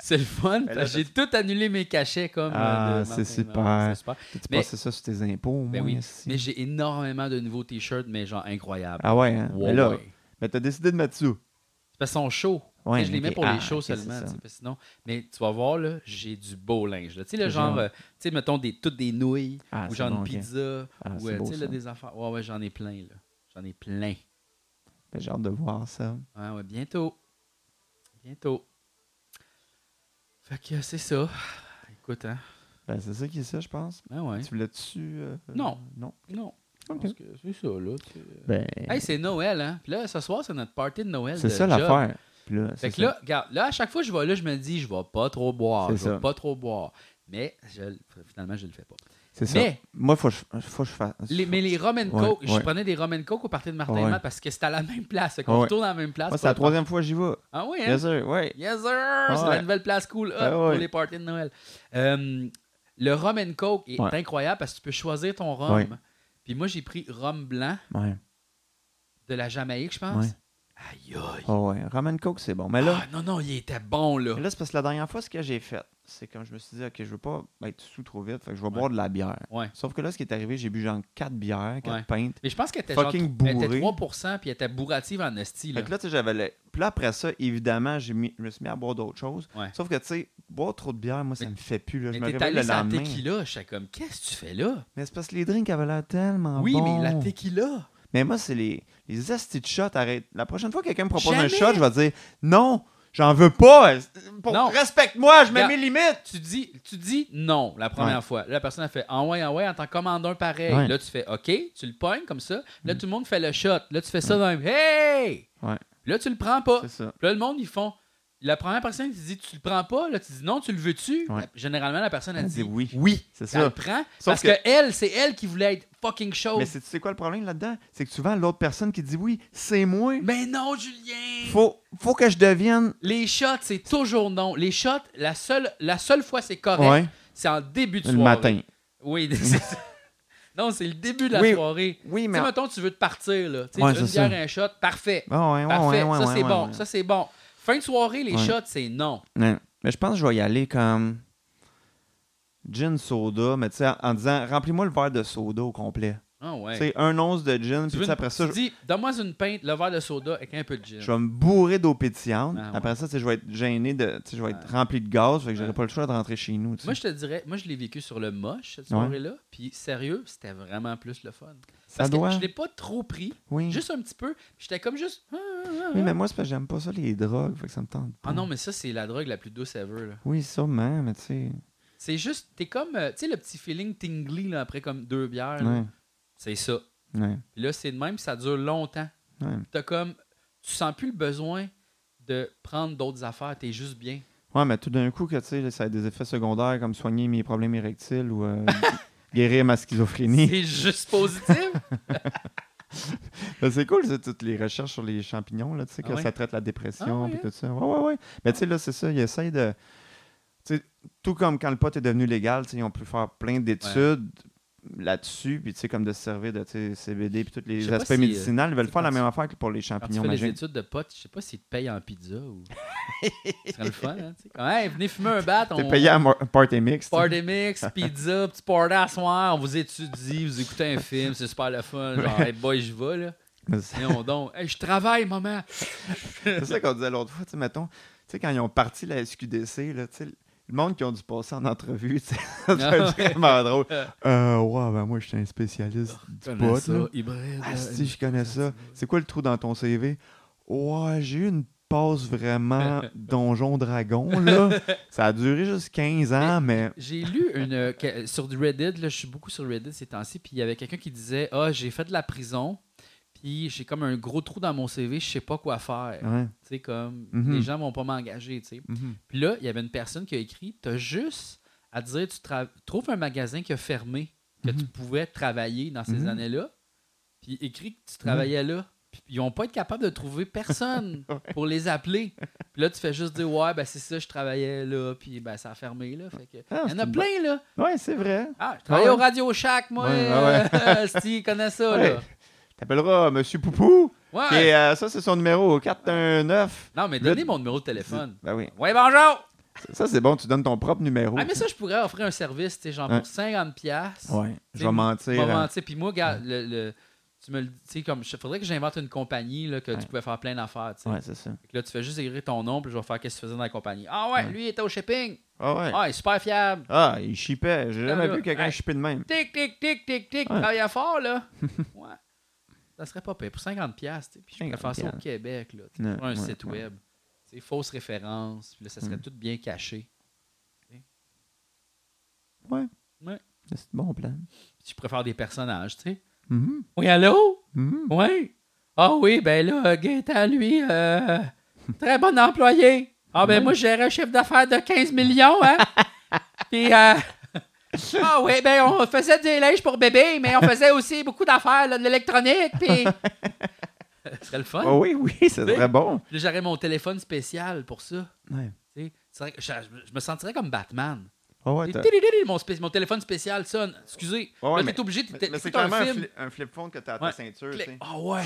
Speaker 1: c'est le fun.
Speaker 2: Ben là,
Speaker 1: parce que J'ai tout annulé mes cachets comme euh,
Speaker 2: Ah,
Speaker 1: de
Speaker 2: c'est
Speaker 1: Martin
Speaker 2: super.
Speaker 1: Matt. C'est super.
Speaker 2: Tu
Speaker 1: Mais-
Speaker 2: passais ça sur tes impôts,
Speaker 1: Ben
Speaker 2: moi,
Speaker 1: oui.
Speaker 2: esti.
Speaker 1: Mais j'ai énormément de nouveaux t-shirts, mais genre incroyables.
Speaker 2: Ah ouais, hein?
Speaker 1: Ouais,
Speaker 2: mais là,
Speaker 1: ouais.
Speaker 2: mais t'as décidé de mettre ça.
Speaker 1: C'est parce qu'ils sont chauds.
Speaker 2: Ouais,
Speaker 1: Tu sais, je les
Speaker 2: ok.
Speaker 1: mets pour
Speaker 2: Ah,
Speaker 1: les shows
Speaker 2: ok, c'est
Speaker 1: seulement.
Speaker 2: ça.
Speaker 1: tu sais, parce que sinon, mais tu vas voir, là, j'ai du beau linge. là. Tu sais, le
Speaker 2: C'est
Speaker 1: genre,
Speaker 2: génial.
Speaker 1: euh, tu sais, mettons des, toutes des nouilles,
Speaker 2: Ah,
Speaker 1: ou
Speaker 2: c'est
Speaker 1: genre
Speaker 2: bon,
Speaker 1: une
Speaker 2: ok.
Speaker 1: pizza,
Speaker 2: Ah,
Speaker 1: ou
Speaker 2: c'est
Speaker 1: euh,
Speaker 2: beau,
Speaker 1: tu sais, là,
Speaker 2: ça.
Speaker 1: des affaires. Ouais, ouais, j'en ai plein, là. J'en ai plein.
Speaker 2: Ben, J'ai hâte de voir ça.
Speaker 1: Ah Ouais, ouais, bientôt. Bientôt. Fait que euh, c'est ça. Écoute, hein.
Speaker 2: Ben, c'est ça qui est ça, je pense.
Speaker 1: Ben ouais.
Speaker 2: Tu voulais-tu. euh,
Speaker 1: Non.
Speaker 2: euh, Non.
Speaker 1: Non. je
Speaker 2: Ok.
Speaker 1: pense que C'est ça, là. tu sais, euh.
Speaker 2: Ben,
Speaker 1: Hey, c'est Noël, hein. Puis là, ce soir, c'est notre party de Noël.
Speaker 2: c'est
Speaker 1: de
Speaker 2: ça
Speaker 1: job.
Speaker 2: l'affaire. Puis là,
Speaker 1: Fait
Speaker 2: c'est
Speaker 1: que
Speaker 2: ça.
Speaker 1: là, regarde, là, à chaque fois que je vais là, je me dis, je vais pas trop boire,
Speaker 2: C'est
Speaker 1: je vais
Speaker 2: ça.
Speaker 1: pas trop boire. Mais je- finalement, je le fais pas.
Speaker 2: C'est ça.
Speaker 1: Mais-
Speaker 2: Moi, faut que je, faut que je fasse.
Speaker 1: Les- mais les rum and
Speaker 2: Ouais,
Speaker 1: coke, je
Speaker 2: ouais.
Speaker 1: prenais des rum and coke au parti de Martin
Speaker 2: Ouais.
Speaker 1: Matt parce que c'était à la même place. Fait qu'on
Speaker 2: Ouais.
Speaker 1: retourne à la même place.
Speaker 2: Moi,
Speaker 1: pour
Speaker 2: c'est la
Speaker 1: le par-
Speaker 2: troisième fois que j'y vais.
Speaker 1: Ah oui, hein?
Speaker 2: Bien sûr, ouais.
Speaker 1: Yes, sir! C'est
Speaker 2: Ouais.
Speaker 1: la nouvelle place cool hop,
Speaker 2: Ah ouais.
Speaker 1: pour les parties de Noël. Euh, le rum and coke est
Speaker 2: Ouais.
Speaker 1: incroyable parce que tu peux choisir ton rhum.
Speaker 2: Ouais.
Speaker 1: Puis moi, j'ai pris rhum blanc
Speaker 2: Ouais.
Speaker 1: de la Jamaïque, je pense.
Speaker 2: Ouais.
Speaker 1: Aïe, aïe.
Speaker 2: Oh, ouais. Ramen Coke, c'est bon. Mais là,
Speaker 1: Ah, non, non, il était bon, là.
Speaker 2: mais là c'est parce que la dernière fois, ce que j'ai fait, c'est comme je me suis dit, OK, je veux pas être sous trop vite, fait que je vais boire de la bière.
Speaker 1: Ouais.
Speaker 2: Sauf que là, ce qui est arrivé, j'ai bu genre 4 bières, 4
Speaker 1: Ouais.
Speaker 2: pintes.
Speaker 1: Mais je pense qu'elle était, genre,
Speaker 2: Fucking
Speaker 1: elle était
Speaker 2: bourrée.
Speaker 1: 3%, puis elle était bourrative en esti, là.
Speaker 2: Fait que là, tu sais, j'avais. le- Puis là, après ça, évidemment, j'ai mis... je me suis mis à boire d'autres choses.
Speaker 1: Ouais.
Speaker 2: Sauf que, tu sais, boire trop de bière, moi, ça
Speaker 1: Mais-
Speaker 2: me fait plus. Là. Je me
Speaker 1: Mais t'es
Speaker 2: réveille
Speaker 1: allé
Speaker 2: le
Speaker 1: sur la
Speaker 2: lendemain.
Speaker 1: tequila, j'étais comme, qu'est-ce que tu fais là?
Speaker 2: Mais c'est parce que les drinks avaient l'air tellement
Speaker 1: oui,
Speaker 2: bons.
Speaker 1: mais la tequila.
Speaker 2: Mais moi, c'est les, les astis de shots. Arrête. La prochaine fois que quelqu'un me propose
Speaker 1: Jamais.
Speaker 2: un shot, je vais dire non, j'en veux pas. Pour-
Speaker 1: Non.
Speaker 2: Respecte-moi, je mets
Speaker 1: Regarde.
Speaker 2: mes limites.
Speaker 1: Tu dis, tu dis non la première
Speaker 2: Ouais.
Speaker 1: fois. Là, la personne a fait en ouais, en ouais, en t'en commande un pareil.
Speaker 2: Ouais. Mm.
Speaker 1: Là, tu fais OK, tu le pognes comme ça. Là, tout le monde fait le shot. Là, tu fais ça dans le Hey!
Speaker 2: Ouais.
Speaker 1: Puis là, tu le prends pas.
Speaker 2: C'est ça.
Speaker 1: Puis là, le monde, ils font la première personne qui dit tu le prends pas, là, tu dis non, tu le veux-tu
Speaker 2: Ouais.
Speaker 1: La- Généralement, la personne a
Speaker 2: Elle
Speaker 1: dit
Speaker 2: dit oui.
Speaker 1: Oui,
Speaker 2: C'est
Speaker 1: elle le
Speaker 2: ça.
Speaker 1: prend.
Speaker 2: Sauf
Speaker 1: parce que,
Speaker 2: que-
Speaker 1: elle, c'est elle qui voulait être fucking chaude.
Speaker 2: Mais c'est- tu sais quoi le problème là-dedans? C'est que souvent, l'autre personne qui dit oui, c'est moi.
Speaker 1: Mais non, Julien
Speaker 2: Faut, faut que je devienne.
Speaker 1: Les shots, c'est toujours non. Les shots, la seule, la seule fois c'est correct,
Speaker 2: Ouais.
Speaker 1: c'est en début de
Speaker 2: Le
Speaker 1: soirée.
Speaker 2: matin.
Speaker 1: Oui, [LAUGHS] c'est ça. Non, c'est le début de la
Speaker 2: Oui,
Speaker 1: soirée.
Speaker 2: Oui,
Speaker 1: Tu
Speaker 2: mais.
Speaker 1: sais, mettons, tu veux te partir, là. Tu sais,
Speaker 2: Ouais,
Speaker 1: une
Speaker 2: c'est ça.
Speaker 1: bière, un shot, parfait.
Speaker 2: Ah ouais, ouais,
Speaker 1: Parfait,
Speaker 2: ouais, ouais,
Speaker 1: ça
Speaker 2: ouais,
Speaker 1: c'est
Speaker 2: ouais,
Speaker 1: bon,
Speaker 2: ouais.
Speaker 1: ça c'est bon. Fin de soirée, les
Speaker 2: Ouais.
Speaker 1: shots, c'est non.
Speaker 2: Non. Mais je pense que je vais y aller comme. Gin soda, mais tu sais, en, en disant remplis-moi le verre de soda au complet.
Speaker 1: Ah ouais.
Speaker 2: Tu sais, un once de gin,
Speaker 1: Tu veux
Speaker 2: puis tu sais,
Speaker 1: une-
Speaker 2: après ça,
Speaker 1: tu
Speaker 2: je,
Speaker 1: dis, donne-moi une pinte, le verre de soda avec un peu de gin.
Speaker 2: je vais me bourrer d'eau pétillante.
Speaker 1: Ah ouais.
Speaker 2: Après ça, tu sais, je vais être gêné, de, tu sais, je vais être
Speaker 1: Ouais.
Speaker 2: rempli de gaz, fait que j'aurai
Speaker 1: Ouais.
Speaker 2: pas le choix de rentrer chez nous. tu sais.
Speaker 1: Moi, je te dirais, moi, je l'ai vécu sur le moche cette
Speaker 2: Ouais.
Speaker 1: soirée-là. Puis, sérieux, c'était vraiment plus le fun.
Speaker 2: ça
Speaker 1: Parce que
Speaker 2: doit.
Speaker 1: je l'ai pas trop pris,
Speaker 2: Oui.
Speaker 1: juste un petit peu. J'étais comme juste. ah, ah, ah,
Speaker 2: Oui,
Speaker 1: ah.
Speaker 2: mais moi, c'est parce que j'aime pas ça, les drogues, fait que ça me tente.
Speaker 1: Ah non, mais ça, c'est la drogue la plus douce ever. là.
Speaker 2: Oui, sûrement, mais tu sais.
Speaker 1: C'est juste, t'es comme, euh, tu sais, le petit feeling tingly là, après comme deux bières. là.
Speaker 2: Ouais,
Speaker 1: C'est ça.
Speaker 2: ouais,
Speaker 1: Puis là, c'est de même, ça dure longtemps.
Speaker 2: ouais.
Speaker 1: T'as comme, tu sens plus le besoin de prendre d'autres affaires. T'es juste bien.
Speaker 2: Ouais, mais tout d'un coup, que, tu sais, là, ça a des effets secondaires comme soigner mes problèmes érectiles
Speaker 1: [LAUGHS]
Speaker 2: ou euh, guérir ma schizophrénie.
Speaker 1: C'est juste
Speaker 2: [LAUGHS]
Speaker 1: positif.
Speaker 2: Ben, C'est cool, c'est toutes les recherches sur les champignons, là, tu sais,
Speaker 1: Ah
Speaker 2: que
Speaker 1: ouais?
Speaker 2: ça traite la
Speaker 1: Ah
Speaker 2: dépression
Speaker 1: ouais,
Speaker 2: puis
Speaker 1: hein?
Speaker 2: tout ça. Ouais, ouais, ouais. Mais tu sais, là, c'est ça, ils essayent de. tu sais, tout comme quand le pot est devenu légal, tu sais, ils ont pu faire plein d'études là-dessus, puis tu sais, comme de se servir de tu sais, CBD puis tous
Speaker 1: Je
Speaker 2: les
Speaker 1: sais pas
Speaker 2: aspects
Speaker 1: si, euh,
Speaker 2: médicinaux. Ils
Speaker 1: tu
Speaker 2: veulent
Speaker 1: sais,
Speaker 2: faire la
Speaker 1: quand
Speaker 2: même affaire que pour les
Speaker 1: Quand tu
Speaker 2: champignons
Speaker 1: fais des
Speaker 2: magiques.
Speaker 1: études de potes, je sais pas s'ils te payent en pizza
Speaker 2: [LAUGHS]
Speaker 1: ou. Ce serait le fun, hein, tu sais. Comme, Hey, venez fumer un bat,
Speaker 2: T'es
Speaker 1: on.
Speaker 2: payé à mo- party mix. tu sais.
Speaker 1: Party mix, pizza, petit party à soir, on vous étudie, vous écoutez un film, c'est super le fun. Genre, hey boy, je vais là.
Speaker 2: Mais [LAUGHS] C'est
Speaker 1: Voyons donc. Hey, je travaille, maman.
Speaker 2: c'est ça qu'on disait l'autre fois, tu sais, mettons, tu sais, quand ils ont parti la SQDC, là, tu sais, le monde qui ont dû passer en entrevue, [LAUGHS] tu sais,
Speaker 1: Ah
Speaker 2: c'est
Speaker 1: ouais.
Speaker 2: vraiment
Speaker 1: [LAUGHS]
Speaker 2: drôle.
Speaker 1: Euh,
Speaker 2: Euh, ouais, ben moi, je suis un spécialiste du
Speaker 1: Connais
Speaker 2: pot,
Speaker 1: ça,
Speaker 2: là.
Speaker 1: hybride.
Speaker 2: Ah, si, je connais ça. C'est quoi le trou dans ton CV? Ouais, j'ai eu une passe
Speaker 1: [LAUGHS]
Speaker 2: vraiment Donjon Dragon, là. Ça a duré juste 15 ans, mais.
Speaker 1: J'ai lu une euh, que- sur du Reddit, là, je suis beaucoup sur Reddit ces temps-ci, puis il y avait quelqu'un qui disait Ah, j'ai fait de la prison, puis j'ai comme un gros trou dans mon CV, je sais pas quoi faire.
Speaker 2: Ouais.
Speaker 1: Tu sais, comme,
Speaker 2: Mhm.
Speaker 1: les gens vont pas m'engager, tu sais.
Speaker 2: Mhm.
Speaker 1: Puis là, il y avait une personne qui a écrit T'as juste à dire, tu tra- trouves un magasin qui a fermé, que tu pouvais travailler dans ces
Speaker 2: Mhm.
Speaker 1: années-là, puis écris que tu travaillais là. Puis ils vont pas être capables de trouver
Speaker 2: [LAUGHS]
Speaker 1: personne pour les appeler. Puis là, tu fais juste dire Ouais, ben c'est ça, je travaillais là, puis ben ça a fermé là. Fait que,
Speaker 2: Ah,
Speaker 1: il y en
Speaker 2: c'est
Speaker 1: a
Speaker 2: une
Speaker 1: plein là.
Speaker 2: Ouais, c'est vrai.
Speaker 1: Ah, je travaillais
Speaker 2: Ah
Speaker 1: au
Speaker 2: ouais?
Speaker 1: Radio Shack, moi.
Speaker 2: Ouais,
Speaker 1: [LAUGHS]
Speaker 2: ah
Speaker 1: Steve connaît ça là.
Speaker 2: Ouais. T'appelleras Monsieur Poupou.
Speaker 1: Ouais.
Speaker 2: Et euh, ça, c'est son numéro 419.
Speaker 1: Non, mais donnez mon numéro de téléphone.
Speaker 2: Ben oui.
Speaker 1: Ouais, bonjour!
Speaker 2: Ça, c'est bon, tu donnes ton propre numéro.
Speaker 1: Ah, mais ça, je pourrais offrir un service, tu sais, genre
Speaker 2: Oh. Ouais.
Speaker 1: pour 50$. piastres.
Speaker 2: Ouais. Je
Speaker 1: T'sais,
Speaker 2: vais mentir.
Speaker 1: Pas
Speaker 2: hein.
Speaker 1: mentir. Puis moi, regarde, le, le- tu me le tu sais, comme, je- faudrait que j'invente une compagnie là, que
Speaker 2: Ouais.
Speaker 1: tu pouvais faire plein d'affaires. tu sais.
Speaker 2: Ouais, c'est ça.
Speaker 1: Fait que Là, tu fais juste écrire ton nom, puis je vais faire qu'est-ce que tu faisais dans la compagnie. Ah ouais,
Speaker 2: Ouais.
Speaker 1: lui, il était au shipping.
Speaker 2: Ah ouais.
Speaker 1: Ah, il est super fiable.
Speaker 2: Ah, il chipait. J'ai
Speaker 1: Ah,
Speaker 2: jamais
Speaker 1: là.
Speaker 2: vu quelqu'un
Speaker 1: Ouais.
Speaker 2: chipper de même.
Speaker 1: Tic, tic, tic, tic, tic,
Speaker 2: Ouais.
Speaker 1: travaillait fort,
Speaker 2: [LAUGHS]
Speaker 1: là. ouais. Ça serait pas payé pour 50$. piastres, tu sais. Puis je pourrais
Speaker 2: 50
Speaker 1: faire ça au Québec, là. tu sais,
Speaker 2: Ouais,
Speaker 1: pour un
Speaker 2: ouais,
Speaker 1: site
Speaker 2: ouais.
Speaker 1: web. C'est fausse référence, puis là, ça serait
Speaker 2: Mm.
Speaker 1: tout bien caché.
Speaker 2: C'est bon plan.
Speaker 1: Puis tu préfères des personnages, tu sais.
Speaker 2: Mhm.
Speaker 1: Oui, allô?
Speaker 2: Mhm.
Speaker 1: Oui. Ah oui, ben là, Gaétan, lui, euh, très bon employé. Ah ben moi, j'ai un chiffre d'affaires de 15 millions, [LAUGHS] hein? Puis, euh, ah oui, ben on faisait des linges pour bébé, mais on faisait aussi beaucoup d'affaires, là, de l'électronique, puis... [LAUGHS] Ce serait le fun.
Speaker 2: Ah oui, oui, [LAUGHS] ça serait bon.
Speaker 1: Puis là, J'aurais mon téléphone spécial pour ça.
Speaker 2: Ouais.
Speaker 1: tu sais. C'est vrai que Je, je me sentirais comme Batman.
Speaker 2: Ah ouais, t'as-
Speaker 1: Tidididi, Mon, spé- mon téléphone spécial sonne. Excusez.
Speaker 2: Ouais, ouais,
Speaker 1: là,
Speaker 2: mais-
Speaker 1: t'es obligé de
Speaker 2: Mais, mais
Speaker 1: t'écouter
Speaker 2: c'est clairement
Speaker 1: un
Speaker 2: un,
Speaker 1: film.
Speaker 2: fli- un flip phone que t'as à
Speaker 1: Ouais.
Speaker 2: ta ceinture. tu
Speaker 1: Clic.
Speaker 2: sais.
Speaker 1: Ah ouais.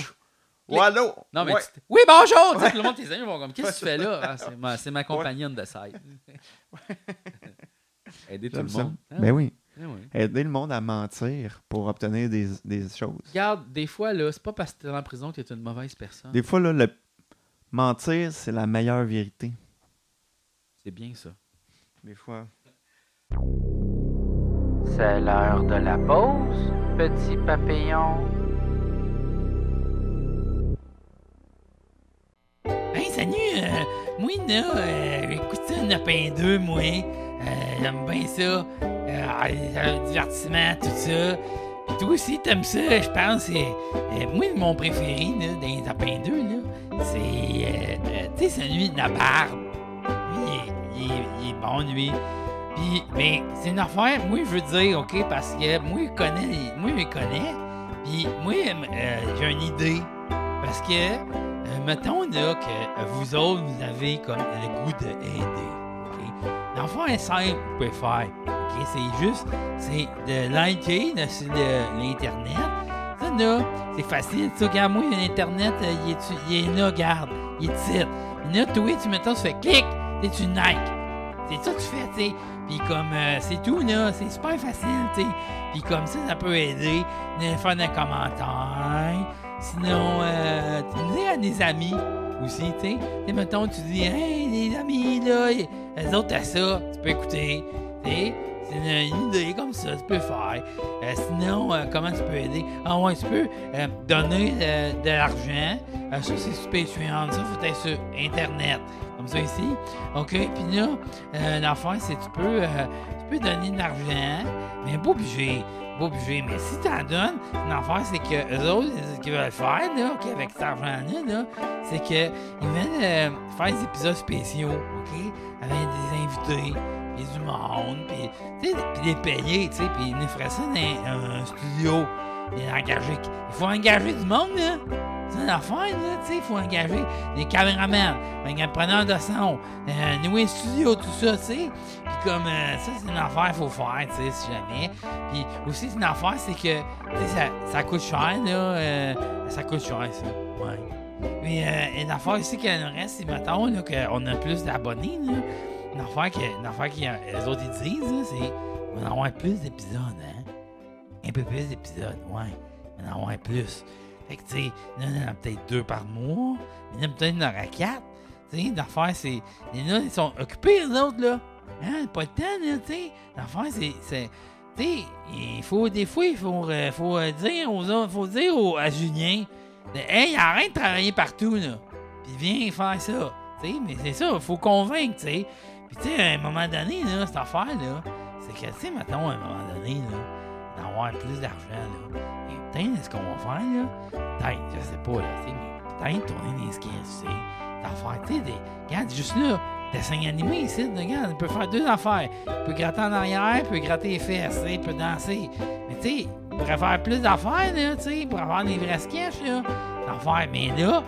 Speaker 2: Oh, allô!
Speaker 1: Non, mais
Speaker 2: Ouais.
Speaker 1: tu- Oui, bonjour! Tu sais, tout le monde, tes amis vont comme Qu'est-ce que tu fais là? Ah, c'est ma, c'est ma compagnonne de side. [LAUGHS] Aider tout le
Speaker 2: J'aime ça.
Speaker 1: monde. Ah
Speaker 2: Ben
Speaker 1: ouais,
Speaker 2: oui.
Speaker 1: ah ouais.
Speaker 2: Aider le monde à mentir pour obtenir des, des choses.
Speaker 1: Regarde, des fois, là, c'est pas parce que t'es en prison que t'es une mauvaise personne.
Speaker 2: Des fois, là, le mentir, c'est la meilleure vérité.
Speaker 1: C'est bien ça.
Speaker 2: Des fois.
Speaker 4: C'est l'heure de la pause, petit papillon.
Speaker 5: Hey, salut! euh, moi, là, euh, j'écoute ça, Nopin 2, moi. Euh, J'aime bien ça. Euh, ah, le divertissement, tout ça. Puis toi aussi, t'aimes ça, je pense. Euh, euh, moi, mon préféré, là, dans les Nopin 2, là, c'est, euh, euh, tu sais, celui de la barbe.
Speaker 1: bon, lui. Puis, mais c'est une affaire, moi, je veux dire, OK, parce que moi, je connais, les- moi, je les connais. Puis, moi, euh, j'ai une idée. Parce que, euh, mettons, là, que vous autres, vous avez comme le goût de aider. OK? L'enfant est simple, vous pouvez faire. OK? C'est juste, c'est de liker là, sur le- l'Internet. Ça, là, c'est facile. Tu sais, regarde, moi, l'Internet, euh, il est, il est là, regarde. Il est titre. Là, toi, tu mettons, tu fais clic, et tu Nike. C'est ça que tu fais, tu sais. Puis comme, euh, c'est tout, là. C'est super facile, tu sais. Puis comme ça, ça peut aider. De faire des commentaires. Sinon, euh, tu dis à des amis aussi, tu sais. Tu sais, mettons, tu dis, hey, les amis, là, y- eux autres, t'as ça. Tu peux écouter, tu sais. C'est une, une idée comme ça, tu peux faire. Euh, sinon, euh, comment tu peux aider? Ah ouais, tu peux euh, donner euh, de l'argent. Euh, ça, c'est sur Patreon. Ça, faut être sur Internet. Comme ça ici. OK, puis là, euh, l'affaire, c'est que tu peux, euh, tu peux donner de l'argent, mais pas obligé. Pas obligé. Mais si tu en donnes, l'affaire, c'est que eux autres, ce qu'ils veulent faire, là, OK, avec cet argent-là, là, c'est qu'ils viennent euh, faire des épisodes spéciaux, OK, avec des invités. Puis du monde, puis tu sais, puis les payer, tu sais, puis ils nous feraient ça dans un, un studio. Et engager. Il faut engager du monde, là. C'est une affaire, là, tu sais, il faut engager des caméramans, des preneurs de son, euh, nouer un studio, tout ça, tu sais. Puis comme euh, ça, c'est une affaire qu'il faut faire, tu sais, si jamais. Puis aussi, c'est une affaire, c'est que, tu sais, ça, ça coûte cher, là. euh, ça coûte cher, ça. Ouais. Mais euh, une affaire aussi qu'il nous reste, c'est, mettons, là, qu'on a plus d'abonnés, là. Une affaire que, une affaire qu'ils autres, ils disent, là, c'est on va en avoir plus d'épisodes, hein. Un peu plus d'épisodes, ouais. On va en avoir plus. Fait que, tu sais, là, on en a peut-être deux par mois. Mais là, peut-être, on en aura quatre. Tu sais, l'affaire, c'est. les là, ils sont occupés, les autres, là. Hein, pas le temps, là, tu sais. L'affaire, c'est. c'est- tu sais, il faut, des fois, il faut, euh, faut euh, dire aux autres, faut dire aux, à Julien, de, hey, arrête de travailler partout, là. Puis viens faire ça. Tu sais, mais c'est ça, faut convaincre, tu sais. Puis, tu sais, à un moment donné, là, cette affaire, là, c'est que, tu sais, mettons, à un moment donné, là, d'avoir plus d'argent, là. Et putain, est-ce qu'on va faire, là? Peut-être, je sais pas, là, tu sais, mais peut-être tourner des skins, tu sais. D'affaires, tu sais, des. Regarde, juste là, dessin animé ici, là, regarde, on peut faire deux affaires. On peut gratter en arrière, on peut gratter les fesses, tu sais, on peut danser. Mais tu sais, on pourrait faire plus d'affaires, là, tu sais, pour avoir des vrais sketchs, là. D'affaires, mais là,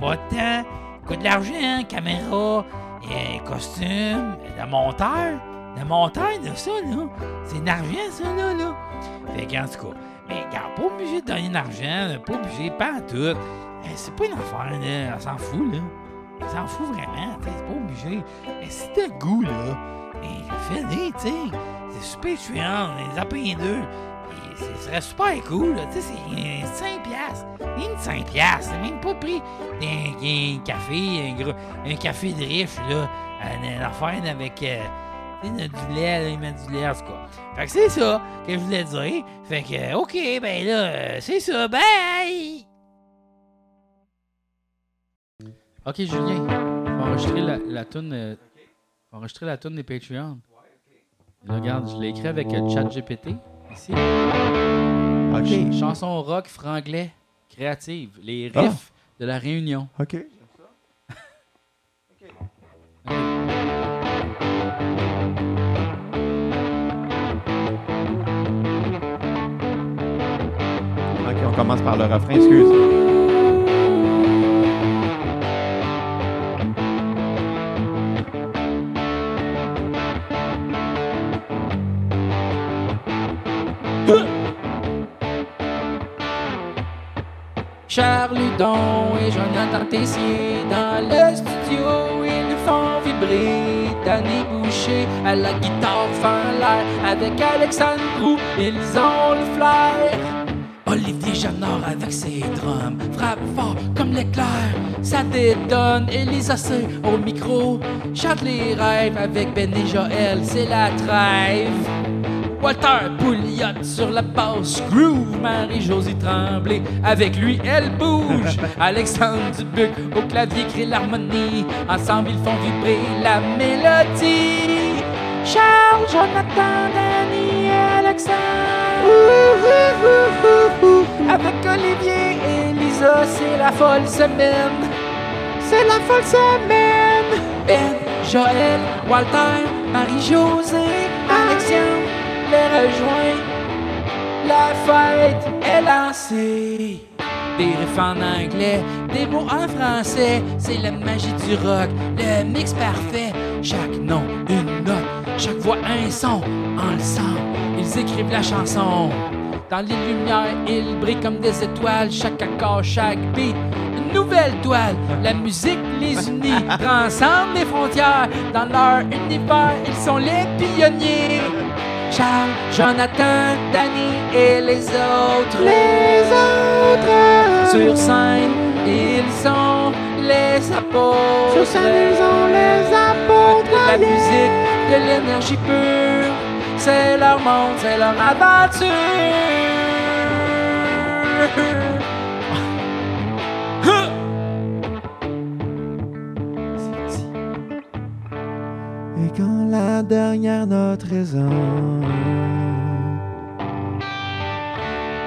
Speaker 1: pas de temps, coûte de l'argent, hein, caméra, et costume, le monteur. Le monteur, là, ça, là, c'est de l'argent, ça, là, là. Fait qu'en tout cas, mais regarde, pas obligé de donner de l'argent, là, pas obligé, pas en tout. Eh, C'est pas une affaire, là, on s'en fout, là. On s'en fout vraiment, tu sais, c'est pas obligé. Mais si t'as le goût, là, eh, fais-le, tu sais. C'est super chiant, on les a payés deux. Et Ce serait super cool, là. Tu sais, c'est euh, 5 piastres. Une 5 piastres, c'est même pas le prix d'un d'un café, un, gros- un café de riche, là. Une, une affaire avec... euh, tu sais, du lait, là, ils mettent du lait, en tout cas. Fait que c'est ça que je voulais dire. Fait que, euh, OK, ben là, euh, c'est ça. Bye!
Speaker 3: Ok, Julien, on va enregistrer la, la toune. euh, on va enregistrer la toune des Patreons. Là, regarde, je l'ai écrit avec euh, ChatGPT, ici. Ch-
Speaker 2: Ok.
Speaker 3: chanson rock franglais, créative, les
Speaker 2: Ah.
Speaker 3: riffs de la Réunion.
Speaker 2: Ok. Ok, on commence par le refrain, excuse.
Speaker 3: Charles Hudon et Jonathan Tessier dans le studio, ils nous font vibrer. Danny Boucher à la guitare fin l'air avec Alexandre Roux, ils ont le flair. Olivier Janard avec ses drums frappe fort comme l'éclair. Ça détonne Elisa C au micro chante les rêves avec Ben et Joël, c'est la trêve. Walter Pouliot sur la basse groove, Marie-Josie Tremblay, avec lui elle bouge. Alexandre Dubuc au clavier crée l'harmonie, ensemble ils font vibrer la mélodie. Charles, Jonathan, Danny et Alexandre. Avec Olivier et Lisa, c'est la folle semaine. C'est la folle semaine! Ben, Joël, Walter, Marie-Josée, Alexandre les rejoint. La fête est lancée. Des riffs en anglais, des mots en français. C'est la magie du rock, le mix parfait. Chaque nom, une note. Chaque voix, un son. Ensemble, ils écrivent la chanson. Dans les lumières, ils brillent comme des étoiles. Chaque accord, chaque beat, une nouvelle toile. La musique les unit, [LAUGHS] transcende les frontières. Dans leur univers, ils sont les pionniers. Charles, Jonathan, Danny et les autres. Les autres. Sur scène, ils sont les apôtres. Sur scène, ils sont les apôtres. De la musique, de l'énergie pure. C'est leur monde, c'est leur aventure.
Speaker 2: Et quand la dernière note résonne,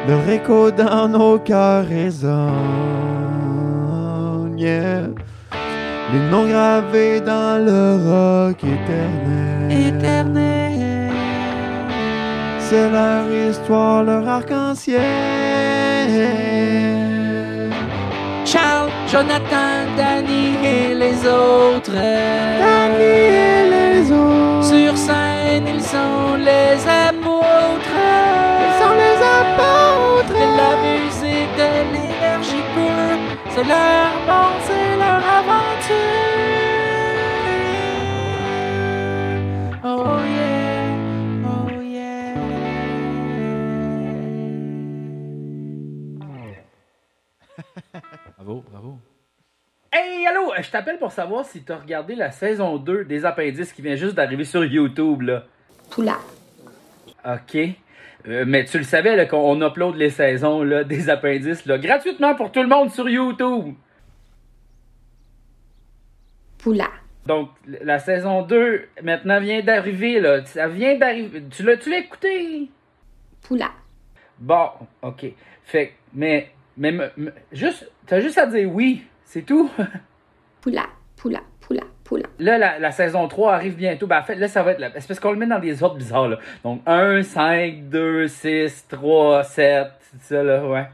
Speaker 2: le réco dans nos cœurs résonne. yeah. Les noms gravés dans le roc éternel.
Speaker 3: Éternel.
Speaker 2: C'est leur histoire, leur arc-en-ciel.
Speaker 3: Charles, Jonathan, Danny et les autres.
Speaker 2: Amis et les autres.
Speaker 3: Sur scène, ils sont les apôtres. Ils sont les apôtres. De la musique, de l'énergie pure. C'est leur monde, c'est leur aventure. Oh yeah, oh yeah.
Speaker 1: Bravo, bravo.
Speaker 6: Hey, allô, je t'appelle pour savoir si t'as regardé la saison 2 des Appendices qui vient juste d'arriver sur YouTube, là.
Speaker 7: Poula.
Speaker 6: OK. Euh, mais tu le savais, là, qu'on upload les saisons, là, des Appendices, là, gratuitement pour tout le monde sur YouTube.
Speaker 7: Poula.
Speaker 6: Donc, l- la saison 2, maintenant, vient d'arriver, là. Ça vient d'arriver. Tu l'as, tu l'as écouté?
Speaker 7: Poula.
Speaker 6: Bon, OK. Fait que, mais, mais, me- me- juste, t'as juste à dire oui, c'est tout.
Speaker 7: Poula. Poula. Poula. Poula.
Speaker 6: Là, la, la saison 3 arrive bientôt. Ben, en fait, là, ça va être. La... C'est parce qu'on le met dans des ordres bizarres, là. Donc, 1, 5, 2, 6, 3, 7. C'est ça, là, ouais.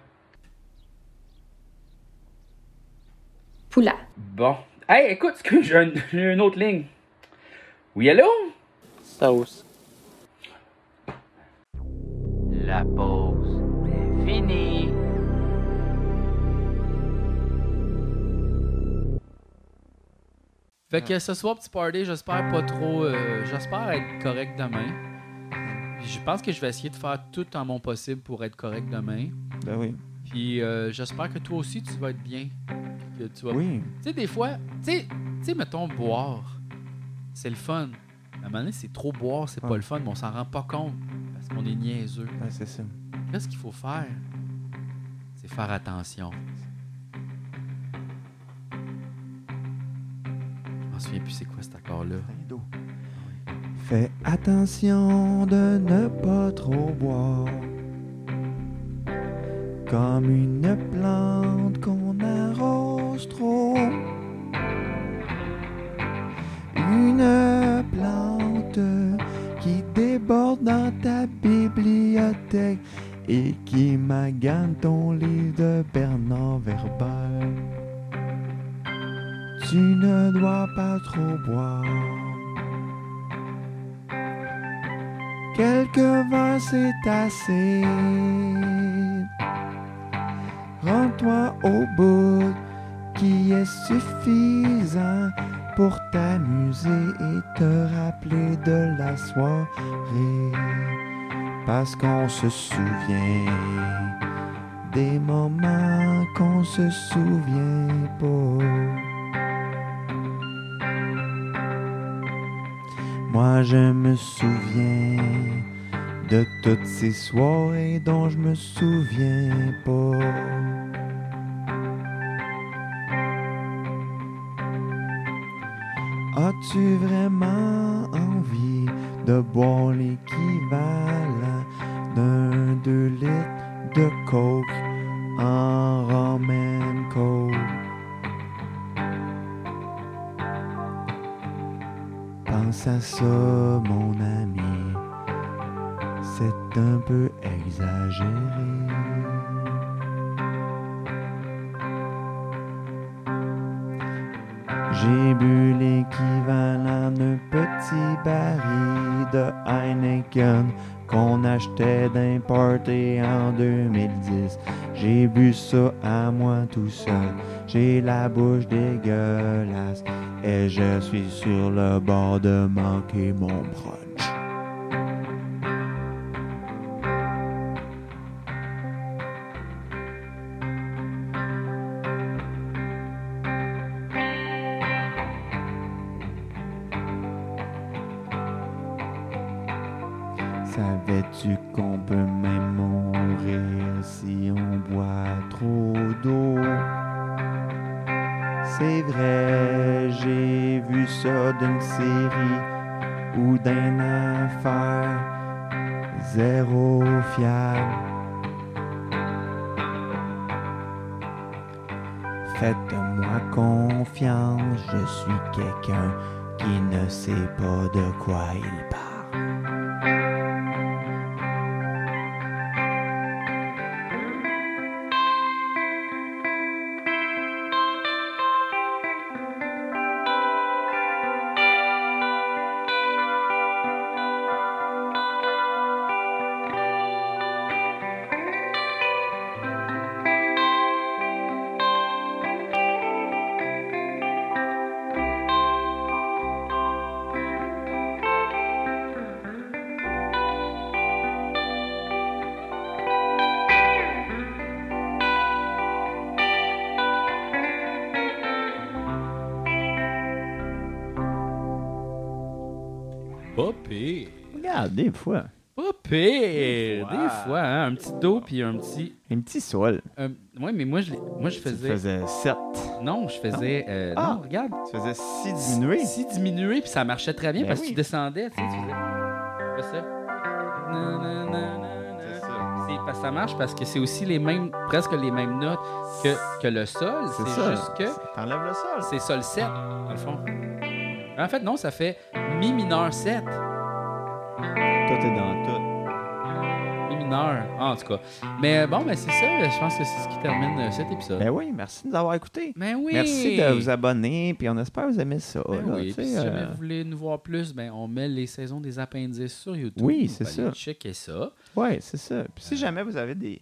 Speaker 7: Poula.
Speaker 6: Bon. Hey, écoute, excuse, j'ai un- j'ai une autre ligne. Oui, allô?
Speaker 8: Sauce.
Speaker 4: La pause est finie.
Speaker 1: Fait que ce soir, petit party, j'espère pas trop. euh, j'espère être correct demain. Je pense que je vais essayer de faire tout en mon possible pour être correct demain.
Speaker 2: Ben oui.
Speaker 1: Puis euh, j'espère que toi aussi, tu vas être bien. Que tu vas
Speaker 2: Oui.
Speaker 1: Tu sais, des fois, tu sais- tu sais, mettons, boire, c'est le fun. À un moment donné, c'est trop boire, c'est pas
Speaker 2: Ouais.
Speaker 1: le fun, mais on s'en rend pas compte parce qu'on est niaiseux.
Speaker 2: Ouais, c'est ça.
Speaker 1: Qu'est-ce qu'il faut faire? C'est faire attention. Je m'en souviens plus c'est quoi cet accord-là.
Speaker 2: Fais attention de ne pas trop boire. Comme une plante qu'on arrose trop. Une plante qui déborde dans ta bibliothèque et qui magane ton livre de Bernard Verbal. Tu ne dois pas trop boire. Quelques verres, c'est assez. Rends-toi au bout qui est suffisant pour t'amuser et te rappeler de la soirée. Parce qu'on se souvient des moments qu'on se souvient pas. Moi je me souviens de toutes ces soirées dont je me souviens pas. As-tu vraiment envie de boire l'équivalent d'un 2 litres de coke en rum and coke? Pense à ça c'est un peu exagéré. J'ai bu l'équivalent d'un petit baril de Heineken qu'on achetait d'importer en 2010. J'ai bu ça à moi tout seul. J'ai la bouche dégueulasse et je suis sur le bord de manquer mon brunch. Savais-tu qu'on peut même mourir si on boit trop d'eau? C'est vrai, j'ai vu ça d'une série ou d'une affaire zéro fiable. Faites-moi confiance, je suis quelqu'un qui ne sait pas de quoi il parle.
Speaker 1: Pas pire.
Speaker 2: Regarde, des fois,
Speaker 1: Pas pire.
Speaker 2: Des fois.
Speaker 1: Des fois, hein, un petit do puis un petit.
Speaker 2: un petit sol.
Speaker 1: euh, ouais, mais moi je, l'ai- moi, je
Speaker 2: Tu
Speaker 1: faisais.
Speaker 2: faisais 7.
Speaker 1: Non, je faisais. euh,
Speaker 2: Ah.
Speaker 1: Non, regarde.
Speaker 2: Tu faisais 6 diminué.
Speaker 1: Si diminué, puis ça marchait très bien
Speaker 2: Ben
Speaker 1: parce que
Speaker 2: oui.
Speaker 1: tu descendais, tu sais, tu faisais. Pas ça. Na, na, na, na, na. C'est- parce que ça marche parce que c'est aussi les mêmes, presque les mêmes notes que, que le sol.
Speaker 2: C'est
Speaker 1: C'est
Speaker 2: ça.
Speaker 1: juste que
Speaker 2: T'enlèves le sol.
Speaker 1: c'est sol 7, dans le fond. En fait, non, ça fait mi mineur 7.
Speaker 2: Tout est dans tout.
Speaker 1: Mi mineur, en tout cas. Mais bon, ben c'est ça. Je pense que c'est ce qui termine euh, cet épisode.
Speaker 2: Ben oui, merci de nous avoir écoutés.
Speaker 1: Mais Ben oui!
Speaker 2: Merci de vous abonner, puis on espère que vous aimez ça.
Speaker 1: Ben
Speaker 2: là,
Speaker 1: oui,
Speaker 2: tu
Speaker 1: puis
Speaker 2: sais,
Speaker 1: si jamais
Speaker 2: euh,
Speaker 1: vous voulez nous voir plus, ben on met les saisons des appendices sur YouTube.
Speaker 2: Oui,
Speaker 1: Vous
Speaker 2: c'est
Speaker 1: allez
Speaker 2: ça.
Speaker 1: Checker ça.
Speaker 2: Ouais, c'est ça. Puis
Speaker 1: Euh.
Speaker 2: si jamais vous avez des,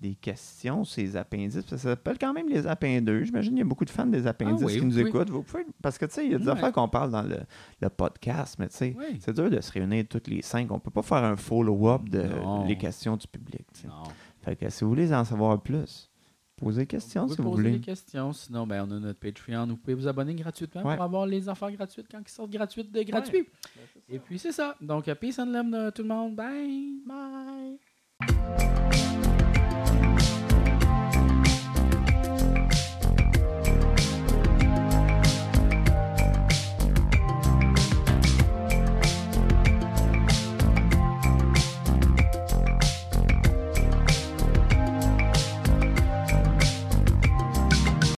Speaker 2: des questions sur les appendices, parce que ça s'appelle quand même les appendeux. J'imagine qu'il y a beaucoup de fans des appendices
Speaker 1: Ah oui,
Speaker 2: qui
Speaker 1: vous
Speaker 2: nous
Speaker 1: pouvez-
Speaker 2: écoutent. Vous pouvez- Parce que, tu sais, il y a des
Speaker 1: Ouais.
Speaker 2: affaires qu'on parle dans le, le podcast, mais tu sais,
Speaker 1: Oui.
Speaker 2: c'est dur de se réunir toutes les cinq. On peut pas faire un follow-up de
Speaker 1: Non.
Speaker 2: les questions du public. tu sais.
Speaker 1: Non.
Speaker 2: Fait que si vous voulez en savoir plus, posez des questions
Speaker 1: Vous
Speaker 2: si
Speaker 1: pouvez
Speaker 2: vous
Speaker 1: poser
Speaker 2: voulez.
Speaker 1: des questions. Sinon, ben, on a notre Patreon. Vous pouvez vous abonner gratuitement
Speaker 2: Ouais.
Speaker 1: pour avoir les affaires gratuites quand ils sortent gratuites de gratuits. Et puis, c'est ça. Donc, peace and love, tout le monde. Bye. Bye.